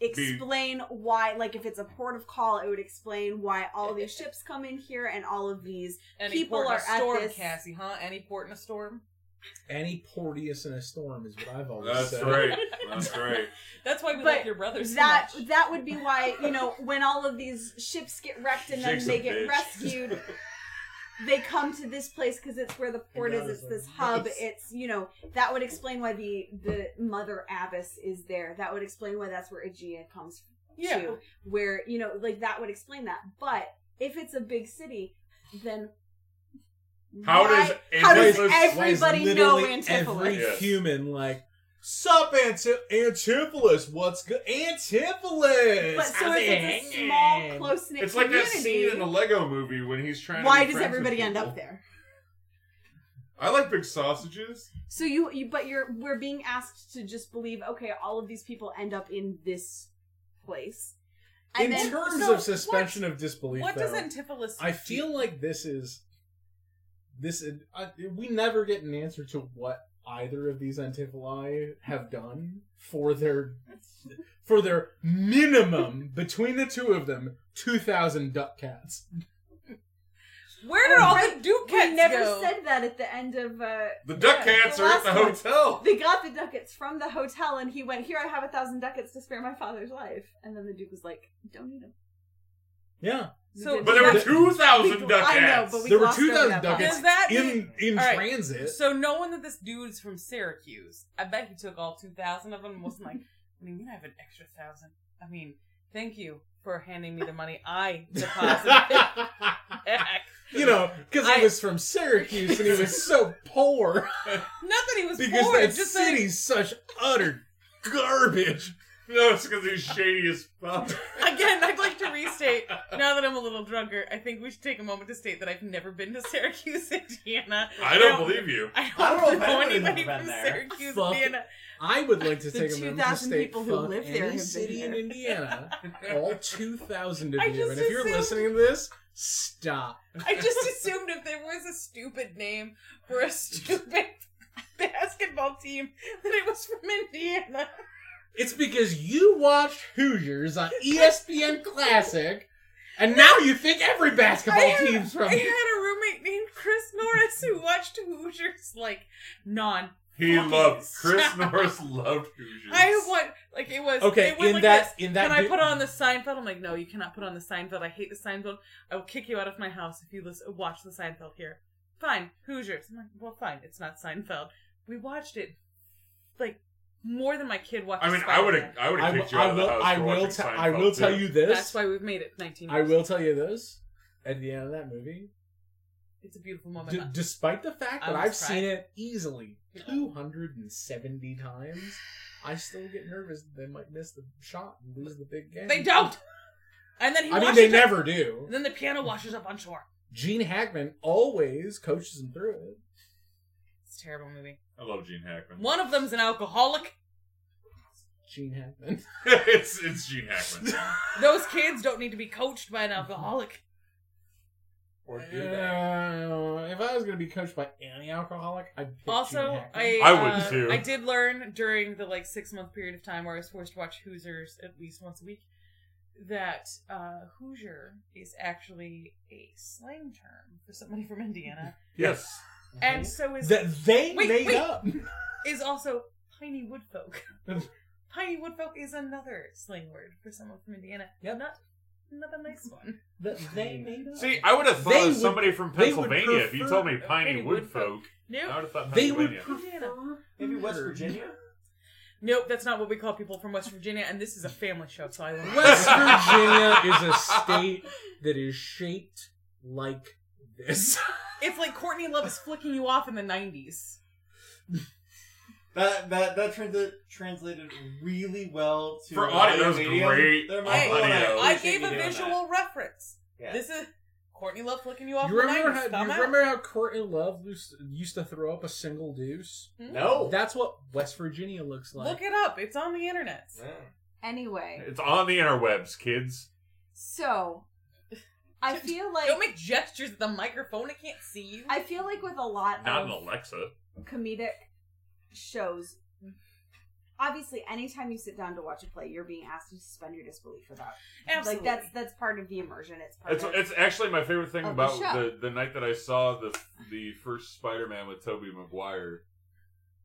[SPEAKER 6] explain why like if it's a port of call, it would explain why all these ships come in here and all of these
[SPEAKER 5] Any
[SPEAKER 6] people
[SPEAKER 5] port in
[SPEAKER 6] are
[SPEAKER 5] a storm,
[SPEAKER 6] at this
[SPEAKER 5] Cassie, huh? Any port in a storm?
[SPEAKER 3] Any Porteous in a storm is what I've always
[SPEAKER 2] That's
[SPEAKER 3] said.
[SPEAKER 2] right. That's right.
[SPEAKER 5] That's why we
[SPEAKER 6] But
[SPEAKER 5] like your brother so
[SPEAKER 6] that
[SPEAKER 5] much.
[SPEAKER 6] that would be why you know when all of these ships get wrecked and then
[SPEAKER 2] Jake's a
[SPEAKER 6] they get
[SPEAKER 2] bitch.
[SPEAKER 6] rescued they come to this place because it's where the port is it's this hub it's you know that would explain why the the mother abbess is there that would explain why that's where aegea comes
[SPEAKER 5] yeah.
[SPEAKER 6] to where you know like that would explain that but if it's a big city then
[SPEAKER 2] How
[SPEAKER 6] why-
[SPEAKER 2] does
[SPEAKER 6] how does
[SPEAKER 2] Antipolis-
[SPEAKER 6] everybody
[SPEAKER 3] Why is
[SPEAKER 6] know
[SPEAKER 3] literally
[SPEAKER 6] Antipolis?
[SPEAKER 3] Every
[SPEAKER 2] Yes.
[SPEAKER 3] human like. Sup, Anti- Antipolis? What's good, Antipolis?
[SPEAKER 6] but so if it's a small close knit
[SPEAKER 2] It's like that scene in the Lego Movie when he's trying. to
[SPEAKER 6] why
[SPEAKER 2] be
[SPEAKER 6] does
[SPEAKER 2] friends with
[SPEAKER 6] everybody end
[SPEAKER 2] people.
[SPEAKER 6] up there
[SPEAKER 2] I like big sausages.
[SPEAKER 6] So you, you, but you're we're being asked to just believe. Okay, all of these people end up in this place.
[SPEAKER 3] in
[SPEAKER 6] And then-
[SPEAKER 3] terms
[SPEAKER 5] so
[SPEAKER 3] of suspension of disbelief,
[SPEAKER 5] What
[SPEAKER 3] though,
[SPEAKER 5] does Antipholus?
[SPEAKER 3] I feel like this is this. Is, I, we never get an answer to what either of these antipholi have done for their for their minimum between the two of them two thousand duck cats.
[SPEAKER 5] Where did all
[SPEAKER 6] Right,
[SPEAKER 5] the Duke
[SPEAKER 6] we
[SPEAKER 5] cats
[SPEAKER 6] never
[SPEAKER 5] go?
[SPEAKER 6] said that at the end of. Uh,
[SPEAKER 2] The duck
[SPEAKER 5] Yeah,
[SPEAKER 2] cats
[SPEAKER 6] the
[SPEAKER 2] are at the
[SPEAKER 6] last one.
[SPEAKER 2] hotel.
[SPEAKER 6] they got the ducats from the hotel, and he went, "Here, I have a thousand ducats to spare my father's life." And then the duke was like, "Don't need them."
[SPEAKER 3] Yeah,
[SPEAKER 5] So-
[SPEAKER 2] But there were
[SPEAKER 5] That's-
[SPEAKER 2] two thousand
[SPEAKER 6] we-
[SPEAKER 2] duck
[SPEAKER 6] I know,
[SPEAKER 2] cats.
[SPEAKER 6] but we-
[SPEAKER 3] there were
[SPEAKER 6] glossed
[SPEAKER 3] two
[SPEAKER 6] over
[SPEAKER 3] thousand
[SPEAKER 6] that
[SPEAKER 3] duck
[SPEAKER 6] part.
[SPEAKER 3] cats
[SPEAKER 5] Does that
[SPEAKER 3] in
[SPEAKER 5] mean-
[SPEAKER 3] in
[SPEAKER 5] All right,
[SPEAKER 3] transit.
[SPEAKER 5] So knowing that this dude's from Syracuse, I bet he took all two thousand of them and wasn't like, I mean, you have an extra thousand. I mean, thank you for handing me the money I deposited back.
[SPEAKER 3] you know, because
[SPEAKER 5] I-
[SPEAKER 3] he was from Syracuse and he was so poor
[SPEAKER 5] Not that he was
[SPEAKER 3] because
[SPEAKER 5] poor,
[SPEAKER 3] that
[SPEAKER 5] just that
[SPEAKER 3] city's such utter garbage.
[SPEAKER 2] no, it's because he's shady as fuck.
[SPEAKER 5] Again, I'd like to restate, now that I'm a little drunker, I think we should take a moment to state that I've never been to Syracuse, Indiana.
[SPEAKER 2] I don't believe you.
[SPEAKER 5] I
[SPEAKER 4] I
[SPEAKER 5] don't,
[SPEAKER 4] don't know if
[SPEAKER 5] know
[SPEAKER 4] I've ever
[SPEAKER 5] anybody
[SPEAKER 4] been
[SPEAKER 5] from
[SPEAKER 4] there.
[SPEAKER 5] Syracuse,
[SPEAKER 3] Fuck.
[SPEAKER 5] Indiana.
[SPEAKER 3] I would like to
[SPEAKER 6] The
[SPEAKER 3] take a moment to
[SPEAKER 6] 2,000
[SPEAKER 3] state
[SPEAKER 6] people who
[SPEAKER 3] fuck
[SPEAKER 6] live there have
[SPEAKER 3] any
[SPEAKER 6] been
[SPEAKER 3] city in
[SPEAKER 6] there.
[SPEAKER 3] Indiana, all two thousand of
[SPEAKER 5] I
[SPEAKER 3] you.
[SPEAKER 5] just
[SPEAKER 3] And if you're
[SPEAKER 5] assumed-
[SPEAKER 3] listening to this, stop.
[SPEAKER 5] I just assumed if there was a stupid name for a stupid basketball team, that it was from Indiana.
[SPEAKER 3] It's because you watched Hoosiers on E ESPN Classic, and now you think every basketball
[SPEAKER 5] I had-
[SPEAKER 3] team's from.
[SPEAKER 5] I had a roommate named Chris Norris who watched Hoosiers like non.
[SPEAKER 2] He
[SPEAKER 5] Fucking
[SPEAKER 2] loved Chris
[SPEAKER 5] stop.
[SPEAKER 2] Norris loved Hoosiers.
[SPEAKER 5] I want like it was
[SPEAKER 3] Okay,
[SPEAKER 5] It was
[SPEAKER 3] in
[SPEAKER 5] like
[SPEAKER 3] that
[SPEAKER 5] this.
[SPEAKER 3] in that
[SPEAKER 5] Can I
[SPEAKER 3] vi-
[SPEAKER 5] put on the Seinfeld? I'm like, no, you cannot put on the Seinfeld. I hate the Seinfeld. I will kick you out of my house if you listen, watch the Seinfeld here. Fine, Hoosiers. I'm like, well, fine, it's not Seinfeld. We watched it like more than my kid watched.
[SPEAKER 2] I mean, I
[SPEAKER 5] Spider-Man.
[SPEAKER 2] would have. I would
[SPEAKER 3] I
[SPEAKER 2] have
[SPEAKER 3] will.
[SPEAKER 2] kicked you out
[SPEAKER 3] I
[SPEAKER 2] of
[SPEAKER 3] will.
[SPEAKER 2] the house
[SPEAKER 3] I
[SPEAKER 2] for
[SPEAKER 3] will,
[SPEAKER 2] watching
[SPEAKER 3] te- I will
[SPEAKER 2] Seinfeld,
[SPEAKER 3] tell
[SPEAKER 2] too.
[SPEAKER 3] you this.
[SPEAKER 5] That's why we've made it 19.
[SPEAKER 3] I
[SPEAKER 5] years.
[SPEAKER 3] will tell you this. At the end of that movie,
[SPEAKER 5] It's a beautiful
[SPEAKER 3] d-
[SPEAKER 5] moment.
[SPEAKER 3] despite the fact that
[SPEAKER 5] I'm
[SPEAKER 3] I've
[SPEAKER 5] surprised.
[SPEAKER 3] seen it easily 270 times, I still get nervous that they might miss the shot and lose the big game.
[SPEAKER 5] they don't. And then he.
[SPEAKER 3] I mean,
[SPEAKER 5] washes
[SPEAKER 3] they
[SPEAKER 5] up-
[SPEAKER 3] never do.
[SPEAKER 5] And then the piano washes up on shore.
[SPEAKER 3] Gene Hackman always coaches them through it.
[SPEAKER 5] It's a terrible movie.
[SPEAKER 2] I love Gene Hackman.
[SPEAKER 5] One of them's an alcoholic.
[SPEAKER 3] Gene Hackman.
[SPEAKER 2] it's it's Gene Hackman.
[SPEAKER 5] Those kids don't need to be coached by an alcoholic.
[SPEAKER 2] Or do that.
[SPEAKER 3] Uh, if I was going to be coached by any alcoholic, I'd pick Gene
[SPEAKER 5] Also, I
[SPEAKER 3] Hackman.
[SPEAKER 2] I would
[SPEAKER 5] uh,
[SPEAKER 2] too.
[SPEAKER 5] I did learn during the like six month period of time where I was forced to watch Hoosiers at least once a week that uh, Hoosier is actually a slang term for somebody from Indiana,
[SPEAKER 2] Yes.
[SPEAKER 5] and so is
[SPEAKER 3] That they
[SPEAKER 5] Wait,
[SPEAKER 3] made
[SPEAKER 5] wait.
[SPEAKER 3] up.
[SPEAKER 5] is also piney woodfolk. piney woodfolk is another slang word for someone from Indiana.
[SPEAKER 3] Yep.
[SPEAKER 5] Not not a nice one.
[SPEAKER 3] That they made up.
[SPEAKER 2] See, I would have thought
[SPEAKER 3] They
[SPEAKER 2] of
[SPEAKER 3] would-
[SPEAKER 2] somebody from
[SPEAKER 3] they would
[SPEAKER 2] Pennsylvania if you
[SPEAKER 3] prefer-
[SPEAKER 2] told me Piney
[SPEAKER 5] Piney
[SPEAKER 2] Woodfolk. I would
[SPEAKER 5] Nope.
[SPEAKER 2] have thought
[SPEAKER 3] They would
[SPEAKER 2] Pennsylvania.
[SPEAKER 5] Indiana.
[SPEAKER 4] Maybe West Virginia?
[SPEAKER 5] Nope, that's not what we call people from West Virginia, and this is a family show, so I won't.
[SPEAKER 3] West Virginia is a state that is shaped like this.
[SPEAKER 5] It's like Courtney Love is flicking you off in the 90s.
[SPEAKER 4] That that that transi- translated really well to
[SPEAKER 2] For audio, that was
[SPEAKER 4] medium.
[SPEAKER 2] great
[SPEAKER 4] They're my
[SPEAKER 5] Hey,
[SPEAKER 4] phone,
[SPEAKER 2] audio.
[SPEAKER 5] I
[SPEAKER 4] appreciate
[SPEAKER 5] gave
[SPEAKER 4] you
[SPEAKER 5] a
[SPEAKER 4] doing that.
[SPEAKER 5] visual reference.
[SPEAKER 4] Yeah.
[SPEAKER 5] This is Courtney Love flicking you off
[SPEAKER 3] You
[SPEAKER 5] in the 90s.
[SPEAKER 3] remember how
[SPEAKER 5] Come
[SPEAKER 3] you
[SPEAKER 5] out.
[SPEAKER 3] remember how Courtney Love used- used to throw up a single deuce?
[SPEAKER 4] no.
[SPEAKER 3] That's what West Virginia looks like.
[SPEAKER 5] Look it up. It's on the internet.
[SPEAKER 6] Anyway,
[SPEAKER 2] It's on the interwebs, kids.
[SPEAKER 6] so I feel like
[SPEAKER 5] Don't make gestures at the microphone. I can't see you.
[SPEAKER 6] I feel like with a lot
[SPEAKER 2] Not
[SPEAKER 6] of
[SPEAKER 2] an Alexa.
[SPEAKER 6] comedic shows, obviously, anytime you sit down to watch a play, you're being asked to suspend your disbelief for that.
[SPEAKER 5] Absolutely.
[SPEAKER 6] Like that's that's part of the immersion. It's part
[SPEAKER 2] It's
[SPEAKER 6] of
[SPEAKER 2] it's actually my favorite thing
[SPEAKER 3] Oh,
[SPEAKER 6] Of the
[SPEAKER 2] about
[SPEAKER 6] show.
[SPEAKER 2] the, the night that I saw the the first Spider Man with Tobey Maguire.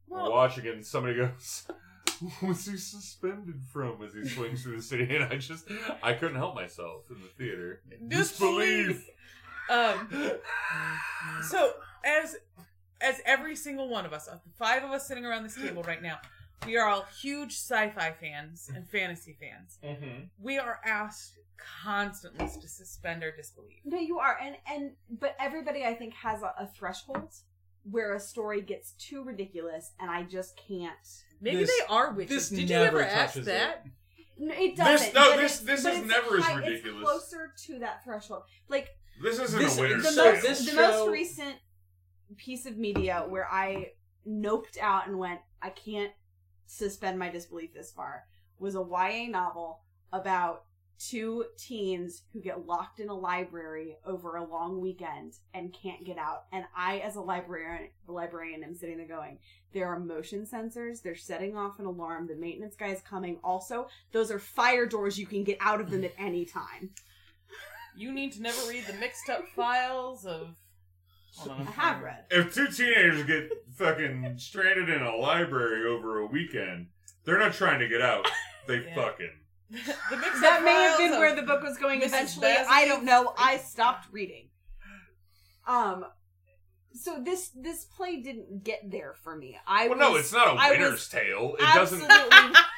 [SPEAKER 2] We're
[SPEAKER 5] Well-
[SPEAKER 2] watching it, and somebody goes, "What's he suspended from?" As he swings through the city, and I just I couldn't help myself in the theater. Disbelief.
[SPEAKER 5] Um, so as as every single one of us, uh, the five of us sitting around this table right now, we are all huge sci-fi fans and fantasy fans.
[SPEAKER 4] Mm-hmm.
[SPEAKER 5] We are asked constantly to suspend our disbelief.
[SPEAKER 6] No, you are, and and but everybody I think has a, a threshold where a story gets too ridiculous, and I just can't.
[SPEAKER 5] Maybe
[SPEAKER 3] This-
[SPEAKER 5] they are
[SPEAKER 3] this
[SPEAKER 5] witches. Did you
[SPEAKER 3] never
[SPEAKER 5] ever ask
[SPEAKER 3] touches
[SPEAKER 5] that?
[SPEAKER 6] No,
[SPEAKER 2] This-
[SPEAKER 6] it doesn't.
[SPEAKER 2] no,
[SPEAKER 6] but
[SPEAKER 2] this-
[SPEAKER 6] it's-
[SPEAKER 2] this
[SPEAKER 6] but
[SPEAKER 2] is
[SPEAKER 6] it's
[SPEAKER 2] never as
[SPEAKER 6] high- it's
[SPEAKER 2] ridiculous.
[SPEAKER 6] closer to that threshold, like
[SPEAKER 2] This isn't
[SPEAKER 3] This-
[SPEAKER 2] a winner.
[SPEAKER 3] the
[SPEAKER 6] the
[SPEAKER 3] So
[SPEAKER 6] most,
[SPEAKER 3] this
[SPEAKER 6] the
[SPEAKER 3] show-
[SPEAKER 6] most recent piece of media where I noped out and went, I can't suspend my disbelief this far, was a YA novel about two teens who get locked in a library over a long weekend and can't get out. And I, as a librarian, librarian, am sitting there going, there are motion sensors. They're setting off an alarm. The maintenance guy is coming. Also, those are fire doors. You can get out of them at any time.
[SPEAKER 5] You need to never read the mixed up files of. Hold on.
[SPEAKER 6] I
[SPEAKER 3] Mm-hmm.
[SPEAKER 6] have read.
[SPEAKER 2] If two teenagers get fucking stranded in a library over a weekend, they're not trying to get out. They
[SPEAKER 5] Yeah.
[SPEAKER 2] fucking.
[SPEAKER 5] the mixed
[SPEAKER 6] that may
[SPEAKER 5] files
[SPEAKER 6] have been
[SPEAKER 5] of-
[SPEAKER 6] where the book was going
[SPEAKER 5] Mrs.
[SPEAKER 6] eventually.
[SPEAKER 5] Basil's-
[SPEAKER 6] I don't know. I stopped reading. Um, so this this play didn't get there for me. I
[SPEAKER 2] Well,
[SPEAKER 6] was,
[SPEAKER 2] no, it's not a
[SPEAKER 6] I
[SPEAKER 2] winner's
[SPEAKER 6] was
[SPEAKER 2] tale. It doesn't.
[SPEAKER 6] absolutely.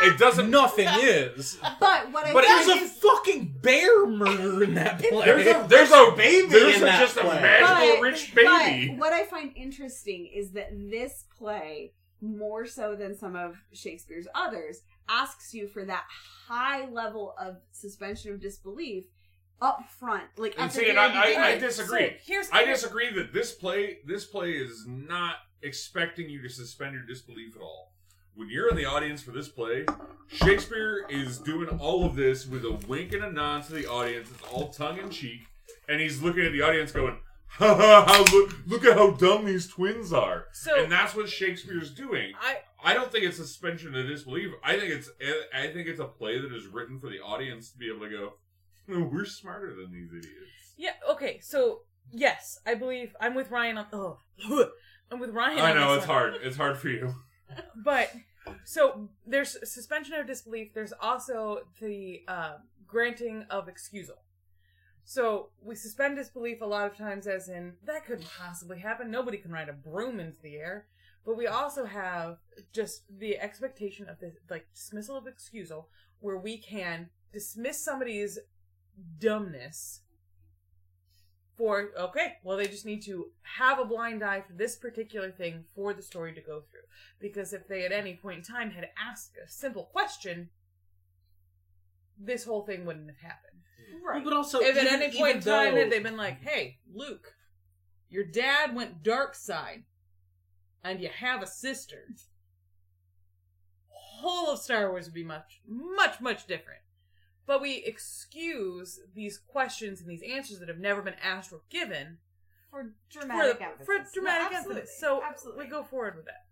[SPEAKER 2] It doesn't.
[SPEAKER 3] Nothing is.
[SPEAKER 6] but what I
[SPEAKER 2] But
[SPEAKER 6] think
[SPEAKER 3] There's a
[SPEAKER 6] is,
[SPEAKER 3] fucking bear murder in that play.
[SPEAKER 2] There's a there's a baby. There's
[SPEAKER 4] in
[SPEAKER 2] a-
[SPEAKER 4] that
[SPEAKER 2] just a
[SPEAKER 4] play.
[SPEAKER 2] magical
[SPEAKER 6] But-
[SPEAKER 2] rich
[SPEAKER 6] but
[SPEAKER 2] baby.
[SPEAKER 6] what I find interesting is that this play, more so than some of Shakespeare's others, asks you for that high level of suspension of disbelief up front, like
[SPEAKER 2] And
[SPEAKER 6] at the
[SPEAKER 2] see, and
[SPEAKER 6] very
[SPEAKER 2] I- I-
[SPEAKER 6] beginning.
[SPEAKER 2] I disagree.
[SPEAKER 5] So here's
[SPEAKER 2] I disagree that this play this play is not expecting you to suspend your disbelief at all. When you're in the audience for this play, Shakespeare is doing all of this with a wink and a nod to the audience. It's all tongue in cheek, and he's looking at the audience going, "Ha ha ha! Look, look at how dumb these twins are."
[SPEAKER 5] So-
[SPEAKER 2] and that's what Shakespeare's doing.
[SPEAKER 5] I
[SPEAKER 2] I don't think it's suspension of disbelief. I think it's I think it's a play that is written for the audience to be able to go, "We're smarter than these idiots."
[SPEAKER 5] Yeah. Okay. So yes, I believe I'm with Ryan on. Oh, I'm with Ryan.
[SPEAKER 2] I
[SPEAKER 5] on
[SPEAKER 2] know
[SPEAKER 5] this
[SPEAKER 2] it's
[SPEAKER 5] one.
[SPEAKER 2] hard. It's hard for you.
[SPEAKER 5] But so there's suspension of disbelief. There's also the uh, granting of excusal. So we suspend disbelief a lot of times, as in that couldn't possibly happen. Nobody can ride a broom into the air. But we also have just the expectation of the like dismissal of excusal, where we can dismiss somebody's dumbness for okay, well they just need to have a blind eye for this particular thing for the story to go through. Because if they at any point in time had asked a simple question, this whole thing wouldn't have happened.
[SPEAKER 3] Well, But also,
[SPEAKER 5] if at
[SPEAKER 3] even-
[SPEAKER 5] any point in
[SPEAKER 3] even
[SPEAKER 5] time
[SPEAKER 3] though-
[SPEAKER 5] had they been like, hey, Luke, your dad went dark side and you have a sister, whole of Star Wars would be much, much, much different. But we excuse these questions and these answers that have never been asked or given
[SPEAKER 6] for dramatic
[SPEAKER 5] for,
[SPEAKER 6] emphasis.
[SPEAKER 5] for
[SPEAKER 6] No,
[SPEAKER 5] dramatic
[SPEAKER 6] absolutely,
[SPEAKER 5] emphasis. So
[SPEAKER 6] absolutely.
[SPEAKER 5] we go forward with that.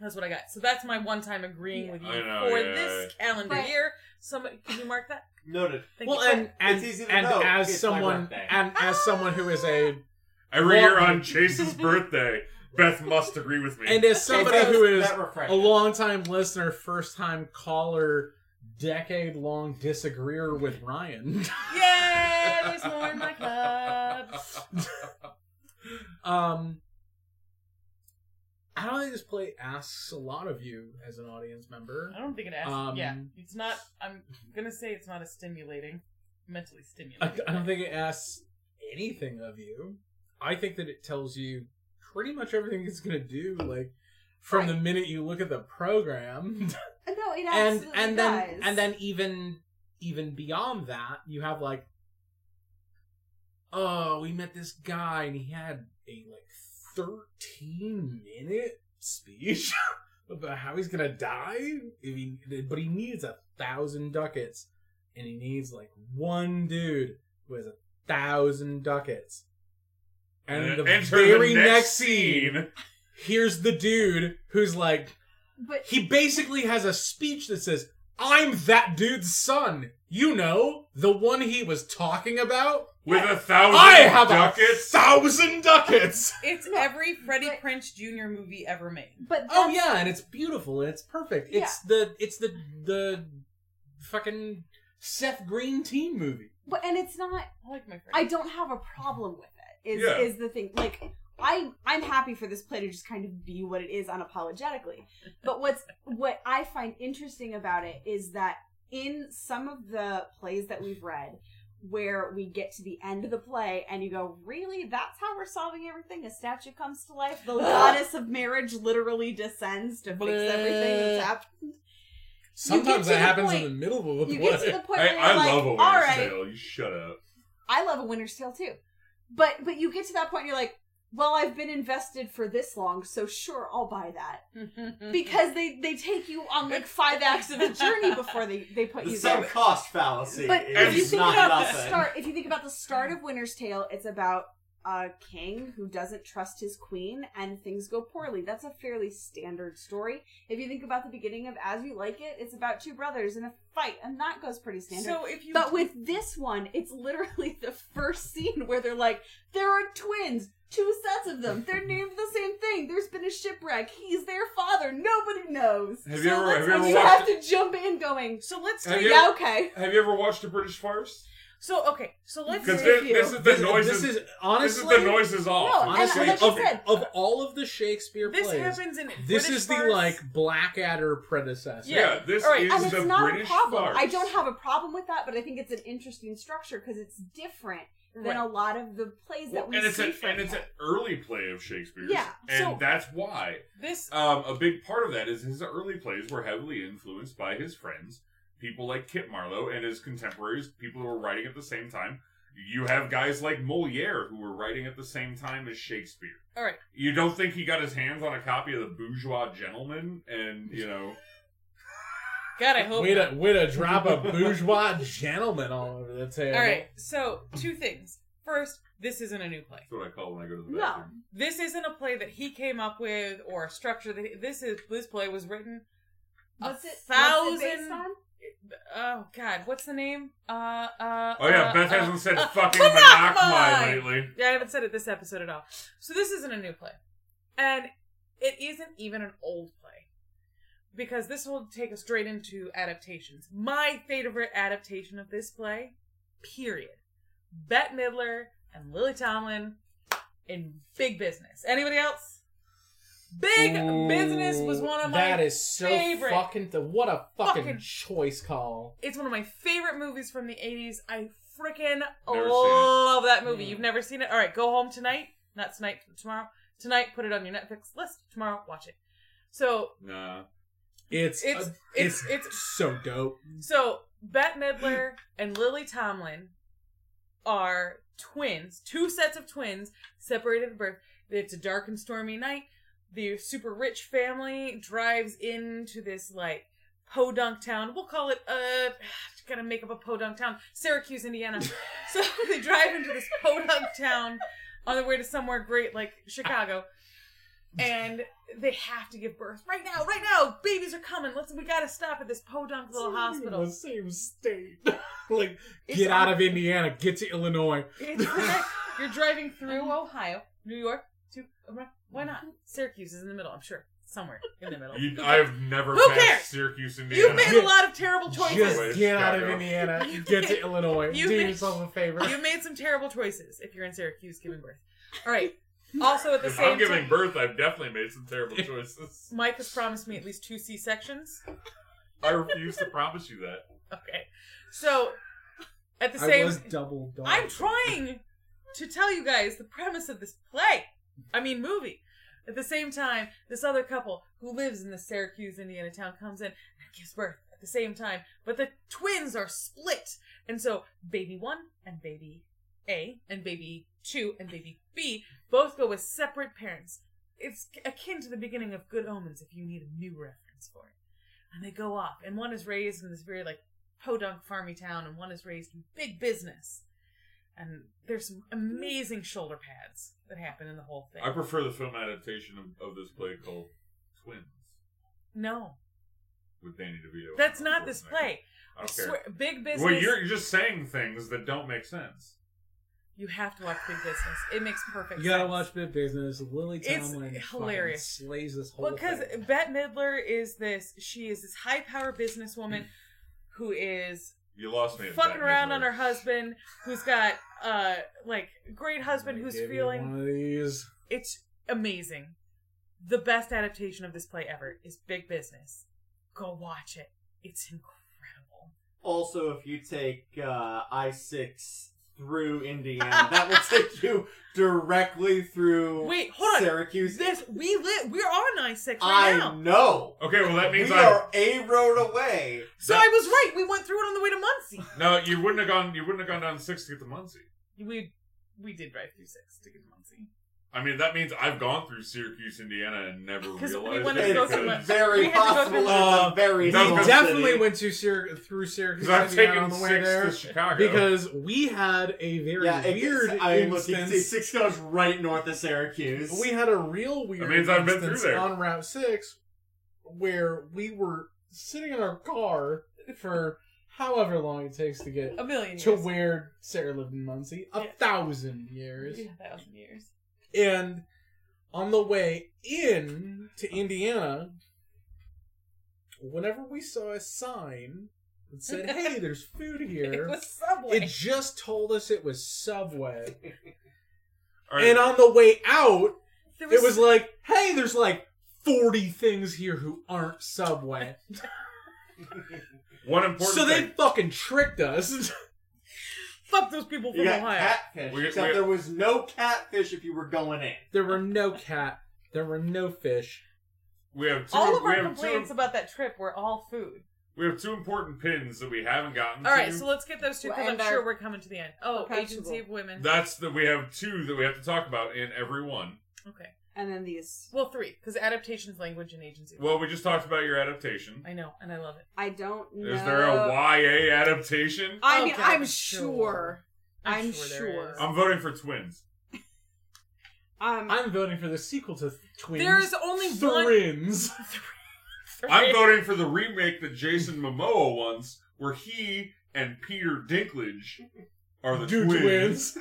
[SPEAKER 5] That's what I got. So that's my one time agreeing with you
[SPEAKER 2] I know,
[SPEAKER 5] for
[SPEAKER 2] yeah,
[SPEAKER 5] this calendar
[SPEAKER 6] But-
[SPEAKER 5] year. Somebody, can you mark that?
[SPEAKER 4] Noted.
[SPEAKER 5] Thank
[SPEAKER 3] Well,
[SPEAKER 5] you.
[SPEAKER 3] and and,
[SPEAKER 4] It's easy to
[SPEAKER 3] and
[SPEAKER 4] know.
[SPEAKER 3] as
[SPEAKER 4] It's my
[SPEAKER 3] someone
[SPEAKER 4] birthday.
[SPEAKER 3] and as someone who is a
[SPEAKER 2] Every year
[SPEAKER 3] Well-
[SPEAKER 2] on Chase's birthday, Beth must agree with me.
[SPEAKER 3] and as somebody
[SPEAKER 4] It's
[SPEAKER 3] who is
[SPEAKER 4] that refreshing.
[SPEAKER 3] a long time listener, first time caller, decade long disagreeer with Ryan.
[SPEAKER 5] yeah, there's more in my club.
[SPEAKER 3] Um, I don't think this play asks a lot of you as an audience member.
[SPEAKER 5] I don't think it asks.
[SPEAKER 3] Um,
[SPEAKER 5] yeah, it's not. I'm gonna say it's not a stimulating, mentally stimulating.
[SPEAKER 3] I, I don't think it asks anything of you. I think that it tells you pretty much everything it's going to do, like from the minute you look at the program,
[SPEAKER 6] Uh, No, it
[SPEAKER 3] and
[SPEAKER 6] absolutely
[SPEAKER 3] and
[SPEAKER 6] does.
[SPEAKER 3] then and then even even beyond that, you have like, oh, we met this guy and he had a like thirteen minute speech about how he's gonna die, if he, but he needs a thousand ducats, and he needs like one dude who has a thousand ducats. And, the
[SPEAKER 2] enter the
[SPEAKER 3] very
[SPEAKER 2] next,
[SPEAKER 3] next
[SPEAKER 2] scene.
[SPEAKER 3] scene, here's the dude who's like,
[SPEAKER 6] but
[SPEAKER 3] he basically has a speech that says, I'm that dude's son. You know, the one he was talking about.
[SPEAKER 2] with a thousand
[SPEAKER 3] I have
[SPEAKER 2] ducats.
[SPEAKER 3] a thousand ducats.
[SPEAKER 5] It's
[SPEAKER 6] No,
[SPEAKER 5] every Freddie
[SPEAKER 6] but-
[SPEAKER 5] Prince Jr. movie ever made.
[SPEAKER 6] but
[SPEAKER 3] Oh
[SPEAKER 6] that's-
[SPEAKER 3] yeah, and it's beautiful and it's perfect. It's the it's the the fucking Seth Green teen movie.
[SPEAKER 6] but and it's not.
[SPEAKER 5] I like my Freddie.
[SPEAKER 6] I don't have a problem with it. Is
[SPEAKER 2] Yeah.
[SPEAKER 6] is the thing like I I'm happy for this play to just kind of be what it is unapologetically. But what's what I find interesting about it is that in some of the plays that we've read where we get to the end of the play and you go, really? That's how we're solving everything? A statue comes to life? The goddess of marriage literally descends to fix everything that's happened.
[SPEAKER 3] Sometimes
[SPEAKER 6] to
[SPEAKER 3] that
[SPEAKER 6] the
[SPEAKER 3] happens in
[SPEAKER 6] point-
[SPEAKER 3] the middle of a
[SPEAKER 6] You
[SPEAKER 3] play.
[SPEAKER 6] get to the point where
[SPEAKER 2] I,
[SPEAKER 6] you're
[SPEAKER 2] I
[SPEAKER 6] like,
[SPEAKER 2] love a
[SPEAKER 6] all
[SPEAKER 2] winner's
[SPEAKER 6] right,
[SPEAKER 2] tale. You shut up.
[SPEAKER 6] I love a winner's tale too. But but you get to that point you're like, well, I've been invested for this long, so sure, I'll buy that.
[SPEAKER 5] Mm-hmm.
[SPEAKER 6] Because they they take you on like five acts of a journey before they they put
[SPEAKER 4] the
[SPEAKER 6] you
[SPEAKER 4] sunk
[SPEAKER 6] there.
[SPEAKER 4] cost fallacy
[SPEAKER 6] But if
[SPEAKER 2] It's
[SPEAKER 6] you
[SPEAKER 4] is
[SPEAKER 6] think
[SPEAKER 4] not
[SPEAKER 6] about the
[SPEAKER 4] nothing.
[SPEAKER 6] start, if you think about the start of Winter's Tale, it's about a king who doesn't trust his queen and things go poorly. That's a fairly standard story. If you think about the beginning of As You Like It, it's about two brothers in a fight, and that goes pretty standard.
[SPEAKER 5] so if you
[SPEAKER 6] But with this one, it's literally the first scene where they're like, there are twins, two sets of them. They're named the same thing. There's been a shipwreck. He's their father. Nobody knows.
[SPEAKER 2] Have
[SPEAKER 5] So
[SPEAKER 2] you ever
[SPEAKER 5] let's-
[SPEAKER 2] have you ever
[SPEAKER 6] You
[SPEAKER 2] watched
[SPEAKER 6] have to jump in going,
[SPEAKER 5] so let's
[SPEAKER 2] Have
[SPEAKER 5] take
[SPEAKER 2] you-
[SPEAKER 6] yeah, okay.
[SPEAKER 2] Have you ever watched a British farce?
[SPEAKER 5] so okay so let's
[SPEAKER 2] Because
[SPEAKER 6] Very
[SPEAKER 2] this,
[SPEAKER 5] take
[SPEAKER 6] few.
[SPEAKER 2] this is the
[SPEAKER 3] This-
[SPEAKER 2] noises.
[SPEAKER 3] This is
[SPEAKER 2] this
[SPEAKER 3] honestly
[SPEAKER 2] is the noises off.
[SPEAKER 6] No,
[SPEAKER 2] This is
[SPEAKER 3] honestly
[SPEAKER 6] and like
[SPEAKER 2] the-
[SPEAKER 6] I
[SPEAKER 3] of,
[SPEAKER 6] said-
[SPEAKER 3] of all of the Shakespeare
[SPEAKER 5] this
[SPEAKER 3] plays.
[SPEAKER 5] happens in
[SPEAKER 3] this
[SPEAKER 5] British
[SPEAKER 3] is the
[SPEAKER 5] farce.
[SPEAKER 3] like Blackadder predecessor.
[SPEAKER 2] yeah, this
[SPEAKER 5] All right,
[SPEAKER 2] is
[SPEAKER 6] And it's
[SPEAKER 2] the
[SPEAKER 6] not
[SPEAKER 2] British
[SPEAKER 6] a problem.
[SPEAKER 2] farce.
[SPEAKER 6] I don't have a problem with that, but I think it's an interesting structure because it's different than
[SPEAKER 5] Right.
[SPEAKER 6] a lot of the plays that we
[SPEAKER 2] and it's
[SPEAKER 6] see
[SPEAKER 2] an
[SPEAKER 6] from
[SPEAKER 2] and it's
[SPEAKER 6] him.
[SPEAKER 2] an early play of Shakespeare's,
[SPEAKER 6] Yeah,
[SPEAKER 2] and
[SPEAKER 5] so-
[SPEAKER 2] that's why
[SPEAKER 5] this
[SPEAKER 2] um, a big part of that is his early plays were heavily influenced by his friends, people like Kit Marlowe, and his contemporaries, people who were writing at the same time. You have guys like Moliere who were writing at the same time as Shakespeare.
[SPEAKER 5] all right
[SPEAKER 2] You don't think he got his hands on a copy of the Bourgeois Gentleman and you know
[SPEAKER 5] god i hope
[SPEAKER 3] Way
[SPEAKER 5] not.
[SPEAKER 3] to, way to drop a bourgeois gentleman all over the table.
[SPEAKER 5] all right so two things first this isn't a new play
[SPEAKER 2] that's what I call when I go to the
[SPEAKER 6] No.
[SPEAKER 2] bathroom.
[SPEAKER 5] this isn't a play that he came up with or a structure that this is this play was written a
[SPEAKER 6] What's it,
[SPEAKER 5] thousand
[SPEAKER 6] what's it based on?
[SPEAKER 5] oh god what's the name uh uh
[SPEAKER 2] Oh yeah,
[SPEAKER 5] uh,
[SPEAKER 2] Beth
[SPEAKER 5] uh,
[SPEAKER 2] hasn't said
[SPEAKER 5] uh,
[SPEAKER 2] fucking
[SPEAKER 5] Monachmai!
[SPEAKER 2] Monachmai lately.
[SPEAKER 5] Yeah, I haven't said it this episode at all. So this isn't a new play. And it isn't even an old play. Because this will take us straight into adaptations. My favorite adaptation of this play, period. Bette Midler and Lily Tomlin in big business. Anybody else? Big
[SPEAKER 3] Ooh,
[SPEAKER 5] business was one of my
[SPEAKER 3] That is so
[SPEAKER 5] favorite-
[SPEAKER 3] fucking. Th- what a fucking,
[SPEAKER 5] Fucking-
[SPEAKER 3] choice call.
[SPEAKER 5] It's one of my favorite movies from the 80s. I
[SPEAKER 2] seen
[SPEAKER 5] freaking
[SPEAKER 2] it.
[SPEAKER 5] love that movie.
[SPEAKER 3] Mm.
[SPEAKER 5] You've never seen it? All right, go home tonight. Not tonight, but tomorrow. Tonight, put it on your Netflix list. Tomorrow, watch it. So
[SPEAKER 2] Nah.
[SPEAKER 3] It's
[SPEAKER 5] it's
[SPEAKER 3] uh,
[SPEAKER 5] it's
[SPEAKER 3] it's,
[SPEAKER 5] it's
[SPEAKER 3] so dope.
[SPEAKER 5] so Bette Midler and Lily Tomlin are twins, two sets of twins separated at birth. It's a dark and stormy night. The super rich family drives into this like podunk town. We'll call it uh just gotta make up a podunk town. Syracuse, Indiana. so they drive into this podunk town on their way to somewhere great like Chicago. and they have to give birth right now, right now. Babies are coming. Let's we gotta stop at this podunk little
[SPEAKER 3] In
[SPEAKER 5] hospital.
[SPEAKER 3] the same state. like,
[SPEAKER 5] It's
[SPEAKER 3] get out
[SPEAKER 5] on-
[SPEAKER 3] of Indiana, get to Illinois.
[SPEAKER 5] It's the next- You're driving through Ohio, New York to why not? Syracuse is in the middle, I'm sure, somewhere in the middle.
[SPEAKER 2] You, I've never
[SPEAKER 5] Who
[SPEAKER 2] passed
[SPEAKER 5] cares?
[SPEAKER 2] Syracuse, Indiana.
[SPEAKER 5] You've made a lot of terrible choices.
[SPEAKER 2] Way
[SPEAKER 3] Just
[SPEAKER 2] to
[SPEAKER 3] get out of
[SPEAKER 2] Chicago.
[SPEAKER 3] Indiana, get to Illinois.
[SPEAKER 5] You
[SPEAKER 3] Do
[SPEAKER 5] made-
[SPEAKER 3] yourself a favor.
[SPEAKER 5] You've made some terrible choices if you're in Syracuse giving birth. All right. Also at the
[SPEAKER 2] if
[SPEAKER 5] same
[SPEAKER 2] I'm giving
[SPEAKER 5] time,
[SPEAKER 2] birth, I've definitely made some terrible choices.
[SPEAKER 5] Mike has promised me at least two C sections.
[SPEAKER 2] I refuse to promise you that.
[SPEAKER 5] Okay. So at the
[SPEAKER 3] I
[SPEAKER 5] same
[SPEAKER 3] was double dog.
[SPEAKER 5] I'm trying to tell you guys the premise of this play. I mean, movie. At the same time, this other couple who lives in the Syracuse, Indiana town comes in and gives birth at the same time, but the twins are split. And so baby one and baby A and baby two and baby B both go with separate parents. It's akin to the beginning of Good Omens if you need a new reference for it. And they go off, and one is raised in this very like podunk farmy town, and one is raised in big business and there's some amazing shoulder pads that happen in the whole thing.
[SPEAKER 2] I prefer the film adaptation of, of this play called Twins
[SPEAKER 5] no,
[SPEAKER 2] with Danny DeVito.
[SPEAKER 5] that's not this play.
[SPEAKER 2] I
[SPEAKER 5] I
[SPEAKER 2] don't care.
[SPEAKER 5] swear, big business.
[SPEAKER 2] Well, you're, you're just saying things that don't make sense.
[SPEAKER 5] You have to watch Big Business. It makes perfect.
[SPEAKER 3] You gotta
[SPEAKER 5] sense.
[SPEAKER 3] watch Bit Business. Lily
[SPEAKER 5] It's
[SPEAKER 3] Tomlin fucking
[SPEAKER 5] hilarious.
[SPEAKER 3] slays this whole
[SPEAKER 5] Well, because
[SPEAKER 3] thing.
[SPEAKER 5] Bette Midler is this. She is this high power businesswoman who is
[SPEAKER 2] You lost me. at
[SPEAKER 5] fucking
[SPEAKER 2] Bette
[SPEAKER 5] around
[SPEAKER 2] Midler.
[SPEAKER 5] on her husband, who's got uh like great husband
[SPEAKER 3] Give
[SPEAKER 5] who's
[SPEAKER 3] you
[SPEAKER 5] feeling
[SPEAKER 3] one of these.
[SPEAKER 5] It's amazing. The best adaptation of this play ever is Big Business. Go watch it. It's incredible.
[SPEAKER 4] Also, if you take uh, I six through Indiana, that will take you directly through
[SPEAKER 5] Wait, hold on.
[SPEAKER 4] Syracuse.
[SPEAKER 5] This we live. We're on I six right
[SPEAKER 4] I
[SPEAKER 5] now.
[SPEAKER 4] know.
[SPEAKER 2] Okay, well that means
[SPEAKER 4] we
[SPEAKER 2] I
[SPEAKER 4] are a road away.
[SPEAKER 5] So I was right. We went through it on the way to Muncie.
[SPEAKER 2] no. You wouldn't have gone. You wouldn't have gone down six to get to Muncie.
[SPEAKER 5] We we did drive through six to get to Muncie.
[SPEAKER 2] I mean, that means I've gone through Syracuse, Indiana, and never
[SPEAKER 5] 'Cause
[SPEAKER 2] realized
[SPEAKER 5] we
[SPEAKER 2] it.
[SPEAKER 5] wanted to go
[SPEAKER 4] It's
[SPEAKER 5] through
[SPEAKER 2] because-
[SPEAKER 5] we
[SPEAKER 4] very
[SPEAKER 5] had to go
[SPEAKER 4] possible.
[SPEAKER 5] through-
[SPEAKER 4] It's a very
[SPEAKER 2] We
[SPEAKER 3] We
[SPEAKER 2] No,
[SPEAKER 4] small
[SPEAKER 2] because-
[SPEAKER 3] Uh, definitely
[SPEAKER 4] city.
[SPEAKER 3] went to Syr- through Syracuse
[SPEAKER 2] 'cause I've
[SPEAKER 3] Indiana
[SPEAKER 2] taken
[SPEAKER 3] on the way
[SPEAKER 2] six
[SPEAKER 3] there
[SPEAKER 2] to Chicago.
[SPEAKER 3] because we had a very
[SPEAKER 4] Yeah, it
[SPEAKER 3] weird
[SPEAKER 4] gets, I mean, look, you can see
[SPEAKER 3] instance.
[SPEAKER 4] six goes right north of Syracuse.
[SPEAKER 3] We had a real weird
[SPEAKER 2] That means I've been through
[SPEAKER 3] instance
[SPEAKER 2] there.
[SPEAKER 3] on Route Six where we were sitting in our car for however long it takes to get
[SPEAKER 5] A million years.
[SPEAKER 3] to where Sarah lived in Muncie, a
[SPEAKER 5] Yeah.
[SPEAKER 3] thousand years.
[SPEAKER 5] Yeah, a thousand years.
[SPEAKER 3] And on the way in to Indiana, whenever we saw a sign that said, "Hey, there's food
[SPEAKER 5] It
[SPEAKER 3] here,"
[SPEAKER 5] was Subway.
[SPEAKER 3] it just told us it was Subway.
[SPEAKER 2] All right,
[SPEAKER 3] And on the way out,
[SPEAKER 5] There
[SPEAKER 3] it was like, "Hey, there's like 40 things here who aren't Subway."
[SPEAKER 2] one important
[SPEAKER 3] So they
[SPEAKER 2] thing.
[SPEAKER 3] fucking tricked us.
[SPEAKER 5] fuck those people
[SPEAKER 4] you
[SPEAKER 5] from
[SPEAKER 4] got
[SPEAKER 5] Ohio.
[SPEAKER 4] catfish.
[SPEAKER 2] We-
[SPEAKER 4] except
[SPEAKER 2] we-
[SPEAKER 4] there was no catfish if you were going in.
[SPEAKER 3] there were no cat, there were no fish.
[SPEAKER 2] We have two.
[SPEAKER 5] All of
[SPEAKER 2] we
[SPEAKER 5] our
[SPEAKER 2] have
[SPEAKER 5] complaints
[SPEAKER 2] two.
[SPEAKER 5] about that trip were all food.
[SPEAKER 2] We have two important pins that we haven't gotten.
[SPEAKER 5] All right,
[SPEAKER 2] to.
[SPEAKER 5] so let's get those two because I'm
[SPEAKER 7] And our-
[SPEAKER 5] sure we're coming to the end. Oh,
[SPEAKER 7] Perpetual.
[SPEAKER 5] agency of women.
[SPEAKER 2] that's the we have two that we have to talk about in every one.
[SPEAKER 5] okay.
[SPEAKER 7] And then these.
[SPEAKER 5] Well, three because adaptations, language, and agency.
[SPEAKER 2] Well, we just talked about your adaptation.
[SPEAKER 5] I know, and I love it.
[SPEAKER 7] I don't know.
[SPEAKER 2] Is there a YA adaptation?
[SPEAKER 7] I mean,
[SPEAKER 5] Okay,
[SPEAKER 7] I'm
[SPEAKER 5] sure.
[SPEAKER 7] sure. I'm
[SPEAKER 5] there
[SPEAKER 7] sure.
[SPEAKER 5] is.
[SPEAKER 2] I'm voting for twins.
[SPEAKER 7] Um,
[SPEAKER 3] I'm voting for the sequel to Twins.
[SPEAKER 5] There is only one-
[SPEAKER 3] Thrins.
[SPEAKER 2] I'm voting for the remake that Jason Momoa wants, where he and Peter Dinklage are the
[SPEAKER 3] Do
[SPEAKER 2] twins.
[SPEAKER 3] twins.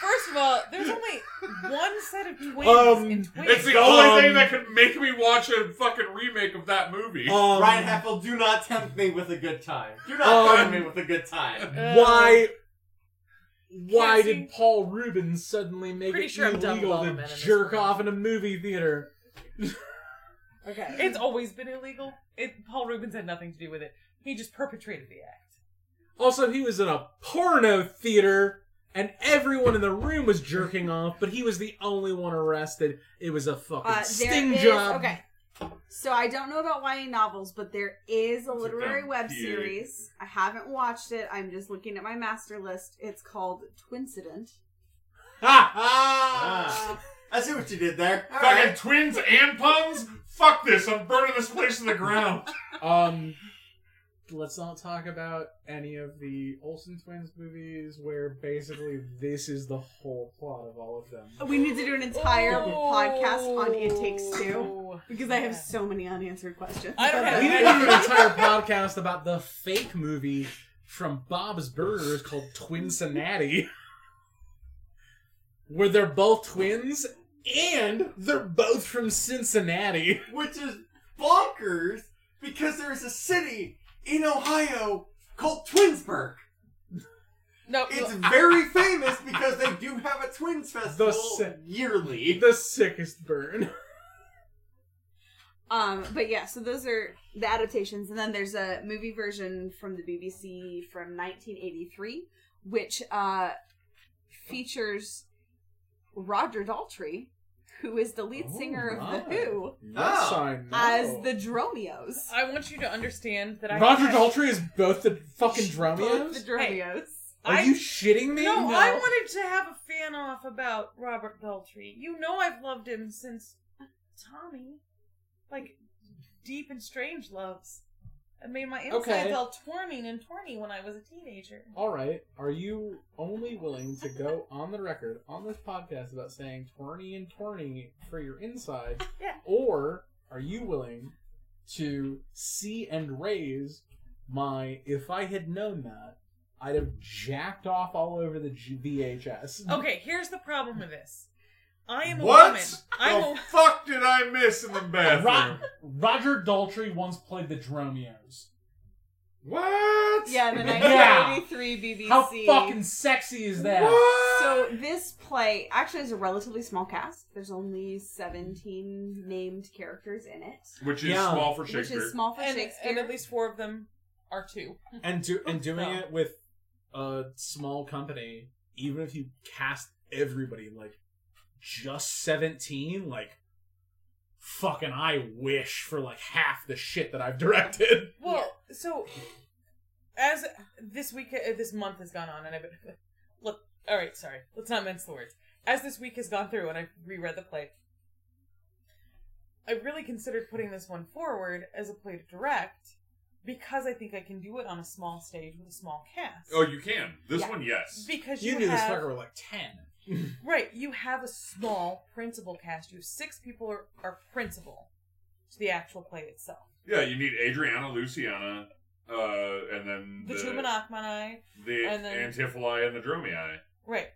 [SPEAKER 5] First of all, there's only one set of twins
[SPEAKER 3] Um,
[SPEAKER 5] in twins.
[SPEAKER 2] It's the only
[SPEAKER 3] Um,
[SPEAKER 2] thing that could make me watch a fucking remake of that movie.
[SPEAKER 3] Um,
[SPEAKER 4] Ryan Heffel, do not tempt me with a good time. Do not
[SPEAKER 3] Um,
[SPEAKER 4] tempt me with a good time.
[SPEAKER 5] Uh, Oh,
[SPEAKER 3] why why
[SPEAKER 5] Can't
[SPEAKER 3] did
[SPEAKER 5] see-
[SPEAKER 3] Paul Rubens suddenly make
[SPEAKER 5] Pretty
[SPEAKER 3] it
[SPEAKER 5] sure I'm done with all
[SPEAKER 3] illegal
[SPEAKER 5] the men
[SPEAKER 3] to
[SPEAKER 5] in this
[SPEAKER 3] jerk
[SPEAKER 5] room.
[SPEAKER 3] off in a movie theater?
[SPEAKER 7] okay.
[SPEAKER 5] It's always been illegal. It, Paul Rubens had nothing to do with it. He just perpetrated the act.
[SPEAKER 3] Also, he was in a porno theater and everyone in the room was jerking off, but he was the only one arrested. It was a fucking
[SPEAKER 7] Uh, there
[SPEAKER 3] sting
[SPEAKER 7] is-
[SPEAKER 3] job.
[SPEAKER 7] Okay. So I don't know about YA novels, but there is a
[SPEAKER 2] It's a
[SPEAKER 7] literary
[SPEAKER 2] dumb
[SPEAKER 7] web
[SPEAKER 2] PA.
[SPEAKER 7] series. I haven't watched it. I'm just looking at my master list. It's called Twincident.
[SPEAKER 3] Ha ha!
[SPEAKER 4] Ah, I see what you did there. All
[SPEAKER 2] fucking
[SPEAKER 4] right.
[SPEAKER 2] twins and puns? Fuck this! I'm burning this place to the ground.
[SPEAKER 3] Um, let's not talk about any of the Olsen twins movies where basically this is the whole plot of all of
[SPEAKER 7] Uh,
[SPEAKER 3] them.
[SPEAKER 6] We need to do an entire
[SPEAKER 5] Oh.
[SPEAKER 6] podcast on It Takes Two because I have
[SPEAKER 5] Yeah.
[SPEAKER 6] so many unanswered questions.
[SPEAKER 5] I don't
[SPEAKER 3] We
[SPEAKER 5] have-
[SPEAKER 3] need to do an entire podcast about the fake movie from Bob's Burgers called Twin Cincinnati, where they're both twins and they're both from Cincinnati.
[SPEAKER 4] which is bonkers because there's a city in Ohio called Twinsburg.
[SPEAKER 5] No,
[SPEAKER 4] It's
[SPEAKER 5] no,
[SPEAKER 4] very famous because they do have a Twins Festival
[SPEAKER 3] ci-
[SPEAKER 4] yearly.
[SPEAKER 3] The sickest burn.
[SPEAKER 6] Um, but yeah, so those are the adaptations, and then there's a movie version from the BBC from 1983, which uh, features Roger Daltrey, who is the lead
[SPEAKER 3] Oh,
[SPEAKER 6] singer of
[SPEAKER 3] my.
[SPEAKER 6] The Who,
[SPEAKER 3] Yes, I know.
[SPEAKER 6] as the Dromios.
[SPEAKER 5] I want you to understand that I
[SPEAKER 3] Roger
[SPEAKER 5] have-
[SPEAKER 3] Daltrey is both the fucking
[SPEAKER 6] Both the
[SPEAKER 3] Dromios?
[SPEAKER 6] Dromios.
[SPEAKER 3] Are
[SPEAKER 5] I-
[SPEAKER 3] you shitting me?
[SPEAKER 5] No, I wanted to have a fan off about Robert Daltrey. You know I've loved him since Tommy, like deep and strange loves. It made my insides
[SPEAKER 3] Okay.
[SPEAKER 5] all torming and torny when I was a teenager.
[SPEAKER 3] All right. Are you only willing to go on the record on this podcast about saying "torny" and "torny" for your inside,
[SPEAKER 5] Yeah.
[SPEAKER 3] or are you willing to see and raise my? If I had known that, I'd have jacked off all over the G- VHS.
[SPEAKER 5] Okay, here's the problem with this. I am a
[SPEAKER 2] What
[SPEAKER 5] woman.
[SPEAKER 2] the
[SPEAKER 5] I'm a
[SPEAKER 2] fuck did I miss in the bathroom?
[SPEAKER 3] Ro- Roger Daltrey once played the Dromios.
[SPEAKER 2] What?
[SPEAKER 6] Yeah, the
[SPEAKER 3] Yeah.
[SPEAKER 6] 1983 BBC.
[SPEAKER 3] How fucking sexy is that?
[SPEAKER 2] What?
[SPEAKER 6] So this play actually has a relatively small cast. There's only 17 named characters in it,
[SPEAKER 2] Which is
[SPEAKER 3] Yeah.
[SPEAKER 2] small for
[SPEAKER 6] which
[SPEAKER 2] Shakespeare.
[SPEAKER 6] is small for
[SPEAKER 5] and,
[SPEAKER 6] Shakespeare.
[SPEAKER 5] and at least four of them are two.
[SPEAKER 3] and do and doing
[SPEAKER 5] No.
[SPEAKER 3] it with a small company, even if you cast everybody like just seventeen, like fucking I wish for like half the shit that I've directed.
[SPEAKER 5] Well, so as this week, uh, this month has gone on, and I've been look. All right, sorry. Let's not mince the words. As this week has gone through, and I've reread the play, I really considered putting this one forward as a play to direct because I think I can do it on a small stage with a small cast.
[SPEAKER 2] oh, you can. This
[SPEAKER 6] Yeah.
[SPEAKER 2] one, yes.
[SPEAKER 5] because
[SPEAKER 3] You
[SPEAKER 5] you,
[SPEAKER 3] knew this
[SPEAKER 5] have
[SPEAKER 3] fucker were like ten.
[SPEAKER 5] Right, you have a small principal cast. You have six people are, are principal to the actual play itself.
[SPEAKER 2] Yeah, you need Adriana, Luciana, uh, and then
[SPEAKER 5] The, Tumanakmanai,
[SPEAKER 2] the
[SPEAKER 5] and then-
[SPEAKER 2] Antipholi and the Dromii.
[SPEAKER 5] right.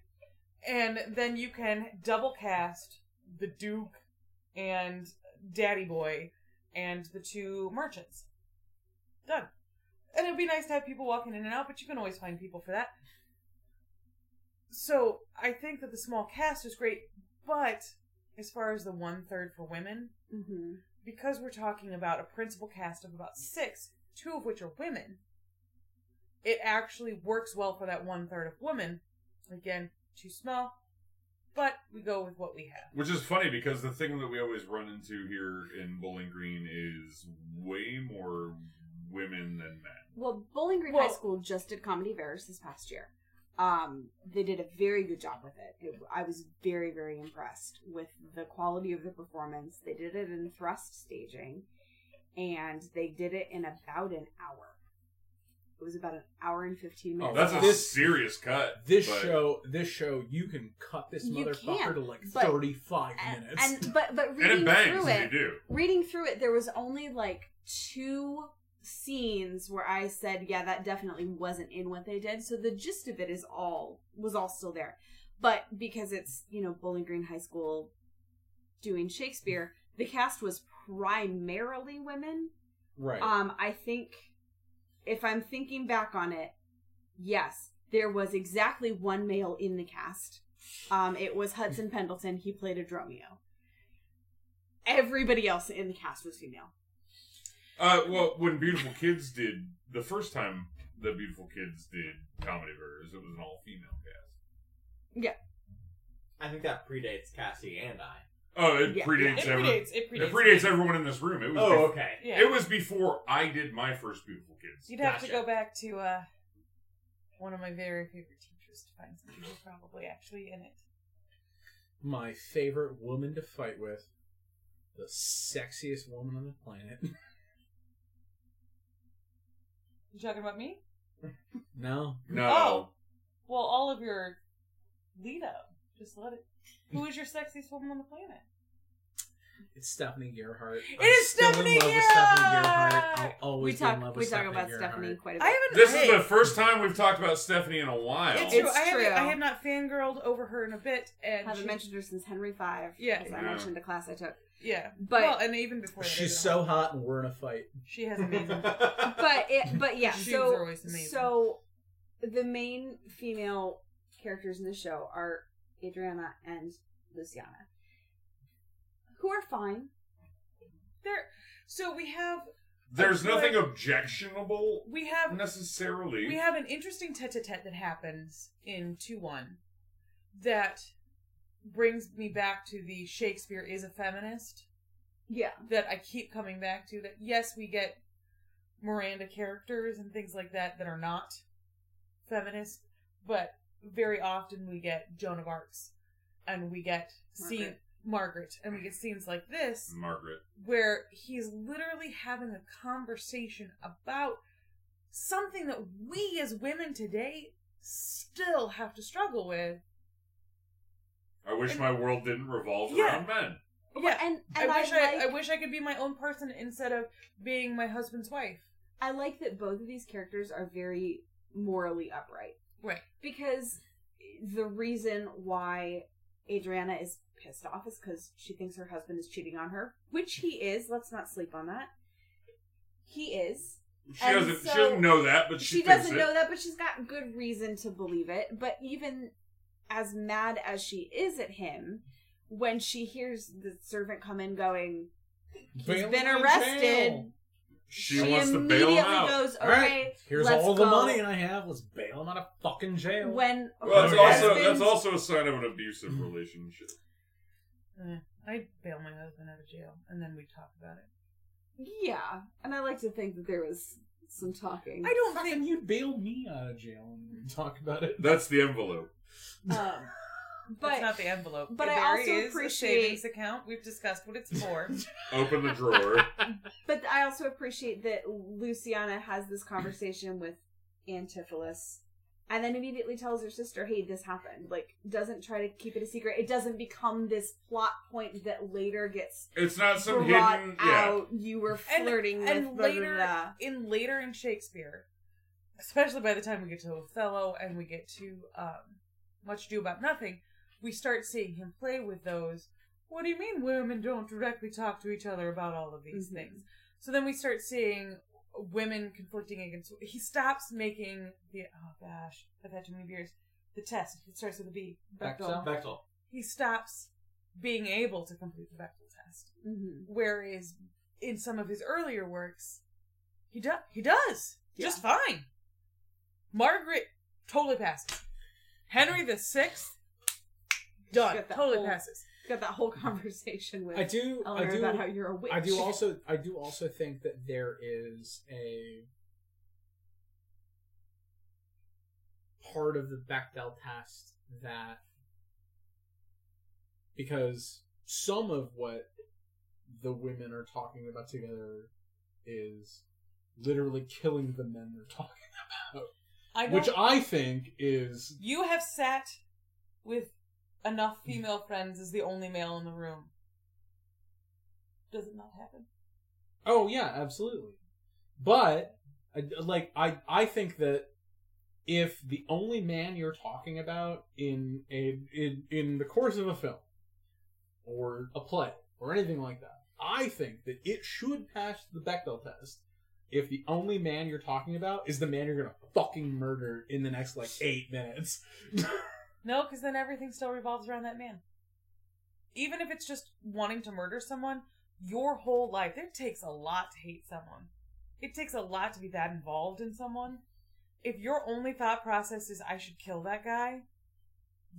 [SPEAKER 5] And then you can double cast the Duke and Daddy Boy and the two merchants. Done. And it'd be nice to have people walking in and out, but you can always find people for that. So I think that the small cast is great, but as far as the one third for women,
[SPEAKER 6] hmm
[SPEAKER 5] because we're talking about a principal cast of about six, two of which are women, it actually works well for that one third of women. Again, too small, but we go with what we have.
[SPEAKER 2] Which is funny because the thing that we always run into here in Bowling Green is way more women than men.
[SPEAKER 6] Well, Bowling Green
[SPEAKER 5] Well-
[SPEAKER 6] High School just did Comedy of Errors this past year. Um, they did a very good job with it. it. I was very, very impressed with the quality of the performance. They did it in thrust staging, and they did it in about an hour. It was about an hour and 15 minutes.
[SPEAKER 3] Oh,
[SPEAKER 2] That's a
[SPEAKER 3] This-
[SPEAKER 2] serious cut.
[SPEAKER 3] This
[SPEAKER 2] but-
[SPEAKER 3] show, this show, you can cut this
[SPEAKER 6] You
[SPEAKER 3] motherfucker
[SPEAKER 6] can,
[SPEAKER 3] to like
[SPEAKER 6] but-
[SPEAKER 3] thirty-five
[SPEAKER 6] and,
[SPEAKER 3] minutes.
[SPEAKER 6] and but but
[SPEAKER 2] And
[SPEAKER 6] reading
[SPEAKER 2] it bangs
[SPEAKER 6] through
[SPEAKER 2] if
[SPEAKER 6] it,
[SPEAKER 2] you do.
[SPEAKER 6] reading through it, there was only like two scenes where I said, "Yeah, that definitely wasn't in what they did." So the gist of it is all was all still there, but because it's you know Bowling Green High School doing Shakespeare, the cast was primarily women.
[SPEAKER 3] right.
[SPEAKER 6] Um, I think if I'm thinking back on it, yes, there was exactly one male in the cast. Um, it was Hudson Pendleton. He played a Dromio. Everybody else in the cast was female.
[SPEAKER 2] Uh, well, when Beautiful Kids did the first time the Beautiful Kids did comedy verse, it was an all female cast.
[SPEAKER 4] I think that predates Cassie and I.
[SPEAKER 2] Oh, it
[SPEAKER 6] Yeah.
[SPEAKER 2] predates
[SPEAKER 5] It
[SPEAKER 2] everyone.
[SPEAKER 5] predates. It predates.
[SPEAKER 2] It predates everyone in this room. It was.
[SPEAKER 4] Oh,
[SPEAKER 2] bef-
[SPEAKER 4] okay.
[SPEAKER 5] Yeah.
[SPEAKER 2] It was before I did my first Beautiful Kids.
[SPEAKER 5] You'd have to
[SPEAKER 4] Gotcha.
[SPEAKER 5] go back to uh, one of my very favorite teachers to find something who's probably actually in it.
[SPEAKER 3] My favorite woman to fight with, the sexiest woman on the planet.
[SPEAKER 5] You talking about me?
[SPEAKER 3] No.
[SPEAKER 2] No.
[SPEAKER 5] Oh. Well, all of your lead up. Just let it. Who is your sexiest woman on the planet?
[SPEAKER 3] It's Stephanie Gerhardt.
[SPEAKER 5] It is Stephanie Gerhardt!
[SPEAKER 3] I'll always
[SPEAKER 6] We
[SPEAKER 3] be in love with
[SPEAKER 6] talk. We talk
[SPEAKER 3] Stephanie
[SPEAKER 6] about
[SPEAKER 3] Gerhardt.
[SPEAKER 6] Stephanie quite a
[SPEAKER 5] I
[SPEAKER 6] bit.
[SPEAKER 5] haven't.
[SPEAKER 2] This
[SPEAKER 5] hey,
[SPEAKER 2] is the first time we've talked about Stephanie in a while.
[SPEAKER 5] It's true.
[SPEAKER 6] It's
[SPEAKER 5] I, haven't, I
[SPEAKER 6] true.
[SPEAKER 5] have not fangirled over her in a bit, and
[SPEAKER 6] haven't
[SPEAKER 5] she-
[SPEAKER 6] mentioned her since Henry Five.
[SPEAKER 5] Yeah.
[SPEAKER 6] as I
[SPEAKER 2] Yeah.
[SPEAKER 6] mentioned the class I took.
[SPEAKER 5] Yeah,
[SPEAKER 6] But-
[SPEAKER 5] well, and even before that,
[SPEAKER 3] She's
[SPEAKER 5] I
[SPEAKER 3] so hot, and we're in a fight.
[SPEAKER 5] don't- she has amazing.
[SPEAKER 6] But it. But yeah.
[SPEAKER 5] Shoes
[SPEAKER 6] so
[SPEAKER 5] are always amazing.
[SPEAKER 6] so the main female characters in the show are Adriana and Luciana, who are fine.
[SPEAKER 5] there. So we have
[SPEAKER 2] There's nothing objectionable
[SPEAKER 5] we have
[SPEAKER 2] necessarily.
[SPEAKER 5] we have an interesting tete-a-tete that happens in two one that brings me back to the Shakespeare is a feminist
[SPEAKER 6] Yeah.
[SPEAKER 5] that I keep coming back to. That yes, we get Miranda characters and things like that that are not feminist, but very often we get Joan of Arc's and we get scene
[SPEAKER 6] Margaret. Mm.
[SPEAKER 5] Margaret and we get scenes like this
[SPEAKER 2] Margaret.
[SPEAKER 5] where he's literally having a conversation about something that we as women today still have to struggle with.
[SPEAKER 2] I wish my world didn't revolve
[SPEAKER 5] Yeah.
[SPEAKER 2] around men.
[SPEAKER 5] Yeah,
[SPEAKER 6] And
[SPEAKER 5] I
[SPEAKER 6] and I,
[SPEAKER 5] wish I,
[SPEAKER 6] like,
[SPEAKER 5] I wish I could be my own person instead of being my husband's wife.
[SPEAKER 6] I like that both of these characters are very morally upright.
[SPEAKER 5] Right.
[SPEAKER 6] because the reason why Adriana is pissed off is because she thinks her husband is cheating on her, which he is. Let's not sleep on that. He is.
[SPEAKER 2] She
[SPEAKER 6] And
[SPEAKER 2] doesn't.
[SPEAKER 6] so-
[SPEAKER 2] she doesn't know that, but she,
[SPEAKER 6] She
[SPEAKER 2] thinks
[SPEAKER 6] doesn't
[SPEAKER 2] it.
[SPEAKER 6] know that, but she's got good reason to believe it. But even as mad as she is at him, when she hears the servant come in going, he's
[SPEAKER 3] Bail
[SPEAKER 6] been
[SPEAKER 3] him in
[SPEAKER 6] arrested,
[SPEAKER 3] jail.
[SPEAKER 2] She, wants to bail him
[SPEAKER 6] immediately
[SPEAKER 2] out.
[SPEAKER 6] goes,
[SPEAKER 3] All right,
[SPEAKER 6] okay,
[SPEAKER 3] here's
[SPEAKER 6] let's
[SPEAKER 3] all the
[SPEAKER 6] go."
[SPEAKER 3] money I have. Let's bail him out of fucking jail.
[SPEAKER 6] When
[SPEAKER 2] well, that's
[SPEAKER 3] her
[SPEAKER 2] also that's
[SPEAKER 6] husband-
[SPEAKER 2] also a sign of an abusive relationship.
[SPEAKER 5] Eh, I'd bail my husband out of jail and then we'd talk about it.
[SPEAKER 6] Yeah, and I like to think that there was some talking.
[SPEAKER 5] I don't
[SPEAKER 3] Fucking
[SPEAKER 5] think
[SPEAKER 3] you bail me out of jail and we talk about it.
[SPEAKER 2] That's the envelope.
[SPEAKER 6] Um,
[SPEAKER 5] it's
[SPEAKER 6] but
[SPEAKER 5] not the envelope.
[SPEAKER 6] but I
[SPEAKER 5] there
[SPEAKER 6] also
[SPEAKER 5] is
[SPEAKER 6] appreciate-
[SPEAKER 5] a savings account. We've discussed what it's for.
[SPEAKER 2] Open the drawer.
[SPEAKER 6] but I also appreciate that Luciana has this conversation with Antipholus, and then immediately tells her sister, "Hey, this happened." Like, doesn't try to keep it a secret. It doesn't become this plot point that later gets
[SPEAKER 2] It's not some
[SPEAKER 6] brought
[SPEAKER 2] hidden. Yeah.
[SPEAKER 6] out. You were
[SPEAKER 5] And-
[SPEAKER 6] flirting with
[SPEAKER 5] and
[SPEAKER 6] blah, blah,
[SPEAKER 5] later
[SPEAKER 6] blah.
[SPEAKER 5] in later in Shakespeare, especially by the time we get to Othello and we get to um, Much Ado About Nothing, we start seeing him play with those. What do you mean women don't directly talk to each other about all of these
[SPEAKER 6] Mhm.
[SPEAKER 5] things? So then we start seeing women conflicting against. He stops making the oh gosh, I've had too many beers. The test it starts with a B. Bechdel.
[SPEAKER 8] Bechtel.
[SPEAKER 5] He stops being able to complete the Bechdel test
[SPEAKER 6] Mhm.
[SPEAKER 5] whereas in some of his earlier works, he does he does just fine. Margaret totally passes. Henry the Sixth, done
[SPEAKER 6] Get that
[SPEAKER 5] totally
[SPEAKER 6] whole-
[SPEAKER 5] passes.
[SPEAKER 6] Got that whole conversation with
[SPEAKER 3] I do. I
[SPEAKER 6] Eleanor
[SPEAKER 3] do.
[SPEAKER 6] about how you're a witch.
[SPEAKER 3] I do also I do also think that there is a part of the Bechdel test that because some of what the women are talking about together is literally killing the men they're talking
[SPEAKER 5] I
[SPEAKER 3] about, which
[SPEAKER 5] don't-
[SPEAKER 3] I think is
[SPEAKER 5] you have sat with enough female friends as the only male in the room. Does it not happen?
[SPEAKER 3] Oh yeah, absolutely. But I- like I I think that if the only man you're talking about in a in, in the course of a film or a play or anything like that, I think that it should pass the Bechdel test. If the only man you're talking about is the man you're gonna fucking murder in the next like eight minutes,
[SPEAKER 5] No, because then everything still revolves around that man. Even if it's just wanting to murder someone, your whole life, it takes a lot to hate someone. It takes a lot to be that involved in someone. If your only thought process is, I should kill that guy,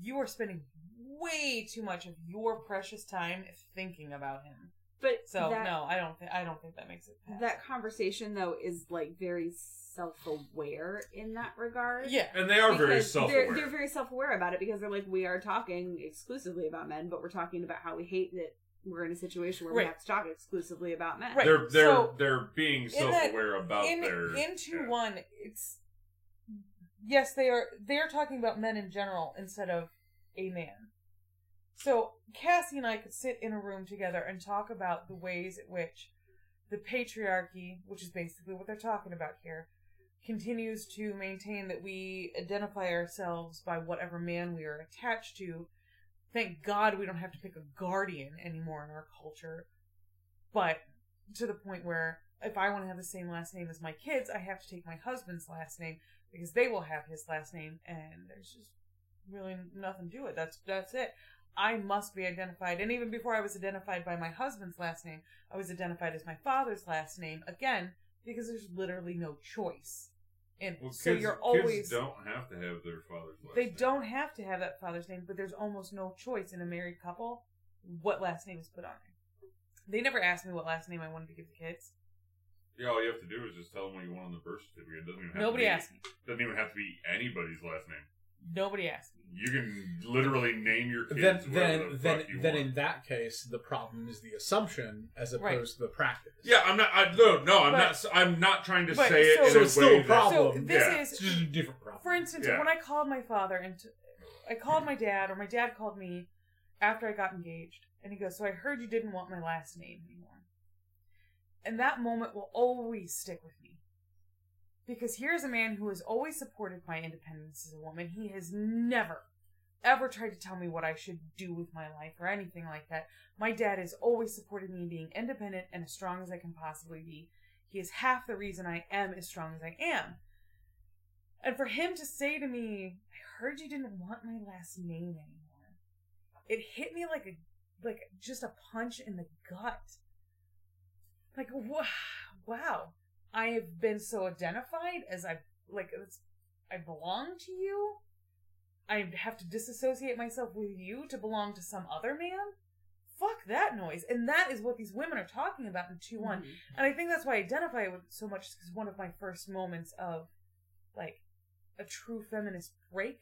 [SPEAKER 5] you are spending way too much of your precious time thinking about him.
[SPEAKER 6] but
[SPEAKER 5] So
[SPEAKER 6] that-
[SPEAKER 5] no, I don't think I don't think that makes it. pass.
[SPEAKER 6] that conversation though is like very self-aware in that regard
[SPEAKER 5] yeah,
[SPEAKER 2] And they are very
[SPEAKER 6] Because
[SPEAKER 2] self-aware.
[SPEAKER 6] They're, they're very self-aware about it because they're like we are talking exclusively about men but we're talking about how we hate that
[SPEAKER 7] we're in a situation where
[SPEAKER 5] Right.
[SPEAKER 7] we have to talk exclusively about men.
[SPEAKER 5] Right.
[SPEAKER 2] They're they're
[SPEAKER 5] so-
[SPEAKER 2] they're being
[SPEAKER 5] that-
[SPEAKER 2] self-aware about
[SPEAKER 5] in
[SPEAKER 2] their
[SPEAKER 5] into
[SPEAKER 2] yeah.
[SPEAKER 5] one it's yes they are they are talking about men in general instead of a man so cassie and i could sit in a room together and talk about the ways in which the patriarchy which is basically what they're talking about here continues to maintain that we identify ourselves by whatever man we are attached to thank god we don't have to pick a guardian anymore in our culture but to the point where if I want to have the same last name as my kids, I have to take my husband's last name because they will have his last name, and there's just really nothing to it. That's that's it. I must be identified, and even before I was identified by my husband's last name, I was identified as my father's last name again because there's literally no choice. And
[SPEAKER 2] Well,
[SPEAKER 5] so
[SPEAKER 2] kids-
[SPEAKER 5] you're
[SPEAKER 2] kids
[SPEAKER 5] always
[SPEAKER 2] don't have to have their father's last
[SPEAKER 5] they
[SPEAKER 2] name.
[SPEAKER 5] don't have to have that father's name, but there's almost no choice in a married couple what last name is put on it. They never asked me what last name I wanted to give the kids.
[SPEAKER 2] Yeah, all you have to do is just tell them what you want on the birth certificate. It doesn't even have
[SPEAKER 5] Nobody
[SPEAKER 2] to be,
[SPEAKER 5] asked me.
[SPEAKER 2] Doesn't even have to be anybody's last name.
[SPEAKER 5] Nobody asked me.
[SPEAKER 2] You can literally name your
[SPEAKER 3] Then,
[SPEAKER 2] kids whatever
[SPEAKER 3] then,
[SPEAKER 2] the
[SPEAKER 3] then,
[SPEAKER 2] fuck you
[SPEAKER 3] then,
[SPEAKER 2] want.
[SPEAKER 3] in that case, the problem is the assumption as opposed to the
[SPEAKER 5] Right.
[SPEAKER 3] practice.
[SPEAKER 2] yeah, I'm not. I, no, no, I'm
[SPEAKER 5] But-
[SPEAKER 2] not. I'm not trying to
[SPEAKER 5] but
[SPEAKER 2] say it
[SPEAKER 5] so-
[SPEAKER 2] in
[SPEAKER 3] So
[SPEAKER 2] a
[SPEAKER 3] it's
[SPEAKER 2] way
[SPEAKER 3] still a
[SPEAKER 2] that-
[SPEAKER 5] So
[SPEAKER 3] problem.
[SPEAKER 5] this
[SPEAKER 2] Yeah.
[SPEAKER 5] is
[SPEAKER 3] It's just a different problem.
[SPEAKER 5] For instance,
[SPEAKER 2] Yeah.
[SPEAKER 5] when I called my father and t- I called my dad, or my dad called me after I got engaged, and he goes, "So I heard you didn't want my last name anymore," and that moment will always stick with me because here's a man who has always supported my independence as a woman. He has never, ever tried to tell me what I should do with my life or anything like that. My dad has always supported me being independent and as strong as I can possibly be. He is half the reason I am as strong as I am. And for him to say to me, I heard you didn't want my last name anymore. It hit me like a like just a punch in the gut. Like wow, wow. I have been so identified as I like it's, I belong to you. I have to disassociate myself with you to belong to some other man. Fuck that noise. And that is what these women are talking about in 2 1. And I think that's why I identify with it so much because one of my first moments of like a true feminist break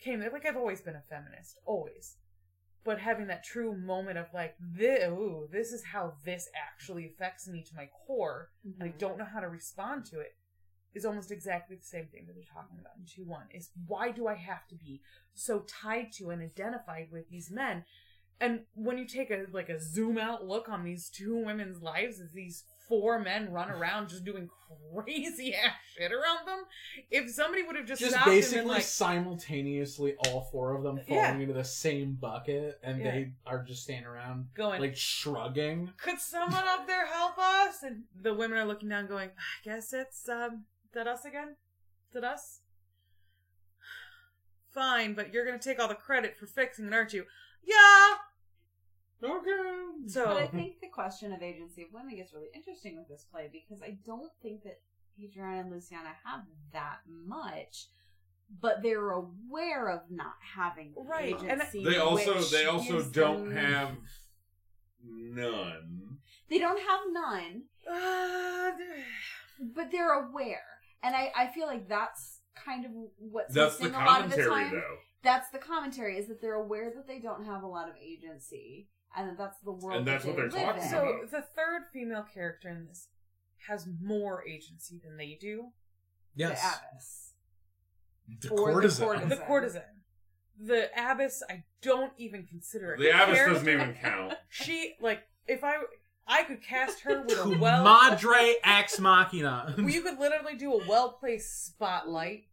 [SPEAKER 5] came there. Like I've always been a feminist, always, but having that true moment of like, this, ooh, this is how this actually affects me to my core, and
[SPEAKER 3] Mm-hmm.
[SPEAKER 5] I don't know how to respond to it. Is almost exactly the same thing that they're talking about in two one. Is why do I have to be so tied to and identified with these men? And when you take a like a zoom out look on these two women's lives as these four men run around just doing crazy ass shit around them, if somebody would have just,
[SPEAKER 3] just
[SPEAKER 5] stopped and
[SPEAKER 3] basically
[SPEAKER 5] been like,
[SPEAKER 3] simultaneously all four of them falling
[SPEAKER 5] Yeah.
[SPEAKER 3] into the same bucket and they are just standing around
[SPEAKER 5] going,
[SPEAKER 3] like shrugging
[SPEAKER 5] could someone up there help us? And the women are looking down, going, I guess it's um, that us again? That us? Fine, but you're gonna take all the credit for fixing it, aren't you? Yeah.
[SPEAKER 3] okay
[SPEAKER 6] But
[SPEAKER 5] So
[SPEAKER 6] I think the question of agency of women gets really interesting with this play because I don't think that Adriana and Luciana have that much, but they're aware of not having the
[SPEAKER 5] Right, and I-
[SPEAKER 6] agency.
[SPEAKER 2] They also
[SPEAKER 6] which
[SPEAKER 2] they also
[SPEAKER 6] gives
[SPEAKER 2] don't
[SPEAKER 6] them-
[SPEAKER 2] have none.
[SPEAKER 6] they don't have none,
[SPEAKER 5] uh,
[SPEAKER 6] but they're aware, and I I feel like that's kind of what's
[SPEAKER 2] That's the
[SPEAKER 6] missing a lot of the
[SPEAKER 2] commentary
[SPEAKER 6] time.
[SPEAKER 2] though,
[SPEAKER 6] That's the commentary is that they're aware that they don't have a lot of agency, and that that's the world.
[SPEAKER 2] And that's
[SPEAKER 6] that
[SPEAKER 2] what
[SPEAKER 6] they
[SPEAKER 2] they're talking
[SPEAKER 6] live in.
[SPEAKER 5] so
[SPEAKER 2] about.
[SPEAKER 5] the third female character in this has more agency than they do.
[SPEAKER 3] yes
[SPEAKER 6] The abbess.
[SPEAKER 3] the
[SPEAKER 6] Or the
[SPEAKER 3] courtesan
[SPEAKER 6] courtesan.
[SPEAKER 5] The courtesan, the abbess, I don't even consider it.
[SPEAKER 2] the abbess doesn't
[SPEAKER 5] Character-
[SPEAKER 2] even count.
[SPEAKER 5] She like if I I could cast her with a
[SPEAKER 3] Tu
[SPEAKER 5] well
[SPEAKER 3] madre ex machina
[SPEAKER 5] Well, you could literally do a well placed spotlight.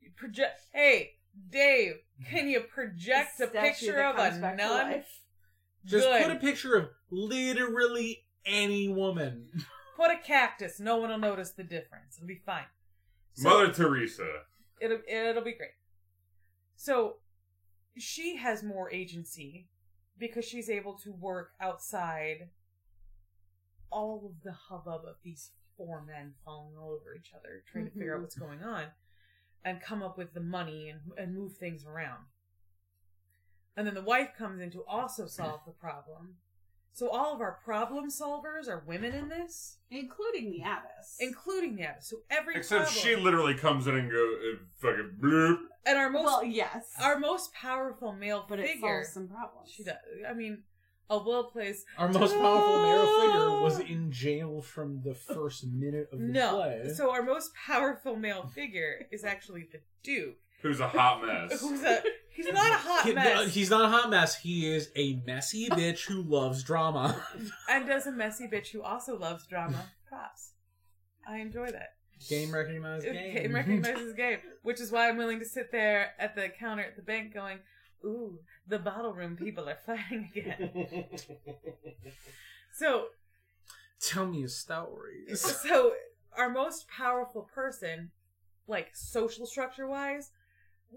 [SPEAKER 5] You project. Hey, Dave, can you project a
[SPEAKER 6] The statue
[SPEAKER 5] picture of
[SPEAKER 6] that
[SPEAKER 5] a
[SPEAKER 6] comes back to
[SPEAKER 5] nun?
[SPEAKER 6] life.
[SPEAKER 3] just
[SPEAKER 5] Good.
[SPEAKER 3] put a picture of literally any woman
[SPEAKER 5] Put a cactus. No one will notice the difference. It'll be fine. So-
[SPEAKER 2] Mother Teresa.
[SPEAKER 5] It'll it'll be great. So she has more agency because she's able to work outside all of the hubbub of these four men falling all over each other, trying to figure out what's going on, and come up with the money and and move things around. And then the wife comes in to also solve the problem. So all of our problem solvers are women in this,
[SPEAKER 7] including the abbess.
[SPEAKER 5] including the abbess. So every
[SPEAKER 2] Except
[SPEAKER 5] problem-
[SPEAKER 2] she literally comes in and goes uh, fucking bloop.
[SPEAKER 5] and our most
[SPEAKER 7] well, yes,
[SPEAKER 5] our most powerful male
[SPEAKER 7] but it
[SPEAKER 5] figure.
[SPEAKER 7] solves some problems.
[SPEAKER 5] She does. I mean, a well placed.
[SPEAKER 3] Our most powerful male figure was in jail from the first minute of the
[SPEAKER 5] No.
[SPEAKER 3] play.
[SPEAKER 5] So our most powerful male figure is actually the Duke,
[SPEAKER 2] Who's a hot mess.
[SPEAKER 5] who's a he's not a hot
[SPEAKER 3] He-
[SPEAKER 5] mess
[SPEAKER 3] He's not a hot mess. He is a messy bitch who loves drama.
[SPEAKER 5] and does a messy bitch who also loves drama. Props. I enjoy that.
[SPEAKER 3] game recognized game.
[SPEAKER 5] It recognizes game, which is why I'm willing to sit there at the counter at the bank going, "Ooh, the bottle room people are fighting again." So
[SPEAKER 3] Tell me your stories.
[SPEAKER 5] so our most powerful person like social structure wise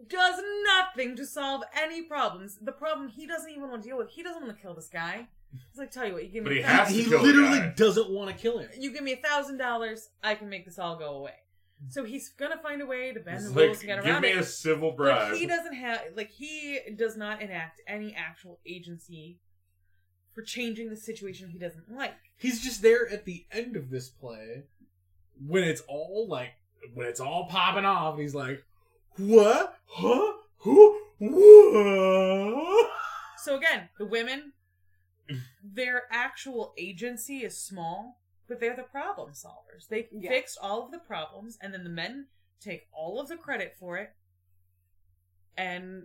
[SPEAKER 5] does nothing to solve any problems the problem he doesn't even want to deal with he doesn't want to kill this guy he's like tell you what you give
[SPEAKER 2] But
[SPEAKER 5] me
[SPEAKER 2] he
[SPEAKER 5] a
[SPEAKER 2] has
[SPEAKER 5] thousand-
[SPEAKER 2] to
[SPEAKER 3] he
[SPEAKER 2] kill the
[SPEAKER 3] literally
[SPEAKER 2] guy.
[SPEAKER 3] doesn't want to kill him.
[SPEAKER 5] you give me a thousand dollars i can make this all go away so he's gonna find a way to bend
[SPEAKER 2] It's
[SPEAKER 5] the
[SPEAKER 2] like,
[SPEAKER 5] rules and get
[SPEAKER 2] give
[SPEAKER 5] around
[SPEAKER 2] me
[SPEAKER 5] it
[SPEAKER 2] a civil bribe.
[SPEAKER 5] but he doesn't have like he does not enact any actual agency for changing the situation he doesn't like
[SPEAKER 3] He's just there at the end of this play when it's all like when it's all popping off. and He's like, "What? Huh? Who? What?"
[SPEAKER 5] So again, the women, their actual agency is small, but they're the problem solvers. They
[SPEAKER 7] Yeah.
[SPEAKER 5] fixed all of the problems, and then the men take all of the credit for it, and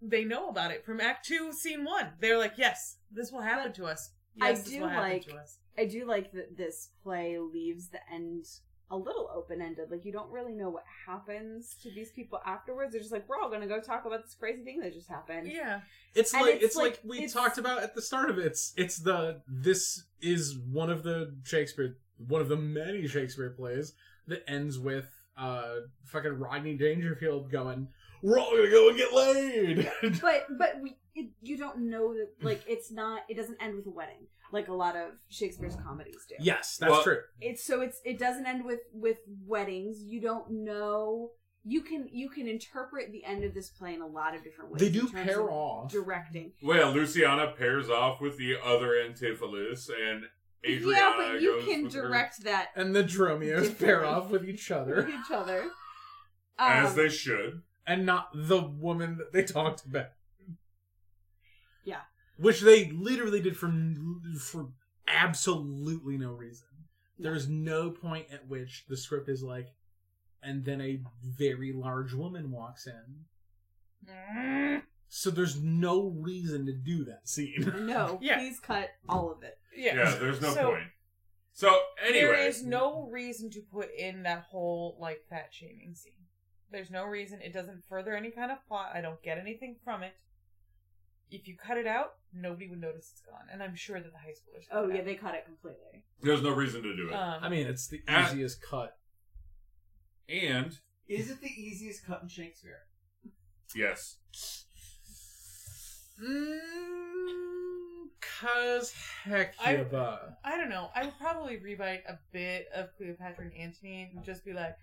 [SPEAKER 5] they know about it from Act Two, Scene One. They're like, "Yes, this will happen to us.
[SPEAKER 7] I
[SPEAKER 5] Yes, this
[SPEAKER 7] do
[SPEAKER 5] will happen
[SPEAKER 7] like-
[SPEAKER 5] to us."
[SPEAKER 7] I do like that this play leaves the end a little open ended. Like you don't really know what happens to these people afterwards. They're just like, we're all gonna go talk about this crazy thing that just happened.
[SPEAKER 5] Yeah,
[SPEAKER 3] It's
[SPEAKER 7] And
[SPEAKER 3] like it's,
[SPEAKER 7] it's
[SPEAKER 3] like,
[SPEAKER 7] like-
[SPEAKER 3] we
[SPEAKER 7] it's-
[SPEAKER 3] talked about at the start of it. It's it's the this is one of the Shakespeare one of the many Shakespeare plays that ends with uh fucking Rodney Dangerfield going, "We're all gonna go and get laid."
[SPEAKER 7] But but we it, you don't know that like it's not it doesn't end with a wedding like a lot of Shakespeare's comedies do.
[SPEAKER 3] yes, that's
[SPEAKER 2] Well-
[SPEAKER 3] true.
[SPEAKER 7] It's so it's it doesn't end with with weddings. You don't know. You can you can interpret the end of this play in a lot of different ways.
[SPEAKER 3] They
[SPEAKER 7] in
[SPEAKER 3] do
[SPEAKER 7] terms
[SPEAKER 3] pair
[SPEAKER 7] of
[SPEAKER 3] off.
[SPEAKER 7] directing.
[SPEAKER 2] Well, Luciana pairs off with the other Antipholus, and Adriana
[SPEAKER 7] yeah, but you
[SPEAKER 2] goes
[SPEAKER 7] can
[SPEAKER 2] with her-
[SPEAKER 7] direct that
[SPEAKER 3] And the Dromios pair
[SPEAKER 7] Different.
[SPEAKER 3] off with each
[SPEAKER 7] with
[SPEAKER 3] other,
[SPEAKER 7] each other.
[SPEAKER 2] as
[SPEAKER 7] Um,
[SPEAKER 2] they should.
[SPEAKER 3] and not the woman that they talked about.
[SPEAKER 7] Yeah.
[SPEAKER 3] which they literally did for for absolutely no reason. There's no point at which the script is like, and then a very large woman walks in. So there's no reason to do that scene.
[SPEAKER 7] No,
[SPEAKER 5] Yeah.
[SPEAKER 7] please cut all of it.
[SPEAKER 5] yeah.
[SPEAKER 2] Yeah, there's no
[SPEAKER 5] So,
[SPEAKER 2] point. So anyway,
[SPEAKER 5] There is no reason to put in that whole like fat shaming scene. There's no reason. It doesn't further any kind of plot. I don't get anything from it. If you cut it out, nobody would notice it's gone. And I'm sure that the high schoolers.
[SPEAKER 7] Oh
[SPEAKER 5] cut
[SPEAKER 7] yeah,
[SPEAKER 5] it
[SPEAKER 7] they cut it completely.
[SPEAKER 2] there's no reason to do it.
[SPEAKER 5] out. Um,
[SPEAKER 3] I mean, it's the
[SPEAKER 2] Ah.
[SPEAKER 3] easiest cut.
[SPEAKER 2] and
[SPEAKER 4] Is it the easiest cut in Shakespeare?
[SPEAKER 2] yes,
[SPEAKER 3] Mm, Cause heck,
[SPEAKER 5] I-
[SPEAKER 3] Yuba.
[SPEAKER 5] I don't know. I would probably rewrite a bit of Cleopatra and Antony and just be like,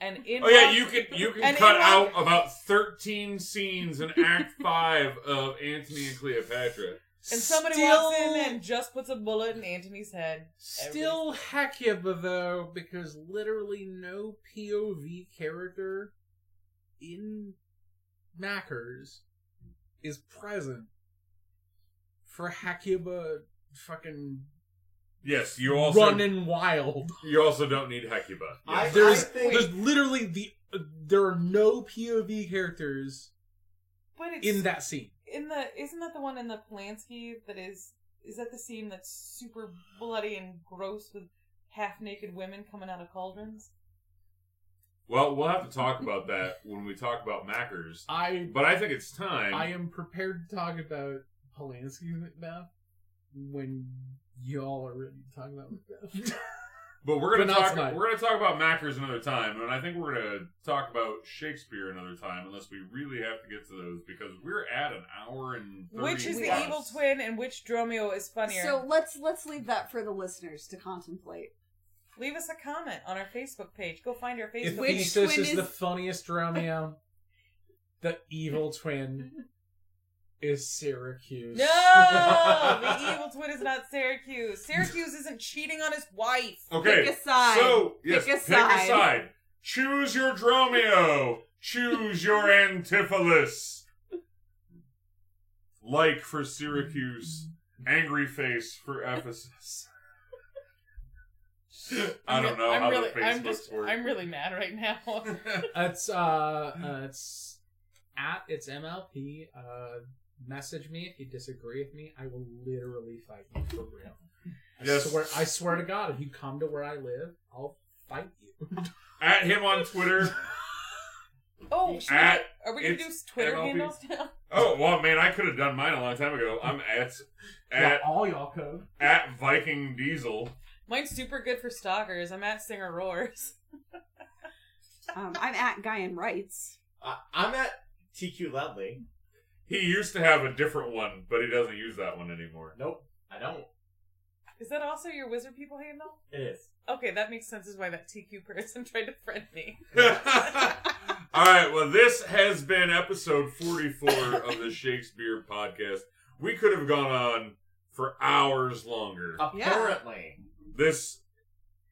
[SPEAKER 5] and in.
[SPEAKER 2] oh yeah,
[SPEAKER 5] walks-
[SPEAKER 2] you can you can
[SPEAKER 5] and
[SPEAKER 2] cut
[SPEAKER 5] in
[SPEAKER 2] out
[SPEAKER 5] walks-
[SPEAKER 2] about 13 scenes in Act Five of Antony and Cleopatra.
[SPEAKER 5] And somebody walks in and just puts a bullet in Antony's head.
[SPEAKER 3] Still Hecuba though, because literally no POV character in Mackers is present for Hecuba fucking
[SPEAKER 2] Yes, you also
[SPEAKER 3] running wild.
[SPEAKER 2] you also don't need Hecuba.
[SPEAKER 4] I-
[SPEAKER 2] Yes.
[SPEAKER 3] There's
[SPEAKER 4] think-
[SPEAKER 3] there's literally the there are no POV characters
[SPEAKER 5] But it's
[SPEAKER 3] in that scene.
[SPEAKER 5] in the isn't that the one in the Polanski that is is that the scene that's super bloody and gross with half naked women coming out of cauldrons?
[SPEAKER 2] Well, we'll have to talk about that when we talk about Mackers.
[SPEAKER 3] I
[SPEAKER 2] But I think it's time.
[SPEAKER 3] I am prepared to talk about Polanski's Macbeth when y'all are ready to talk about Macbeth.
[SPEAKER 2] But we're gonna
[SPEAKER 3] But not
[SPEAKER 2] talk.
[SPEAKER 3] tonight.
[SPEAKER 2] We're gonna talk about Mackers another time, and I think we're gonna talk about Shakespeare another time, unless we really have to get to those because we're at an hour and 30
[SPEAKER 5] Which is the
[SPEAKER 2] plus.
[SPEAKER 5] evil twin and which Dromio is funnier?
[SPEAKER 7] So let's let's leave that for the listeners to contemplate.
[SPEAKER 5] Leave us a comment on our Facebook page. Go find our
[SPEAKER 3] if
[SPEAKER 5] Facebook
[SPEAKER 7] Which
[SPEAKER 5] page.
[SPEAKER 3] Theseus
[SPEAKER 7] twin
[SPEAKER 3] is the
[SPEAKER 7] is-
[SPEAKER 3] funniest Romeo, the evil twin is Syracuse.
[SPEAKER 5] No, the evil twin is not Syracuse. Syracuse isn't cheating on his wife.
[SPEAKER 2] Okay.
[SPEAKER 6] Pick a side.
[SPEAKER 2] So, yes,
[SPEAKER 6] Pick a
[SPEAKER 2] pick,
[SPEAKER 6] side.
[SPEAKER 2] a side. Choose your Dromio. Choose your Antipholus. Like for Syracuse, angry face for Ephesus. I don't
[SPEAKER 5] re-
[SPEAKER 2] know
[SPEAKER 5] I'm
[SPEAKER 2] how
[SPEAKER 5] really,
[SPEAKER 2] the Facebooks
[SPEAKER 5] I'm just,
[SPEAKER 2] work.
[SPEAKER 5] I'm really mad right now.
[SPEAKER 3] It's uh, uh it's at it's MLP. Uh, message me if you disagree with me. I will literally fight you for real. I
[SPEAKER 2] Yes.
[SPEAKER 3] swear, I swear to God, if you come to where I live, I'll fight you.
[SPEAKER 2] At him on Twitter.
[SPEAKER 5] Oh, should we-
[SPEAKER 2] At-
[SPEAKER 5] are we gonna do
[SPEAKER 2] it's
[SPEAKER 5] Twitter
[SPEAKER 2] MLB.
[SPEAKER 5] handles now?
[SPEAKER 2] Oh well, man, I could have done mine a long time ago. I'm at
[SPEAKER 3] Yeah,
[SPEAKER 2] at
[SPEAKER 3] all y'all code.
[SPEAKER 2] at Viking Diesel.
[SPEAKER 5] Mine's super good for stalkers. I'm at Singer Roars.
[SPEAKER 7] Um, I'm at Guy in Rights.
[SPEAKER 4] Uh, I'm at TQ Loudly.
[SPEAKER 2] He used to have a different one, but he doesn't use that one anymore.
[SPEAKER 4] Nope, I don't.
[SPEAKER 5] Is that also your wizard people handle?
[SPEAKER 4] It is.
[SPEAKER 5] Okay, that makes sense. Is why that TQ person tried to friend me.
[SPEAKER 2] All right, well, this has been episode 44 of the Shakespeare podcast. We could have gone on for hours longer.
[SPEAKER 4] Uh, Apparently.
[SPEAKER 2] This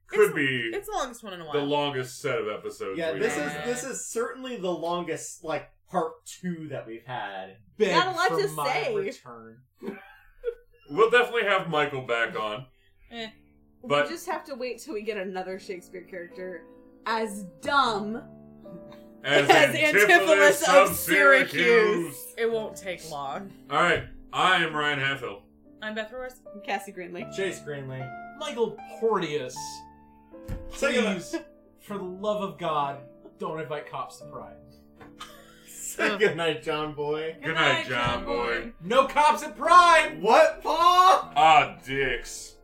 [SPEAKER 2] could
[SPEAKER 5] It's-
[SPEAKER 2] be
[SPEAKER 5] It's the longest one in a while.
[SPEAKER 2] the longest set of episodes.
[SPEAKER 4] Yeah,
[SPEAKER 2] we've
[SPEAKER 4] this
[SPEAKER 2] ever
[SPEAKER 4] is
[SPEAKER 5] Yeah.
[SPEAKER 2] done.
[SPEAKER 4] this is certainly the longest like part two that we've had.
[SPEAKER 3] Beg
[SPEAKER 6] Not a lot
[SPEAKER 3] for
[SPEAKER 6] to
[SPEAKER 3] my
[SPEAKER 6] say.
[SPEAKER 3] Return.
[SPEAKER 2] We'll definitely have Michael back on,
[SPEAKER 5] Eh.
[SPEAKER 2] but
[SPEAKER 6] we just have to wait till we get another Shakespeare character as dumb
[SPEAKER 2] as,
[SPEAKER 6] as
[SPEAKER 2] Antipholus, of Syracuse.
[SPEAKER 5] It won't take long.
[SPEAKER 2] All right, I am Ryan Hatfield.
[SPEAKER 5] I'm Beth Roars.
[SPEAKER 6] Cassie Greenlee.
[SPEAKER 4] Chase Greenley.
[SPEAKER 3] Michael Porteous,
[SPEAKER 4] Say goodbye.
[SPEAKER 3] please, for the love of God, don't invite cops to Pride.
[SPEAKER 4] Say good night, John Boy.
[SPEAKER 2] Good night, John Boy.
[SPEAKER 3] No cops at Pride.
[SPEAKER 4] What, Paul?
[SPEAKER 2] Ah, dicks.